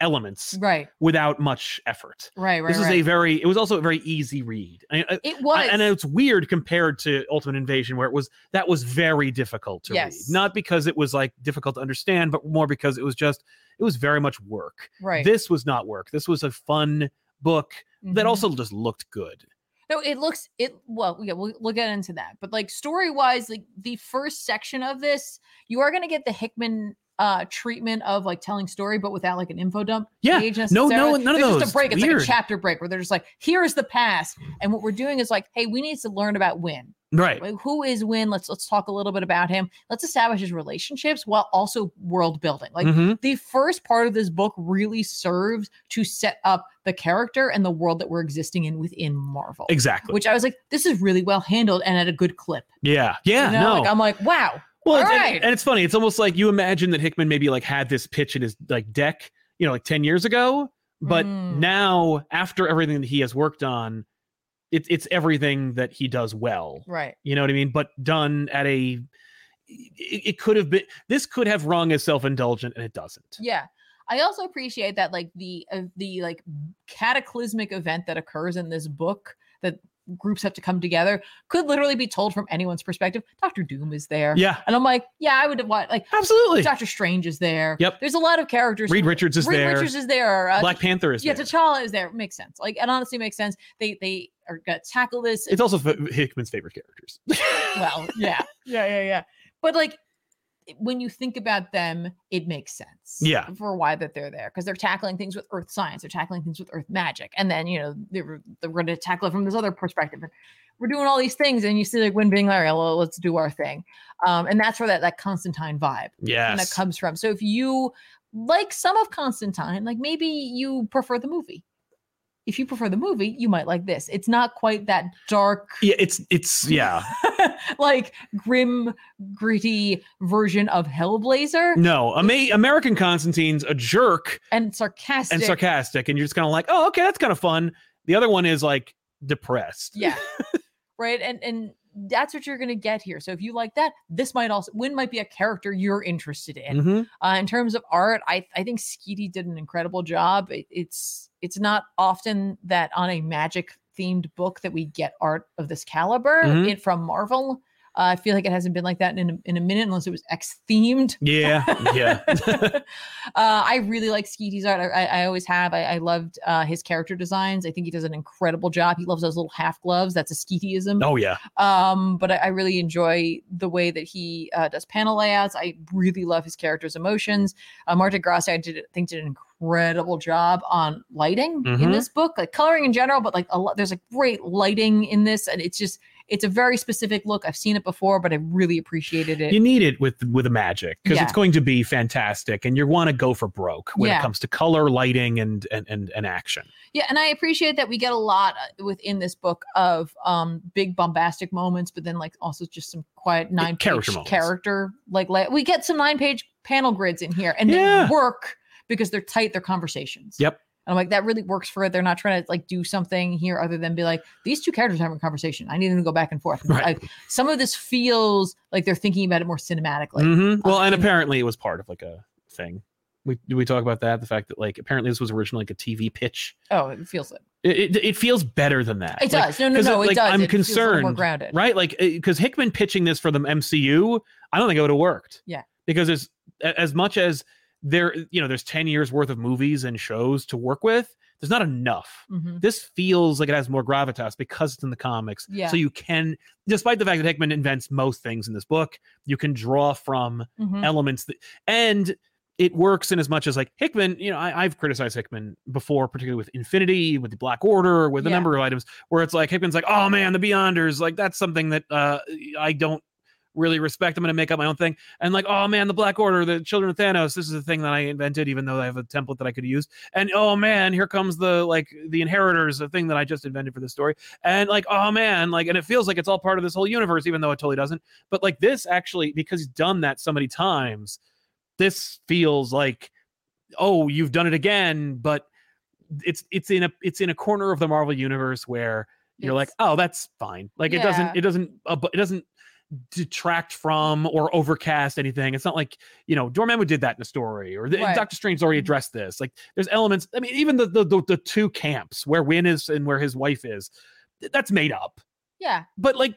B: elements
A: right,
B: without much effort.
A: right, Mm. right.
B: this is
A: right.
B: a very, it was also a very easy read. I- I-
A: it was
B: and it's weird compared to Ultimate Invasion, where it was that was very difficult to
A: Yes.
B: read. Not because it was like difficult to understand, but more because it was just it was very much work.
A: right.
B: This was not work. This was a fun book that
A: Mhm.
B: also just looked good.
A: No, it looks it well, yeah, we'll, we'll get into that. But like story wise, like the first section of this, you are gonna get the Hickman uh treatment of like telling story, but without like an info dump.
B: Yeah.
A: page
B: No, no,
A: necessarily.
B: none of
A: There's
B: those.
A: Just a break. It's like
B: Weird.
A: a chapter break where they're just like, here is the past, and what we're doing is like, hey, we need to learn about Win.
B: Right.
A: Like, who is Win? Let's let's talk a little bit about him. Let's establish his relationships while also world building. Like
B: Mhm.
A: the first part of this book really serves to set up the character and the world that we're existing in within Marvel
B: Exactly.
A: which I was like, this is really well handled and at a good clip.
B: yeah.
A: You
B: Yeah.
A: know?
B: no.
A: Like, I'm like, wow.
B: well, it's- and-
A: alright.
B: and it's funny. It's almost like you imagine that Hickman maybe like had this pitch in his like deck, you know, like ten years ago. But
A: Mm.
B: now, after everything that he has worked on, it's it's everything that he does well.
A: Right.
B: You know what I mean? But done at a it, it could have been this could have rung as self-indulgent and it doesn't.
A: Yeah. I also appreciate that like the uh, the like cataclysmic event that occurs in this book that groups have to come together could literally be told from anyone's perspective. Doctor Doom is there.
B: Yeah,
A: And I'm like, yeah, I would have watched like
B: absolutely.
A: Doctor Strange is there.
B: Yep.
A: There's a lot of characters.
B: Reed Richards is
A: Reed
B: there.
A: Richards is there. Uh,
B: Black Panther is
A: yeah,
B: there.
A: T'Challa is there. Makes sense. Like, it honestly makes sense. They they are gonna tackle this.
B: It's also f- Hickman's favorite characters.
A: well, yeah, yeah, yeah, yeah. But like when you think about them, it makes sense.
B: Yeah.
A: For why that they're there because they're tackling things with earth science, they're tackling things with earth magic, and then you know they're they're going to tackle it from this other perspective. And we're doing all these things, and you see like when being like, "All right, well, let's do our thing, um, and that's where that that Constantine vibe kind of
B: yes.
A: comes from. So if you like some of Constantine, like maybe you prefer the movie. If you prefer the movie, you might like this. It's not quite that dark,
B: Yeah, it's it's yeah.
A: like grim, gritty version of Hellblazer
B: No, Ama- American Constantine's a jerk
A: and sarcastic.
B: Mm. and sarcastic, and you're just kind of like, oh, okay, that's kind of fun. The other one is like depressed.
A: yeah. right. And and that's what you're gonna get here. So if you like that, this might also Win might be a character you're interested in.
B: Mhm.
A: Uh, in terms of art, I I think Skeety did an incredible job. It, it's it's not often that on a magic themed book that we get art of this caliber
B: Mhm.
A: it, from Marvel. Uh, I feel like it hasn't been like that in a, in a minute, unless it was X themed.
B: Yeah, yeah.
A: uh, I really like Skeety's art. I, I, I always have. I, I loved uh, his character designs. I think he does an incredible job. He loves those little half gloves. That's a Skeetyism.
B: Oh yeah.
A: Um, but I, I really enjoy the way that he uh, does panel layouts. I really love his character's emotions. Uh, Marta Grassi, I did, think, did an incredible job on lighting in
B: Mhm.
A: this book, like coloring in general, but like a lot, there's a great lighting in this, and it's just it's a very specific look. I've seen it before, but I really appreciated it.
B: You need it with with the magic because
A: Yeah.
B: it's going to be fantastic, and you want to go for broke when
A: Yeah.
B: it comes to color, lighting, and and and, and action.
A: Yeah, and I appreciate that we get a lot uh, within this book of um big bombastic moments, but then like also just some quiet nine
B: character
A: page
B: moments.
A: character like la- we get some nine page panel grids in here, and
B: Yeah.
A: they work because they're tight. They're conversations.
B: Yep.
A: And I'm like, that really works for it. They're not trying to like do something here other than be like, these two characters are having a conversation. I need them to go back and forth.
B: Right.
A: I- some of this feels like they're thinking about it more cinematically.
B: Mhm. Well,
A: uh,
B: and
A: in-
B: apparently it was part of like a thing. We did we talk about that? The fact that like apparently this was originally like a TV pitch.
A: Oh, it feels it.
B: It it, it feels better than that.
A: It
B: Like,
A: does. No, no,
B: 'cause
A: no.
B: it-
A: It,
B: like,
A: does.
B: I'm
A: It feels a little more
B: concerned,
A: grounded.
B: Right, like because Hickman pitching this for the MCU, I don't think it would have worked.
A: Yeah.
B: because there's a- as much as there you know there's 10 years worth of movies and shows to work with there's not enough
A: Mhm.
B: this feels like it has more gravitas because it's in the comics.
A: Yeah.
B: So you can, despite the fact that Hickman invents most things in this book, you can draw from
A: Mhm.
B: elements that, and it works in as much as like Hickman, you know, I, I've criticized Hickman before, particularly with Infinity, with the Black Order, with a
A: Yeah.
B: number of items where it's like Hickman's like, oh man, the Beyonders, like that's something that uh, I don't really respect. I'm going to make up my own thing. And like, oh man, the Black Order, the Children of Thanos, this is a thing that I invented, even though I have a template that I could use. And oh man, here comes the like the Inheritors, the thing that I just invented for this story. And like, oh man, like, and it feels like it's all part of this whole universe, even though it totally doesn't. But like this actually, because he's done that so many times this feels like oh you've done it again but it's it's in a it's in a corner of the marvel universe where you're like
A: It's-
B: oh that's fine like it
A: Yeah.
B: doesn't it doesn't uh, bu- it doesn't detract from or overcast anything it's not like you know dormammu did that in a story or the,
A: Right.
B: dr strange's already
A: Mhm.
B: addressed this like there's elements i mean even the the, the the two camps where win is and where his wife is th- that's made up
A: yeah,
B: but like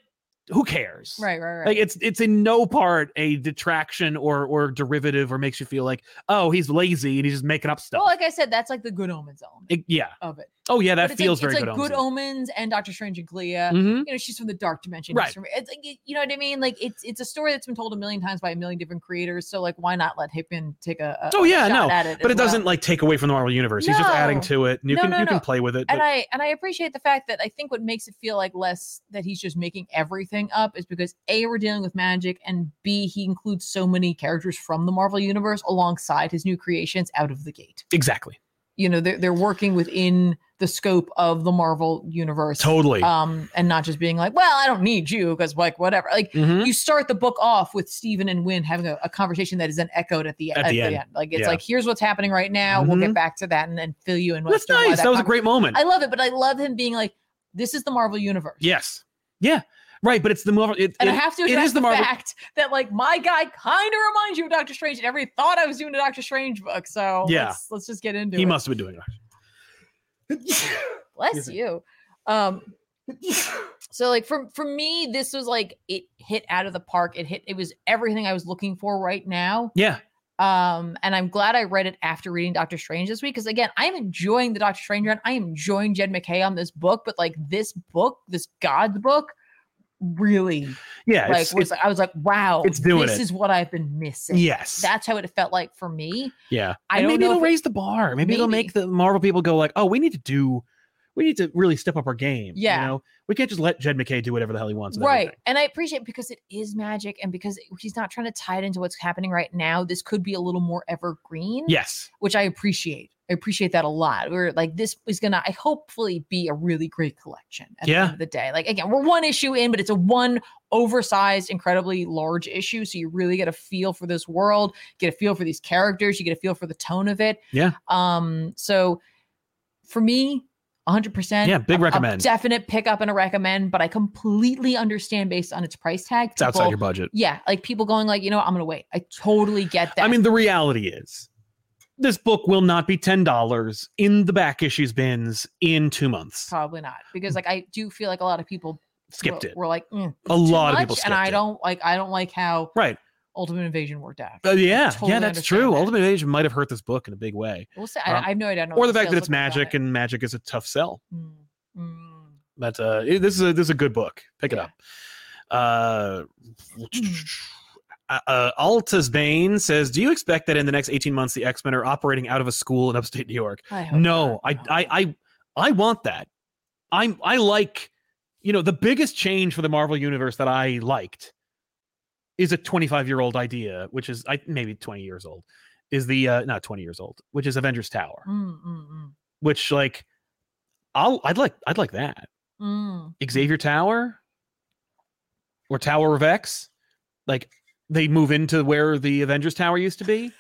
B: who cares
A: right, right, right.
B: like it's it's in no part a detraction or or derivative or makes you feel like oh he's lazy and he's just making up stuff.
A: well, like I said, that's like the good omens element
B: It- yeah.
A: of it.
B: Oh yeah,
A: But
B: that
A: it's
B: feels
A: like,
B: very
A: it's like
B: good.
A: good omens and Doctor Strange and Clea.
B: mm-hmm.
A: you know she's from the dark dimension
B: Right.
A: he's from- it's like y- you know what i mean like it's it's a story that's been told a million times by a million different creators so like why not let hickman take a, a
B: Oh,
A: a
B: yeah,
A: shot
B: no,
A: at it
B: But
A: as
B: it
A: well?
B: doesn't like take away from the Marvel universe. He's just adding
A: No.
B: to it, and you
A: No,
B: can
A: no,
B: you
A: no.
B: can play with it.
A: and
B: but-
A: i and i appreciate the fact that i think what makes it feel like less that he's just making everything up is because a we're dealing with magic and b he includes so many characters from the marvel universe alongside his new creations out of the gate
B: exactly.
A: you know they're, they're working within the scope of the marvel universe
B: Totally.
A: um and not just being like well i don't need you because like whatever like
B: Mhm.
A: you start the book off with Stephen and Wynn having a, a conversation that is then echoed at the,
B: At the end.
A: Like it's
B: Yeah. Mm-hmm.
A: like, here's what's happening right now. We'll get back to that and then fill you in. as
B: That's
A: to why
B: nice. That was a
A: con-
B: great moment.
A: I love it, but I love him being like, this is the Marvel universe.
B: yes. Yeah. Right. But it's the Marvel. It,
A: And I
B: it-
A: have to
B: it
A: address
B: is the
A: the,
B: Marvel-
A: fact that like my guy kind of reminds you of Doctor Strange, and everybody thought I was doing a Doctor Strange book. So
B: Yeah.
A: let's, let's just get into
B: he
A: it.
B: must have been doing it.
A: Bless
B: Excuse me.
A: you. Um so like for for me, this was like it hit out of the park. It hit it was everything I was looking for right now.
B: yeah.
A: Um, and I'm glad I read it after reading Doctor Strange this week because again, I'm enjoying the Doctor Strange run. I am enjoying Jed McKay on this book, but like this book, this God book, really
B: Yeah.
A: like
B: it's,
A: was
B: it's-
A: I was like, wow,
B: it's doing
A: this
B: it.
A: is what I've been missing.
B: yes.
A: That's how it felt like for me.
B: Yeah.
A: I
B: and
A: don't
B: maybe
A: know
B: it'll
A: if it-
B: raise the bar. Maybe, it'll
A: Maybe.
B: make the Marvel people go like, "Oh, we need to do, we need to really step up our game."
A: Yeah.
B: You know, we can't just let Jed McKay do whatever the hell he wants. with
A: right.
B: everything.
A: And I appreciate it because it is magic and because he's not trying to tie it into what's happening right now. This could be a little more evergreen.
B: Yes.
A: which I appreciate. I appreciate that a lot. We're like, this is gonna, I hopefully be a really great collection at the
B: Yeah.
A: end of the day. Like again, we're one issue in, but it's a one oversized, incredibly large issue. So you really get a feel for this world, get a feel for these characters, you get a feel for the tone of it.
B: Yeah.
A: Um, so for me, 100%.
B: Yeah, big
A: a- a
B: recommend.
A: definite pick up and a recommend, but I completely understand based on its price tag.
B: It's outside
A: people-
B: your budget.
A: yeah, like people going like, you know, what, I'm gonna wait. I totally get that.
B: I mean, the reality is, this book will not be ten dollars in the back issues bins in two months.
A: probably not because like I do feel like a lot of people
B: Skipped
A: were,
B: it.
A: We're like "Mm,
B: A
A: too
B: lot of people
A: much,"
B: skipped
A: and I
B: it.
A: don't like I don't like how
B: Right.
A: Ultimate Invasion worked out.
B: Uh, yeah.
A: totally
B: yeah, that's
A: understand
B: true.
A: that.
B: Ultimate Invasion might have hurt this book in a big way,
A: We'll say
B: um,
A: I, I have no idea. I don't know
B: or the
A: what
B: fact that
A: sales
B: it's
A: look like on
B: magic
A: it.
B: and magic is a tough sell.
A: Mm, mm.
B: But uh, it- this is a this is a good book. Pick it
A: Yeah.
B: up. Uh, uh, uh, Alta's Bane says, "Do you expect that in the next eighteen months the X Men are operating out of a school in upstate New York?"
A: I hope
B: No, I,
A: not.
B: I, I, I want that. I'm I like, you know, the biggest change for the Marvel universe that I liked is a 25 year old idea, which is I maybe 20 years old, is the uh, not 20 years old, which is Avengers Tower,
A: Mm, mm, mm,
B: which like, I'll I'd like I'd like that.
A: mm.
B: Xavier Tower or Tower of X, like they move into where the Avengers Tower used to be.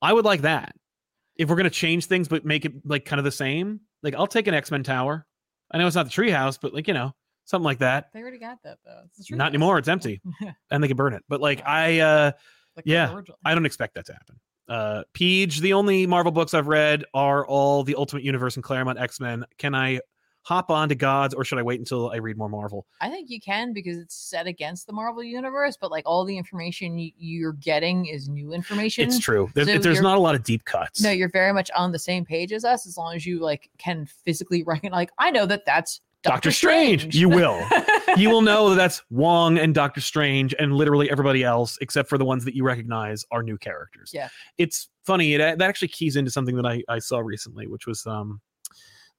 B: I would like that. If we're gonna change things but make it like kind of the same, like I'll take an X Men Tower. I know it's not the treehouse, but like you know something like that.
A: They already got that though. It's the truth.
B: Not anymore. It's empty,
A: Yeah,
B: and they can burn it. But like I, uh
A: like
B: Yeah.
A: the original.
B: I don't expect that to happen. Uh Peach, the only Marvel books I've read are all the Ultimate Universe and Claremont X Men. Can I hop on to Gods, or should I wait until I read more Marvel?
A: I think you can because it's set against the Marvel universe, but like all the information y- you're getting is new information.
B: It's true. There's,
A: So
B: there's
A: you're-
B: not a lot of deep cuts.
A: No, you're very much on the same page as us as long as you like can physically recognize. Like I know that that's
B: Doctor Strange. You will. you will know that that's Wong and Doctor Strange and literally everybody else, except for the ones that you recognize, are new characters.
A: Yeah.
B: it's funny. It that actually keys into something that I I saw recently, which was um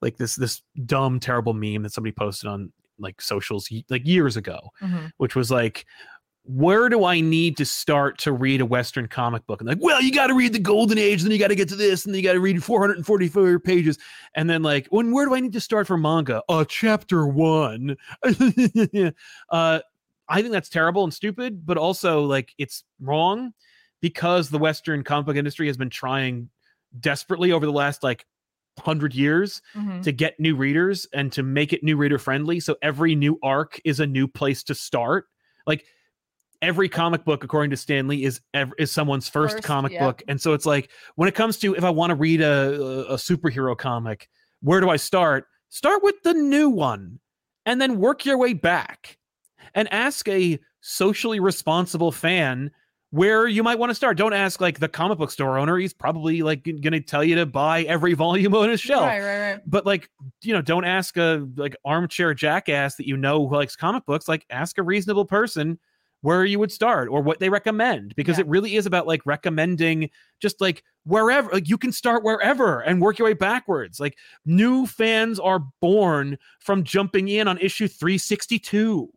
B: like this this dumb terrible meme that somebody posted on like socials y- like years ago,
A: Mhm.
B: which was like. Where do I need to start to read a Western comic book? And like, well, you got to read the Golden Age, then you got to get to this, and then you got to read 444 pages, and then like, when where do I need to start for manga? Uh, chapter one. uh, I think that's terrible and stupid, but also like it's wrong because the Western comic book industry has been trying desperately over the last like hundred years
A: Mhm.
B: to get new readers and to make it new reader friendly. So every new arc is a new place to start. Like every comic book, according to Stanley, is ev- is someone's first,
A: First,
B: comic
A: yeah.
B: book. And so it's like when it comes to if I want to read a, a superhero comic, where do I start? Start with the new one, and then work your way back, and ask a socially responsible fan where you might want to start. Don't ask like the comic book store owner; he's probably like going to tell you to buy every volume on his shelf
A: Right, right, right.
B: but like you know don't ask a like armchair jackass that you know who likes comic books like ask a reasonable person where you would start or what they recommend because
A: Yeah.
B: it really is about like recommending just like wherever like you can start wherever and work your way backwards like new fans are born from jumping in on issue 362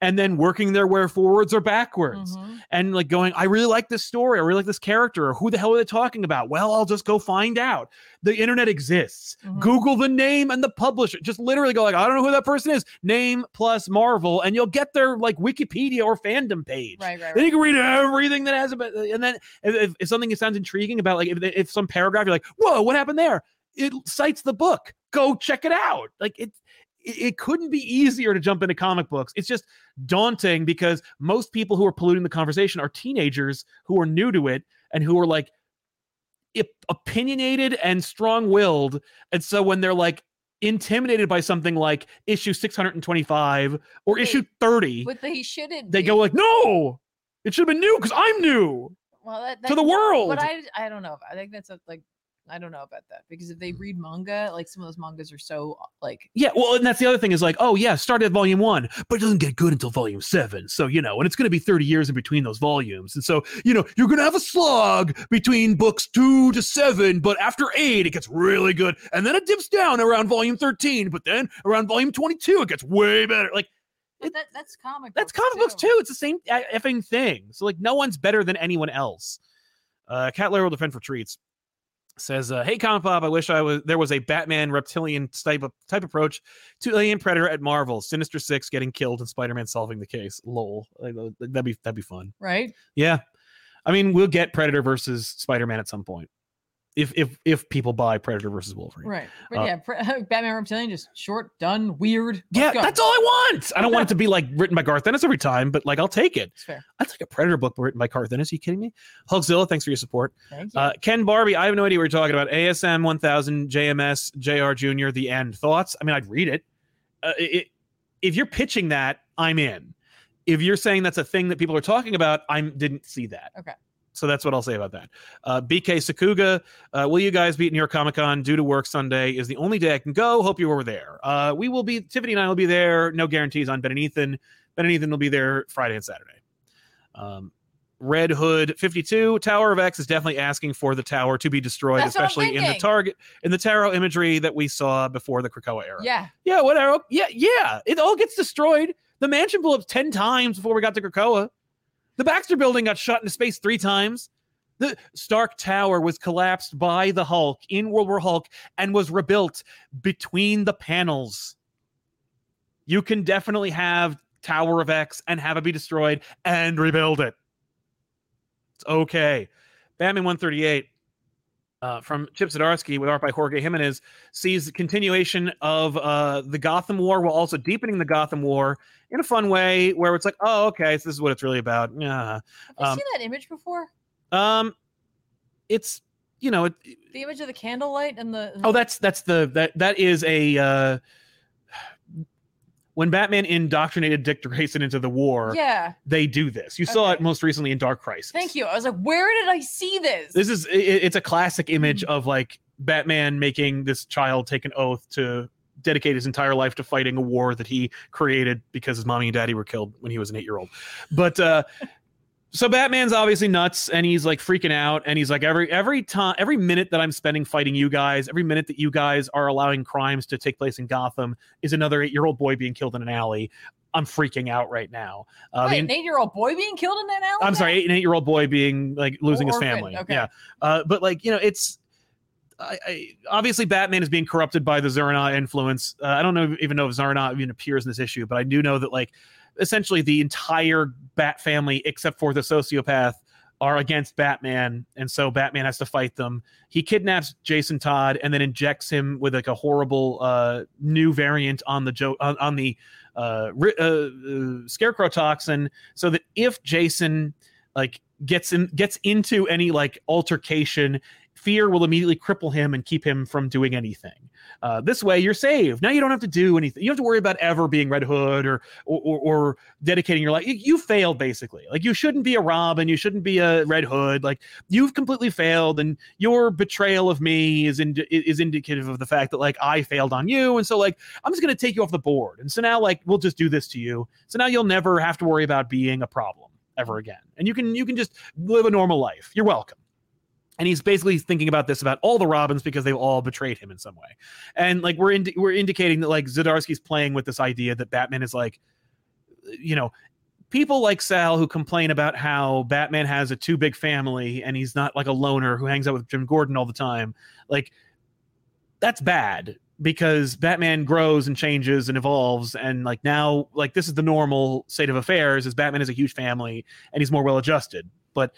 B: and then working their way forwards or backwards
A: Mhm.
B: and like going, I really like this story. I really like this character. Or who the hell are they talking about? Well, I'll just go find out. The internet exists.
A: Mhm.
B: Google the name and the publisher. Just literally go like, I don't know who that person is. Name plus Marvel, and you'll get their like Wikipedia or fandom page.
A: Right, right,
B: Then
A: right.
B: you can read everything that has about, and then if- if, if something sounds intriguing about like if, if some paragraph you're like, whoa, what happened there? It cites the book. Go check it out. Like it, it, it couldn't be easier to jump into comic books. It's just daunting because most people who are polluting the conversation are teenagers who are new to it and who are like op- opinionated and strong-willed. And so when they're like intimidated by something like issue 625 or
A: Wait,
B: issue 30
A: But they shouldn't.
B: they
A: be.
B: go like, no, it should have been new because I'm new
A: well, that,
B: to the
A: that's-
B: world.
A: But I, I don't know. I think that's a, like, I don't know about that because if they
B: Mm.
A: read manga, like some of those mangas are so uh, like,
B: yeah, well, and that's the other thing is like, oh yeah, started at volume one, but it doesn't get good until volume seven. So you know, and it's going to be thirty years in between those volumes, and so you know, you're going to have a slog between books two to seven, but after eight, it gets really good, and then it dips down around volume thirteen, but then around volume twenty-two, it gets way better. Like
A: but
B: It-
A: that, that's comic.
B: that's comic books too. It's the same uh, effing thing. So like no one's better than anyone else. Uh Cat Larry will defend for treats. Says, uh, "Hey, Comic Pop, I wish I was there was a Batman reptilian type of type approach to Alien Predator at Marvel. Sinister Six getting killed and Spider Man solving the case. Lol, Like, uh, that'd be that'd be fun.
A: Right?
B: Yeah, I mean we'll get Predator versus Spider Man at some point if if if people buy Predator versus Wolverine.
A: Right. But
B: Uh,
A: yeah, pre- Batman Reptilian just short, done, weird. let's
B: Yeah,
A: go.
B: that's all I want. I don't want it to be like written by Garth Ennis every time, but like I'll take it.
A: It's fair.
B: That's like a Predator book written by Garth Ennis. Are you kidding me? Hulkzilla, thanks for your support.
A: Thank you.
B: Uh, Ken Barbie, I have no idea what you're talking about. ASM 1000, JMS, JR Jr., The End. Thoughts? I mean, I'd read it. Uh, i- i- if you're pitching that, I'm in. If you're saying that's a thing that people are talking about, I didn't see that.
A: Okay.
B: So that's what I'll say about that. Uh, BK Sakuga, uh, will you guys be at New York Comic Con? Due to work Sunday is the only day I can go. Hope you were there. Uh, we will be, Tiffany and I will be there. No guarantees on Ben and Ethan. Ben and Ethan will be there Friday and Saturday. Um, Red Hood 52 Tower of X is definitely asking for the tower to be destroyed,
A: That's what I'm
B: especially in the
A: thinking.
B: target in the tarot imagery that we saw before the Krakoa era.
A: yeah.
B: yeah, whatever. Oh, Yeah, yeah. It all gets destroyed. The mansion blew up ten times before we got to Krakoa. The Baxter Building got shot into space three times. The Stark Tower was collapsed by the Hulk in World War Hulk and was rebuilt between the panels. You can definitely have Tower of X and have it be destroyed and rebuild it. It's okay. Batman 138 uh, from Chip Zdarsky with art by Jorge Jimenez sees the continuation of uh, the Gotham War while also deepening the Gotham War in a fun way where it's like, oh, okay, so this is what it's really about. Yeah.
A: Have you
B: Um,
A: seen that image before?
B: Um, it's you know, it,
A: The image of the candlelight and the. and
B: oh,
A: the-
B: that's that's the that that is a uh, when Batman indoctrinated Dick Grayson into the war,
A: yeah.
B: they do this. You saw
A: Okay.
B: it most recently in Dark Crisis.
A: Thank you. I was like, where did I see this?
B: This is i- i- it's a classic image
A: Mm.
B: of like Batman making this child take an oath to dedicate his entire life to fighting a war that he created because his mommy and daddy were killed when he was an 8-year-old. But uh so Batman's obviously nuts and he's like freaking out and he's like every every time every minute that I'm spending fighting you guys, every minute that you guys are allowing crimes to take place in Gotham is another 8-year-old boy being killed in an alley. I'm freaking out right now. Uh, the
A: Wait, an eight-year-old boy being killed in that alley?
B: I'm sorry, eight, an eight-year-old boy being like losing his
A: orphan,
B: family.
A: okay.
B: Yeah, uh, but like you know, it's I, I, obviously Batman is being corrupted by the Zarna influence. Uh, I don't know even know if Zarna even appears in this issue, but I do know that like essentially the entire Bat family, except for the sociopath, are against Batman, and so Batman has to fight them. He kidnaps Jason Todd and then injects him with like a horrible uh, new variant on the jo- on, on the uh, ri- uh, uh, scarecrow toxin, so that if Jason like gets in gets into any like altercation, fear will immediately cripple him and keep him from doing anything. Uh, this way, you're saved. Now you don't have to do anything. You don't have to worry about ever being Red Hood or or, or, or dedicating your life. You, you failed basically. Like you shouldn't be a Robin. You shouldn't be a Red Hood. Like you've completely failed, and your betrayal of me is in, is indicative of the fact that like I failed on you, and so like I'm just gonna take you off the board. And so now like we'll just do this to you. So now you'll never have to worry about being a problem ever again, and you can you can just live a normal life. You're welcome. And he's basically thinking about this about all the Robins because they've all betrayed him in some way, and like we're indi- we're indicating that like Zdarsky's playing with this idea that Batman is like you know people like sal who complain about how batman has a too big family and he's not like a loner who hangs out with jim gordon all the time like that's bad because batman grows and changes and evolves and like now like this is the normal state of affairs is batman is a huge family and he's more well adjusted but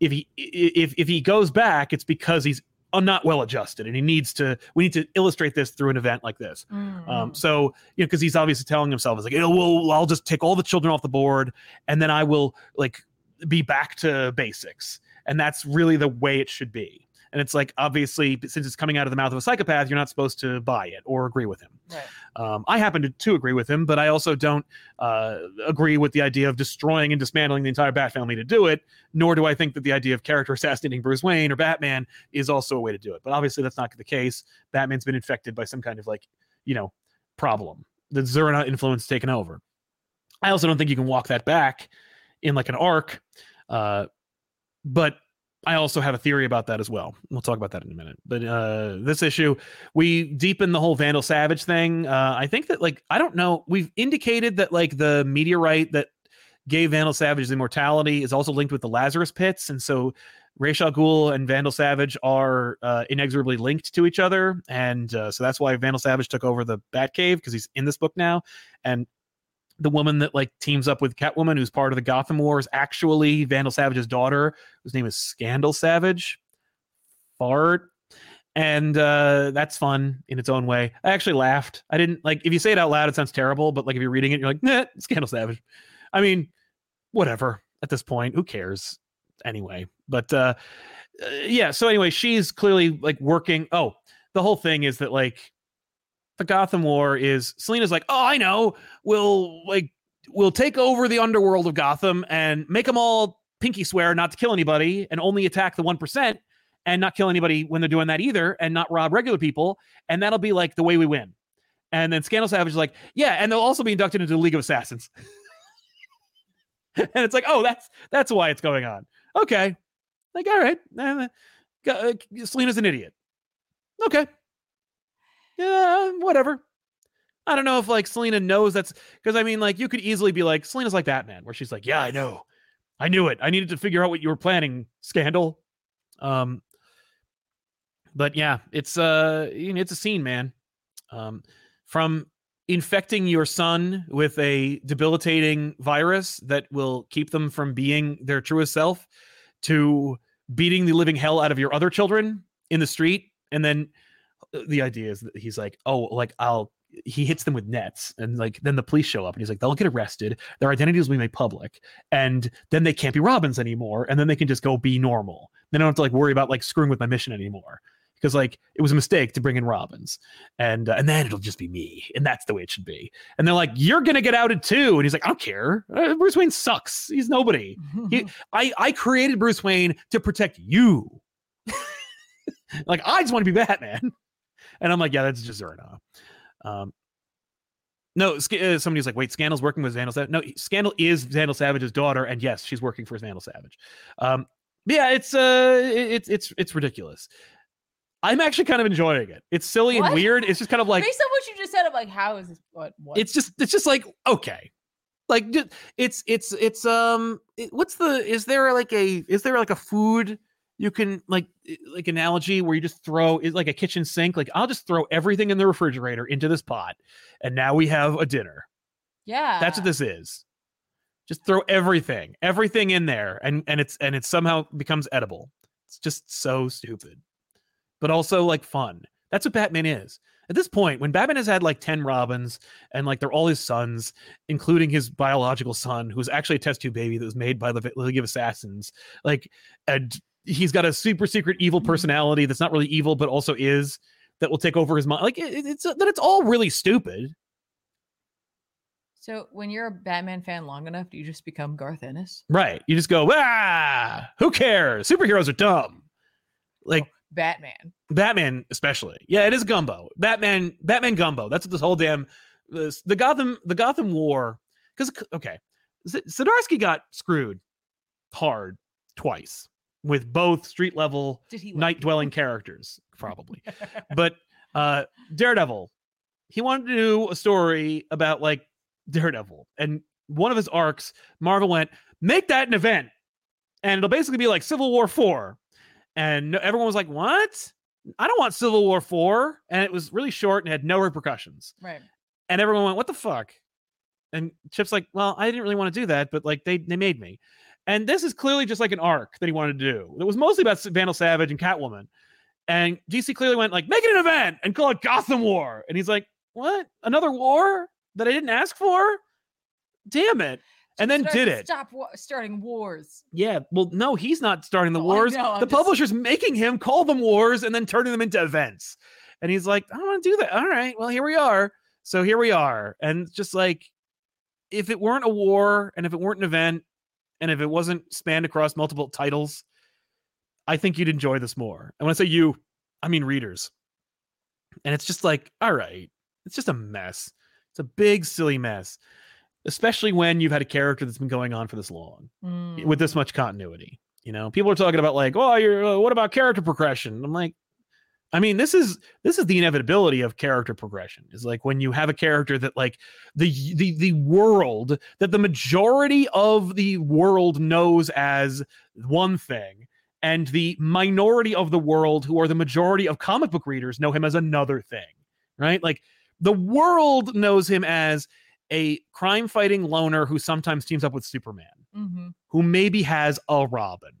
B: if he i- if if he goes back it's because he's uh, not well adjusted and he needs to we need to illustrate this through an event like this
A: Mm.
B: um, so you know, because he's obviously telling himself, "It's like, oh, well, I'll just take all the children off the board, and then I will like be back to basics." And that's really the way it should be. And it's like obviously, since it's coming out of the mouth of a psychopath, you're not supposed to buy it or agree with him.
A: Right.
B: Um, I happen to, to agree with him, but I also don't uh, agree with the idea of destroying and dismantling the entire Bat family to do it. Nor do I think that the idea of character assassinating Bruce Wayne or Batman is also a way to do it. But obviously, that's not the case. Batman's been infected by some kind of like, you know, problem. The Zerna influence taken over. I also don't think you can walk that back in like an arc. Uh, but I also have a theory about that as well. We'll talk about that in a minute. But uh, this issue, we deepen the whole Vandal Savage thing. Uh, I think that like I don't know. We've indicated that like the meteorite that gave Vandal Savage his immortality is also linked with the Lazarus pits, and so Ra's al Ghul and Vandal Savage are uh, inexorably linked to each other, and uh, so that's why Vandal Savage took over the Batcave because he's in this book now, and. The woman that like teams up with Catwoman, who's part of the Gotham War, is actually Vandal Savage's daughter, whose name is Scandal Savage. Fart and uh, that's fun in its own way. I actually laughed. I didn't like if you say it out loud, it sounds terrible, but like if you're reading it, you're like, nah, scandal savage. I mean, whatever at this point, who cares anyway? But uh, uh, yeah, so anyway, she's clearly like working. Oh, the whole thing is that like the Gotham War is Selena's like, oh, I know, we'll like we'll take over the underworld of Gotham and make them all pinky swear not to kill anybody and only attack the one percent and not kill anybody when they're doing that either and not rob regular people and that'll be like the way we win and then scandal savage is like yeah and they'll also be inducted into the league of assassins and it's like oh that's that's why it's going on okay like all right uh, g- uh, selena's an idiot okay yeah whatever i don't know if like selena knows that's because i mean like you could easily be like selena's like batman where she's like yeah i know i knew it i needed to figure out what you were planning scandal um, but yeah, it's uh, you know, it's a scene, man. Um, from infecting your son with a debilitating virus that will keep them from being their truest self, to beating the living hell out of your other children in the street, and then uh, the idea is that he's like, oh, like I'll. He hits them with nets, and like then the police show up, and he's like, they'll get arrested. Their identities will be made public, and then they can't be Robins anymore, and then they can just go be normal. They don't have to like worry about like screwing with my mission anymore. because like it was a mistake to bring in Robbins, and uh, and then it'll just be me, and that's the way it should be. And they're like, you're gonna get outed too, and he's like, I don't care. Uh, Bruce Wayne sucks. He's nobody. He- I I created Bruce Wayne to protect you. like I just want to be Batman, and I'm like, yeah, that's just Zerna. Um, no, Sc- uh, somebody's like, wait, Scandal's working with Vandal Savage. No, he- Scandal is Vandal Savage's daughter, and yes, she's working for Vandal Savage. Um, but yeah, it's uh, it- it's it's it's ridiculous. I'm actually kind of enjoying it. It's silly
A: What?
B: and weird. It's just kind of like
A: Based on what you just said, I'm like, how is this? What? what?
B: it's just it's just like okay like ju- it's it's it's um it- what's the is there like a is there like a food you can like i- like analogy where you just throw is like a kitchen sink like i'll just throw everything in the refrigerator into this pot and now we have a dinner
A: yeah.
B: that's what this is just throw everything everything in there and and it's and it somehow becomes edible it's just so stupid but also like fun that's what batman is at this point when batman has had like 10 robins and like they're all his sons including his biological son who's actually a test tube baby that was made by the league of assassins like and he's got a super secret evil
A: Mhm.
B: personality that's not really evil but also is that will take over his mind like it, it- it's that it's all really stupid
A: So when you're a Batman fan long enough, do you just become Garth Ennis?
B: Right. You just go, ah, who cares? Superheroes are dumb. Like
A: Batman.
B: Batman, especially. Yeah, it is gumbo. Batman, Batman gumbo. That's what this whole damn this, the Gotham, the Gotham War. Because okay, Z- Zdarsky got screwed hard twice with both street level
A: Did he?
B: night dwelling characters, probably. but uh Daredevil, he wanted to do a story about like Daredevil. And one of his arcs, Marvel went, make that an event. And it'll basically be like Civil War 4. And no- everyone was like, what? I don't want Civil War 4. And it was really short and had no repercussions.
A: Right.
B: And everyone went, what the fuck? And Chip's like, well, I didn't really want to do that, but like they, they made me. And this is clearly just like an arc that he wanted to do. It was mostly about Vandal Savage and Catwoman. And DC clearly went like, make it an event and call it Gotham War. And he's like, what? Another war that I didn't ask for? Damn it. And then
A: Start-
B: did it.
A: Stop wa- starting wars.
B: Yeah. Well, no, he's not starting the
A: Oh, I
B: wars.
A: know, I'm
B: the
A: just-
B: publisher's making him call them wars and then turning them into events. And he's like, I don't want to do that. All right. Well, here we are. So here we are. And it's just like, if it weren't a war and if it weren't an event and if it wasn't spanned across multiple titles, I think you'd enjoy this more. And when I say you, I mean readers. And it's just like, all right, it's just a mess. It's a big, silly mess, especially when you've had a character that's been going on for this long with this
A: Mm.
B: much continuity. You know, people are talking about like, "Oh, you're uh, what about character progression?" I'm like, I mean, this is this is the inevitability of character progression. Is like when you have a character that like the the the world that the majority of the world knows as one thing and the minority of the world who are the majority of comic book readers know him as another thing, right? Like the world knows him as a crime fighting loner who sometimes teams up with Superman
A: Mhm.
B: who maybe has a Robin.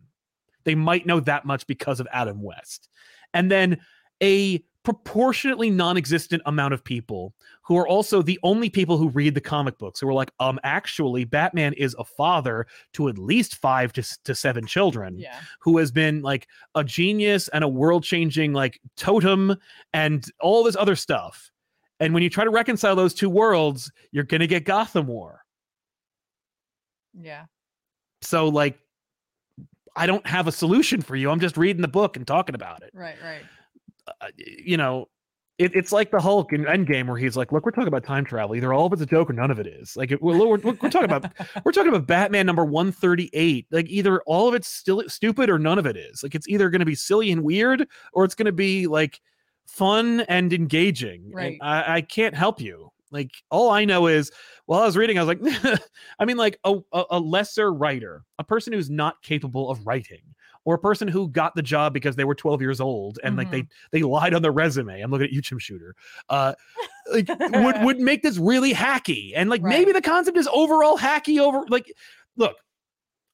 B: They might know that much because of Adam West. And then a proportionately non-existent amount of people who are also the only people who read the comic books who are like um actually Batman is a father to at least 5 to, s- to 7 children
A: Yeah.
B: who has been like a genius and a world changing like totem and all this other stuff. And when you try to reconcile those two worlds, you're going to get Gotham War.
A: Yeah.
B: So like I don't have a solution for you. I'm just reading the book and talking about it.
A: Right. Right.
B: Uh, you know, it, it's like the Hulk in Endgame where he's like, "Look, we're talking about time travel. Either all of it's a joke or none of it is." Like it- we're, we're, we're we're talking about we're talking about Batman number 138. Like either all of it's still stupid or none of it is. Like it's either going to be silly and weird or it's going to be like fun and engaging. and
A: Right.
B: I, I can't help you. Like all I know is while I was reading, I was like, I mean, like a, a, a lesser writer, a person who's not capable of writing, or a person who got the job because they were 12 years old and like they they lied on their resume. I'm looking at you, Chim Shooter. Uh, like would would make this really hacky and like maybe
A: Right.
B: the concept is overall hacky over like look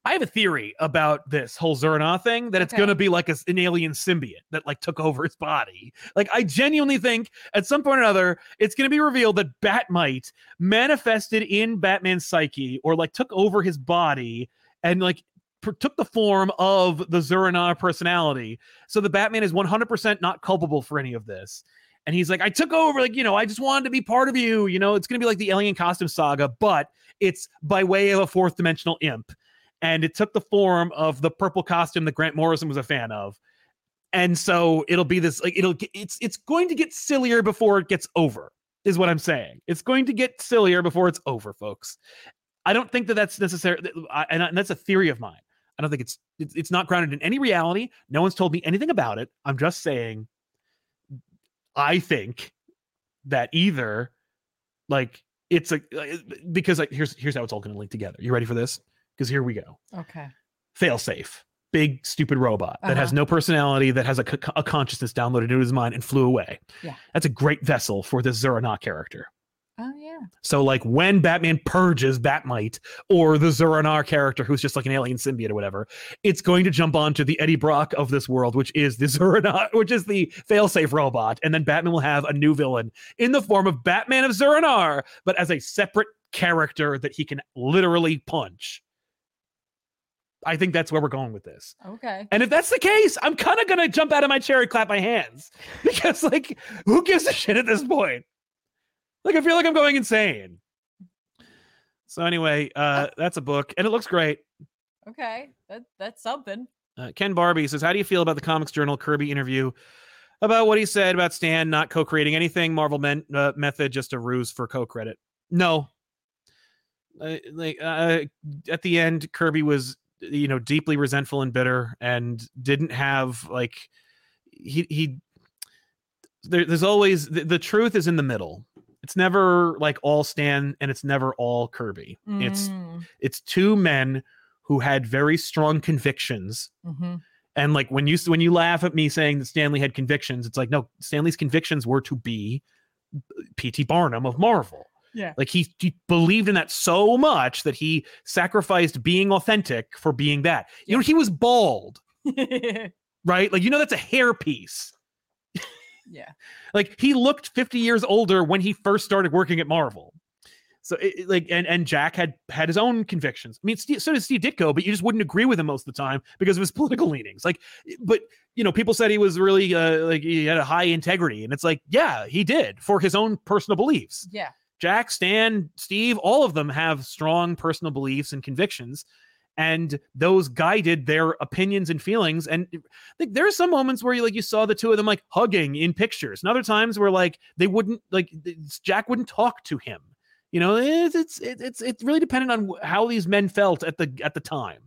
B: i have a theory about this whole Zerna thing that it's
A: Okay.
B: going to be like a s an alien symbiote that like took over his body like i genuinely think at some point or another it's going to be revealed that batmite manifested in batman's psyche or like took over his body and like pr- took the form of the Zurana personality. So the Batman is 100% not culpable for any of this. And he's like, I took over, like, you know, I just wanted to be part of you. You know, it's going to be like the alien costume saga, but it's by way of a fourth dimensional imp. And it took the form of the purple costume that Grant Morrison was a fan of. And so it'll be this, like, it'll, get, it's, it's going to get sillier before it gets over, is what I'm saying. It's going to get sillier before it's over, folks. I don't think that that's necessary, and, and that's a theory of mine. I don't think it's, it's it's not grounded in any reality. No one's told me anything about it. I'm just saying. I think that either, like, it's a uh, because like, here's here's how it's all going to link together. You ready for this? Because here we go.
A: Okay.
B: Failsafe, big stupid robot that has
A: Uh-huh.
B: no personality, that has a, co- a consciousness downloaded into his mind and flew away.
A: Yeah.
B: that's a great vessel for the Zerana character.
A: Oh yeah.
B: So like when Batman purges Batmite or the Zuranar character who's just like an alien symbiote or whatever, it's going to jump onto the Eddie Brock of this world, which is the Zuranar, which is the failsafe robot, and then Batman will have a new villain in the form of Batman of Zuranar, but as a separate character that he can literally punch. I think that's where we're going with this.
A: Okay.
B: And if that's the case, I'm kind of gonna jump out of my chair and clap my hands because, like, who gives a shit at this point? Like, I feel like I'm going insane. So anyway, uh, that's a book, and it looks great.
A: Okay. That that's something.
B: Uh, Ken Barbie says, "How do you feel about the Comics Journal Kirby interview about what he said about Stan not co-creating anything? Marvel men- uh, method just a ruse for co-credit." No. Uh, like uh, at the end, Kirby was you know deeply resentful and bitter, and didn't have like he he. There, there's always the, the truth is in the middle. It's never like all Stan and it's never all Kirby. It's
A: Mm,
B: it's two men who had very strong convictions
A: mhm.
B: and like when you when you laugh at me saying that Stanley had convictions, it's like no, Stanley's convictions were to be P.T. Barnum of Marvel.
A: Yeah.
B: Like he, he believed in that so much that he sacrificed being authentic for being that. You know, he was bald, right? Like you know, that's a hairpiece.
A: yeah.
B: Like he looked 50 years older when he first started working at Marvel. So it, it- like and and Jack had had his own convictions. I mean, Steve, so did Steve Ditko, but you just wouldn't agree with him most of the time because of his political leanings. Like, but you know, people said he was really uh, like he had a high integrity, and it's like, yeah, he did for his own personal beliefs.
A: Yeah.
B: Jack, Stan, Steve, all of them have strong personal beliefs and convictions, and those guided their opinions and feelings. And like, there are some moments where you like you saw the two of them like hugging in pictures, and other times where like they wouldn't like th- Jack wouldn't talk to him. You know, it's it's it- it's it's really dependent on wh- how these men felt at the at the time.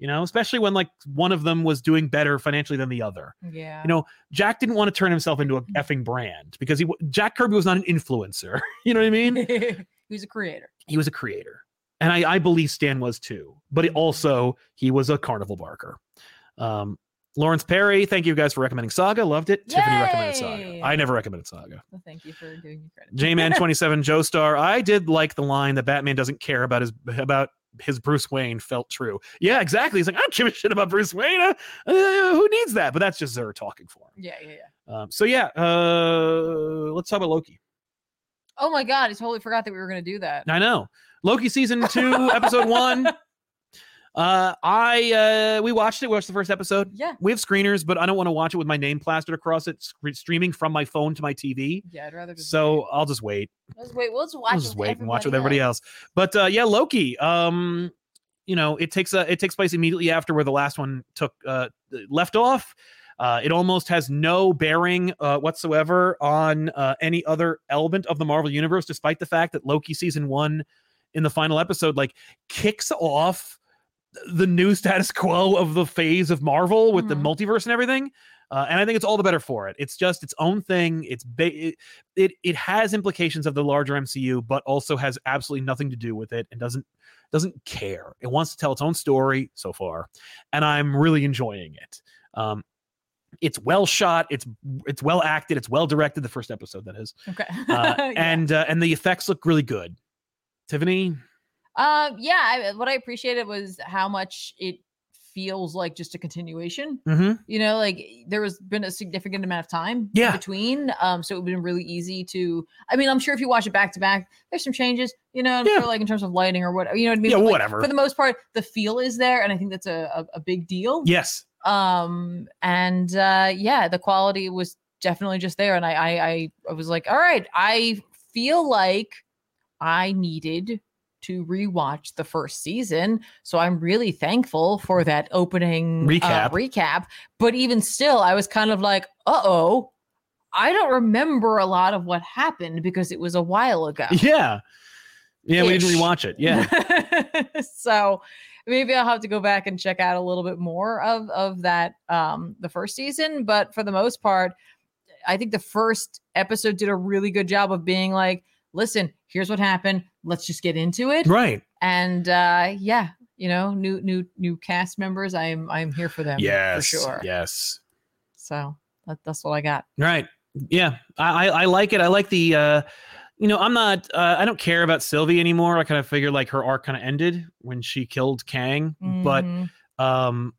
B: You know, especially when like one of them was doing better financially than the other.
A: Yeah.
B: know, Jack didn't want to turn himself into a effing brand because he w- Jack Kirby was not an influencer. You know what I mean?
A: Who's a creator?
B: he was a creator and I, I believe stan was too but it also he was a carnival barker um lawrence perry thank you guys for recommending saga loved it tiffany recommended
A: Yay!
B: saga i never recommended saga
A: Well, thank you for giving me credit.
B: j-man 27 joe star i did like the line that batman doesn't care about his about his bruce wayne felt true yeah exactly he's like i don't give a shit about bruce wayne uh, uh, who needs that but that's just zer talking for him
A: Yeah, yeah, yeah.
B: um, so yeah uh let's talk about loki
A: Oh my god, I totally forgot that we were gonna do that.
B: I know. Loki season two, episode one. Uh, I uh, we watched it. We watched the first episode.
A: Yeah.
B: We have screeners, but I don't want to watch it with my name plastered across it, sc- streaming from my phone to my TV.
A: Yeah, I'd rather just
B: So I'll just wait.
A: let's wait. We'll just watch.
B: I'll just wait and watch it with everybody else. But uh, yeah, Loki. Um, you know, it takes a, it takes place immediately after where the last one took uh, left off. Uh, it almost has no bearing uh, whatsoever on uh, any other element of the Marvel universe, despite the fact that Loki season one, in the final episode, like kicks off the new status quo of the phase of Marvel with
A: Mhm.
B: the multiverse and everything. Uh, and I think it's all the better for it. It's just its own thing. It's ba- it, it it has implications of the larger MCU, but also has absolutely nothing to do with it and doesn't doesn't care. It wants to tell its own story so far, and I'm really enjoying it. Um, it's well shot. It's it's well acted. It's well directed. The first episode that is,
A: Okay.
B: uh,
A: Yeah.
B: and uh, and the effects look really good. Tiffany,
A: Um, yeah, I, what I appreciated was how much it feels like just a continuation.
B: Mm-hmm.
A: You know, like there has been a significant amount of time
B: Yeah.
A: in between. Um, so it would have been really easy to I mean, I'm sure if you watch it back to back, there's some changes, you know, I'm
B: Yeah.
A: sure like in terms of lighting or what you know what I mean?
B: Yeah,
A: But, like,
B: whatever.
A: For the most part, the feel is there, and I think that's a, a, a big deal.
B: Yes.
A: Um, and uh yeah, the quality was definitely just there. And I I I, I was like, all right, I feel like I needed to rewatch the first season. So I'm really thankful for that opening
B: Recap.
A: Uh, recap. But even still, I was kind of like, uh oh, I don't remember a lot of what happened because it was a while ago.
B: Yeah. Yeah, we didn't
A: Ish.
B: rewatch it. Yeah.
A: so maybe I'll have to go back and check out a little bit more of of that um the first season, but for the most part, I think the first episode did a really good job of being like, listen, here's what happened, let's just get into it.
B: right.
A: And uh yeah, you know, new new new cast members, I'm I'm here for them
B: yes.
A: for sure.
B: Yes.
A: So that, that's what I got.
B: Right. Yeah. I, I I like it. I like the uh you know, I'm not uh, I don't care about Sylvie anymore. I kind of figure like her arc kind of ended when she killed Kang, but
A: Mhm.
B: um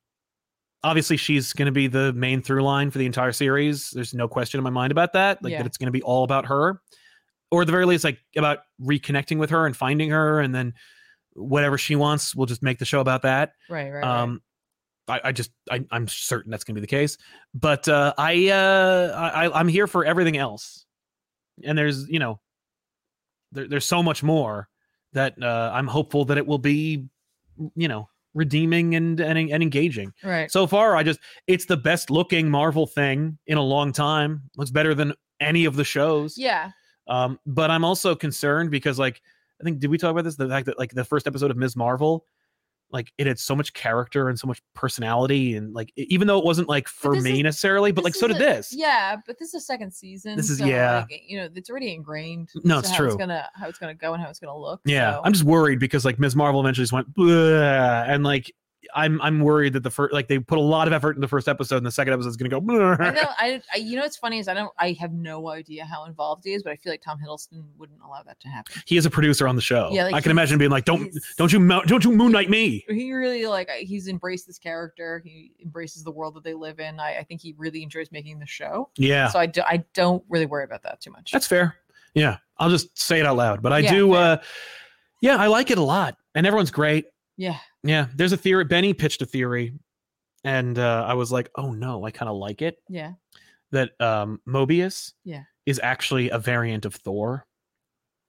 B: obviously she's going to be the main through line for the entire series. There's no question in my mind about that. Like
A: Yeah.
B: that it's going to be all about her. Or at the very least like about reconnecting with her and finding her and then whatever she wants, we'll just make the show about that.
A: right, right, right.
B: Um, I, I just I, I'm certain that's going to be the case, but uh, I, uh, I I- I'm here for everything else, and there's you know there, there's so much more that uh, I'm hopeful that it will be you know redeeming and and, and engaging.
A: right.
B: So far, I just it's the best looking Marvel thing in a long time. Looks better than any of the shows.
A: Yeah.
B: Um, but I'm also concerned because like I think did we talk about this? The fact that like the first episode of Ms. Marvel, like it had so much character and so much personality, and like e- even though it wasn't like for
A: this
B: me
A: is-
B: necessarily, but like
A: this
B: so
A: is
B: did
A: a-
B: this.
A: Yeah, but this is the second season.
B: This is-
A: so,
B: yeah.
A: Like, you know, it's already ingrained.
B: No,
A: as
B: it's
A: to how
B: true.
A: It's gonna how it's gonna go and how it's gonna look.
B: Yeah,
A: so-
B: I'm just worried because like Ms. Marvel eventually just went "Bleh," and like I'm I'm worried that the first like they put a lot of effort in the first episode and the second episode is gonna go.
A: I
B: "Bleh."
A: know. I, I you know what's funny is I don't. I have no idea how involved he is, but I feel like Tom Hiddleston wouldn't allow that to happen.
B: He is a producer on the show.
A: Yeah, like,
B: I can
A: he's-
B: imagine being like, don't
A: he's-
B: don't you mo- don't you moon knight me.
A: He really like I- he's embraced this character. He embraces the world that they live in. I, I think he really enjoys making the show.
B: Yeah,
A: So I, do, I don't really worry about that too much.
B: That's fair. Yeah. I'll just say it out loud. But I
A: Yeah,
B: do
A: fair.
B: uh yeah, I like it a lot. And everyone's great.
A: yeah.
B: Yeah. There's a theory Benny pitched a theory and uh I was like, "Oh no, I kind of like it
A: Yeah.
B: that um Mobius
A: Yeah.
B: is actually a variant of Thor."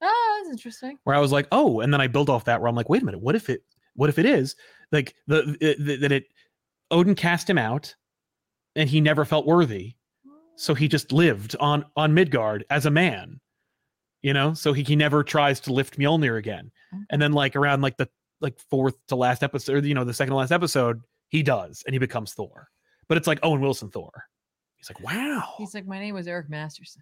A: Oh, that's interesting.
B: Where I was like, "Oh," and then I built off that where I'm like, "Wait a minute, what if it what if it is like the, the, the that it Odin cast him out and he never felt worthy so he just lived on on Midgard as a man, you know. So he, he never tries to lift Mjolnir again.
A: Mm,
B: And then like around like the like fourth to last episode, or, you know, the second to last episode, he does, and he becomes Thor. But it's like Owen Wilson Thor. He's like, wow.
A: He's like, my name was Eric Masterson.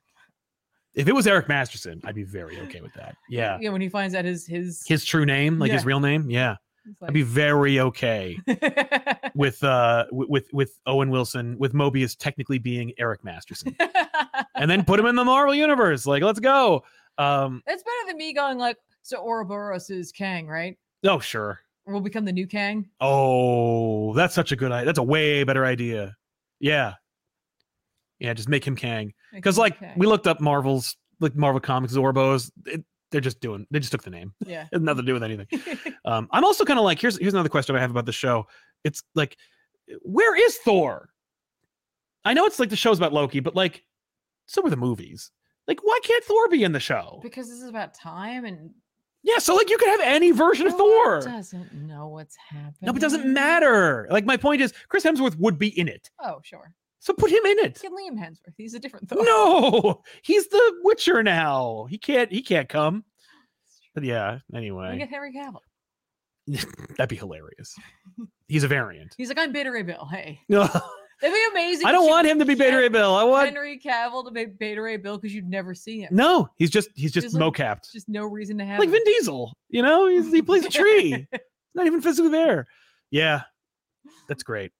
B: if it was Eric Masterson, I'd be very okay with that. Yeah,
A: Yeah. When he finds out his his,
B: his true name, like his
A: Yeah.
B: real name. Yeah,
A: he's
B: I'd be very okay
A: like-
B: with uh with with- with Owen Wilson with Mobius technically being Eric Masterson, and then put him in the Marvel universe. Like, let's go. Um,
A: That's better than me going like, so Ouroboros is Kang, right?
B: oh sure.
A: We'll become the new Kang.
B: Oh, that's such a good idea. That's a way better idea. Yeah. Yeah, just make him Kang.
A: Make
B: Because
A: him
B: like
A: Kang.
B: we looked up Marvel's like Marvel Comics Zorbos. It, they're just doing they just took the name.
A: yeah.
B: It has nothing to do with anything. Um, I'm also kind of like, here's here's another question I have about the show. It's like, where is Thor? I know it's like the show's about Loki, but like, so were the movies. Like, why can't Thor be in the show?
A: because this is about time and
B: Yeah, so like you could have any version of Thor.
A: Thor doesn't know what's happening.
B: No, but it doesn't matter. Like my point is, Chris Hemsworth would be in it.
A: Oh, sure.
B: So put him in it.
A: Get Liam Hemsworth. He's a different Thor.
B: No, he's the Witcher now. He can't. He can't come. But yeah.
A: Look
B: Anyway,
A: at Henry Cavill.
B: that'd be hilarious. He's a variant.
A: He's like, I'm Beta Ray Bill. Hey,
B: No,
A: that'd be amazing.
B: I
A: if
B: don't
A: she
B: want him to be
A: could
B: Beta Ray
A: have
B: Bill. I want
A: Henry Cavill to be Beta Ray Bill because you'd never see him.
B: no. He's just. He's just
A: He's like-
B: mocapped,
A: There's just no reason to have
B: like
A: him.
B: Vin Diesel. You know, he's, he plays a tree. He's not even physically there. Yeah, that's great.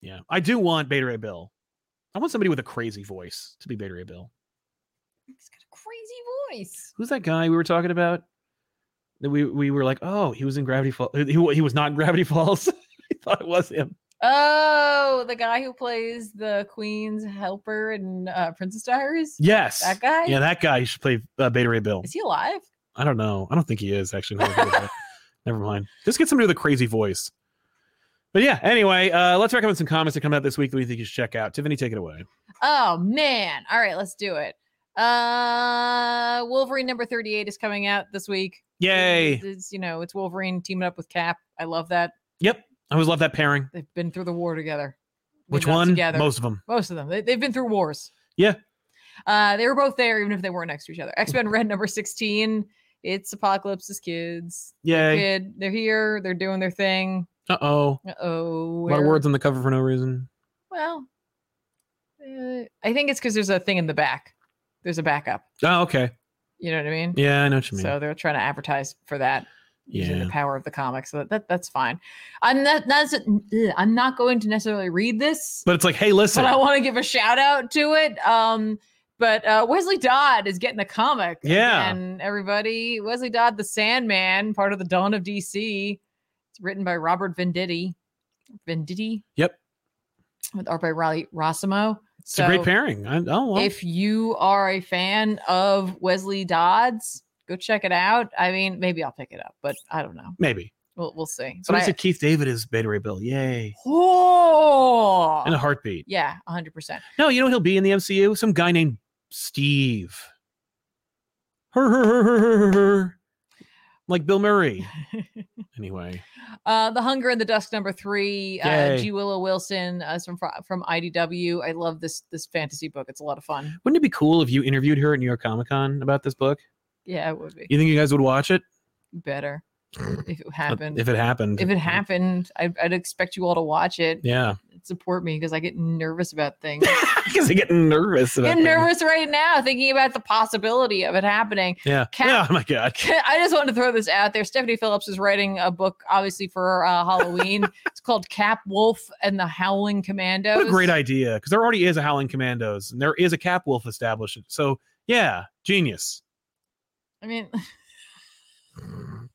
B: Yeah, I do want Beta Ray Bill. I want somebody with a crazy voice to be Beta Ray Bill.
A: He's got a crazy voice.
B: who's that guy we were talking about that we we were like oh he was in gravity falls he, wa- he was not in gravity falls i thought it was him
A: Oh, the guy who plays the Queen's helper in uh, Princess Diaries.
B: Yes.
A: That guy.
B: Yeah, that guy should play uh, Beta Ray Bill.
A: Is he alive?
B: I don't know. I don't think he is actually. Now that I think about it. Never mind. Just get somebody with a crazy voice. But yeah, anyway, uh, let's recommend some comics that come out this week that we think you should check out. Tiffany, take it away.
A: Oh man! All right, let's do it. Uh, Wolverine number thirty-eight is coming out this week.
B: Yay.
A: It's, it's, you know it's Wolverine teaming up with Cap. I love that
B: Yep. I always love that pairing.
A: they've been through the war together. They've
B: Which
A: been up
B: one?
A: Together.
B: Most of them.
A: Most of them. They, they've been through wars.
B: Yeah.
A: Uh, they were both there, even if they weren't next to each other. X Men Red number 16. It's Apocalypse's kids.
B: Yay.
A: Kid, they're here. They're doing their thing.
B: Uh oh.
A: Uh oh.
B: A lot of words on the cover for no reason.
A: Well, uh, I think it's because there's a thing in the back. There's a backup.
B: Oh, okay.
A: You know what I mean?
B: Yeah, I know what you mean.
A: So they're trying to advertise for that using
B: yeah.
A: the power of the comics. So that, that's fine. I'm not, not ugh, I'm not going to necessarily read this.
B: But it's like, hey, listen.
A: but I want to give a shout out to it. Um, but uh, Wesley Dodd is getting a comic.
B: Yeah.
A: and everybody, Wesley Dodd, the Sandman, part of the Dawn of DC. It's written by Robert Venditti. Venditti.
B: Yep.
A: With art by Riley Rossimo.
B: It's a great pairing. I, oh, well.
A: If you are a fan of Wesley Dodd's, go check it out. I mean, maybe I'll pick it up, but I don't know.
B: maybe.
A: We'll we'll see.
B: Somebody
A: But I-
B: said Keith David is Beta Ray Bill. Yay.
A: oh,
B: In a heartbeat.
A: yeah, hundred percent.
B: No, you know what he'll be in the MCU? Some guy named Steve. Her, her, her, her, her, her, her. Like Bill Murray. Anyway.
A: Uh, the Hunger and the Dusk number three. Uh,
B: Yay.
A: G. Willow Wilson uh, is from fr- from IDW. I love this this fantasy book. It's a lot of fun.
B: Wouldn't it be cool if you interviewed her at New York Comic Con about this book?
A: Yeah, it would be
B: You think you guys would watch it?
A: better if it
B: Uh,
A: happened.
B: If it happened.
A: If it happened, I'd, I'd expect you all to watch it.
B: Yeah.
A: Support me because I get nervous about things.
B: Because I get nervous about
A: I'm
B: things.
A: nervous right now thinking about the possibility of it happening.
B: Yeah.
A: Cat-
B: oh my God.
A: I just wanted to throw this out there. Stephanie Phillips is writing a book, obviously for uh, Halloween. it's called Cap Wolf and the Howling Commandos.
B: What a great idea. Because there already is a Howling Commandos and there is a Cap Wolf established. So, yeah, genius.
A: I mean,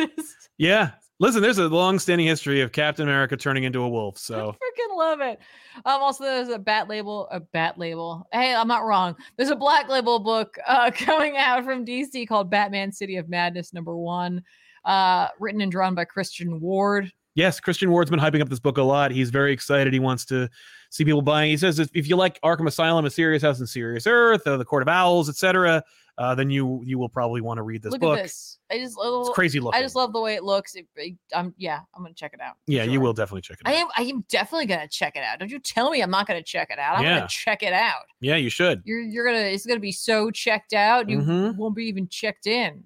A: Look at this.
B: Yeah. Listen, there's a long standing history of Captain America turning into a wolf. So,
A: I freaking love it. Um, also there's a bat label, a bat label. Hey, I'm not wrong. There's a black label book uh coming out from DC called Batman City of Madness number one. Uh written and drawn by Christian Ward.
B: yes, Christian Ward's been hyping up this book a lot. He's very excited. He wants to see people buying. He says if, if you like Arkham Asylum, A Serious House, and Serious Earth, uh, The Court of Owls, etc., uh, then you you will probably want to read this
A: Look
B: book.
A: at this. I just
B: It's
A: love
B: crazy looking.
A: I just love the way it looks. It, it- I'm yeah, I'm gonna check it out. for
B: Yeah, you
A: sure.
B: will definitely check it
A: I
B: out.
A: am I am definitely gonna check it out. Don't you tell me I'm not gonna check it out. I'm
B: Yeah.
A: gonna check it out.
B: yeah, you should.
A: You're you're gonna it's gonna be so checked out, you
B: Mhm.
A: won't be even checked in.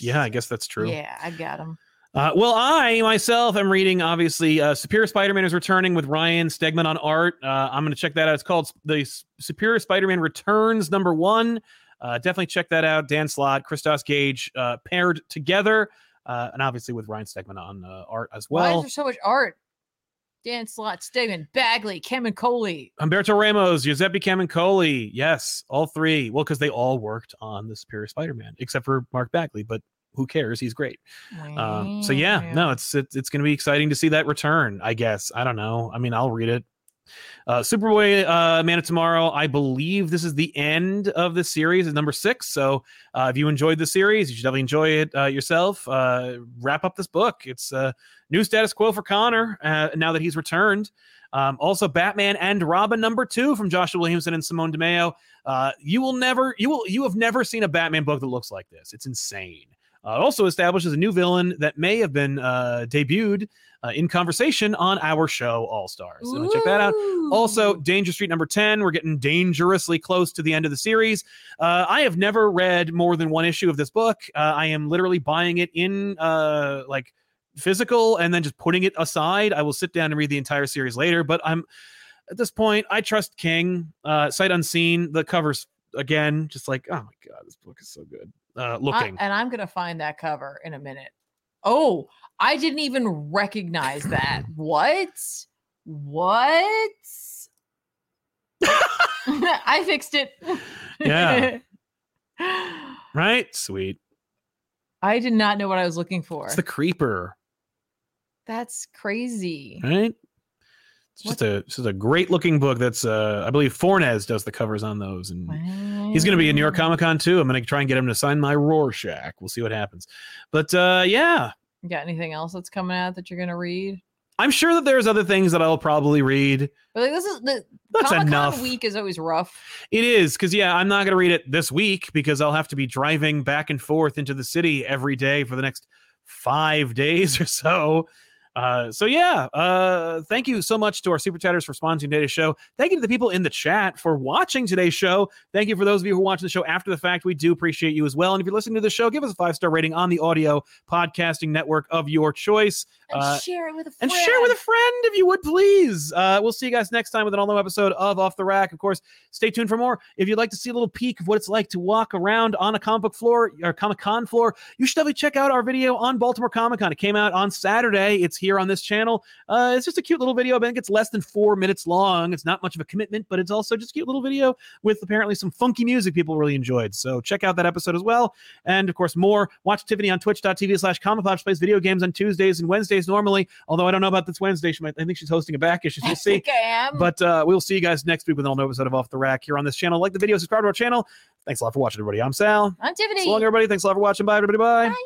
B: Yeah, I guess that's true.
A: Yeah, I got him.
B: Uh, well, I myself am reading, obviously, uh, Superior Spider Man is returning with Ryan Stegman on art. Uh, I'm going to check that out. It's called S- The S- Superior Spider Man Returns, number one. Uh, definitely check that out. Dan Slott, Christos Gage uh, paired together, uh, and obviously with Ryan Stegman on uh, art as
A: Why
B: well.
A: is there so much art? Dan Slott, Stegman, Bagley, Kevin Coley.
B: Humberto Ramos, Giuseppe Camincoli. Yes, all three. Well, because they all worked on The Superior Spider Man, except for Mark Bagley, but who cares? He's great. Um, so yeah, no, it's it, it's going to be exciting to see that return. I guess I don't know. I mean, I'll read it. Uh, Superboy, uh, Man of Tomorrow. I believe this is the end of the series, is number six. So uh, if you enjoyed the series, you should definitely enjoy it uh, yourself. Uh, wrap up this book. It's uh, new status quo for Connor uh, now that he's returned. Um, also, Batman and Robin number two from Joshua Williamson and Simone DeMeo. Uh, you will never, you will, you have never seen a Batman book that looks like this. It's insane. Uh, it also establishes a new villain that may have been uh, debuted uh, in conversation on our show All Stars. So check that out. Also, Danger Street number 10. We're getting dangerously close to the end of the series. Uh, I have never read more than one issue of this book. Uh, I am literally buying it in uh, like physical and then just putting it aside. I will sit down and read the entire series later, but I'm at this point, I trust King. Uh, Sight Unseen, the covers again, just like, oh my God, this book is so good. Uh,
A: I-
B: looking.
A: and I'm gonna find that cover in a minute. Oh, I didn't even recognize that. What? What? I fixed it.
B: Yeah. right? Sweet.
A: I did not know what I was looking for.
B: It's the creeper.
A: That's crazy.
B: right? It's just a this is a great looking book. That's uh, I believe Fornes does the covers on those, and he's going to be in New York
A: Wow.
B: Comic Con too. I'm going to try and get him to sign my Rorschach. We'll see what happens. But uh, yeah,
A: You Got anything else that's coming out that you're going to read?
B: I'm sure that there's other things that I'll probably read.
A: But like, this is the
B: That's
A: Comic
B: enough.
A: Con week is always rough.
B: It is because yeah, I'm not going to read it this week because I'll have to be driving back and forth into the city every day for the next five days or so. Uh, so yeah, uh, thank you so much to our super chatters for sponsoring today's show. Thank you to the people in the chat for watching today's show. Thank you for those of you who are watching the show after the fact. We do appreciate you as well. And if you're listening to the show, give us a five star rating on the audio podcasting network of your choice
A: And
B: Uh,
A: share it with a friend.
B: and share with a friend if you would please uh, we'll see you guys next time with an all-new episode of off the rack of course stay tuned for more if you'd like to see a little peek of what it's like to walk around on a comic book floor or comic con floor you should definitely check out our video on baltimore comic con it came out on saturday it's here on this channel uh, it's just a cute little video i think it's less than four minutes long it's not much of a commitment but it's also just a cute little video with apparently some funky music people really enjoyed so check out that episode as well and of course more watch tiffany on twitch.tv slash comic Pop. She plays video games on tuesdays and wednesdays normally Although I don't know about this Wednesday, she might, I think she's hosting a back issue. so
A: I
B: We'll see.
A: think I am.
B: But uh, we'll see you guys next week with an all new episode of Off the Rack here on this channel. Like the video, subscribe to our channel. Thanks a lot for watching, everybody. I'm Sal.
A: I'm Tiffany.
B: So long, everybody. Thanks a lot for watching. Bye, everybody. Bye.
A: Bye.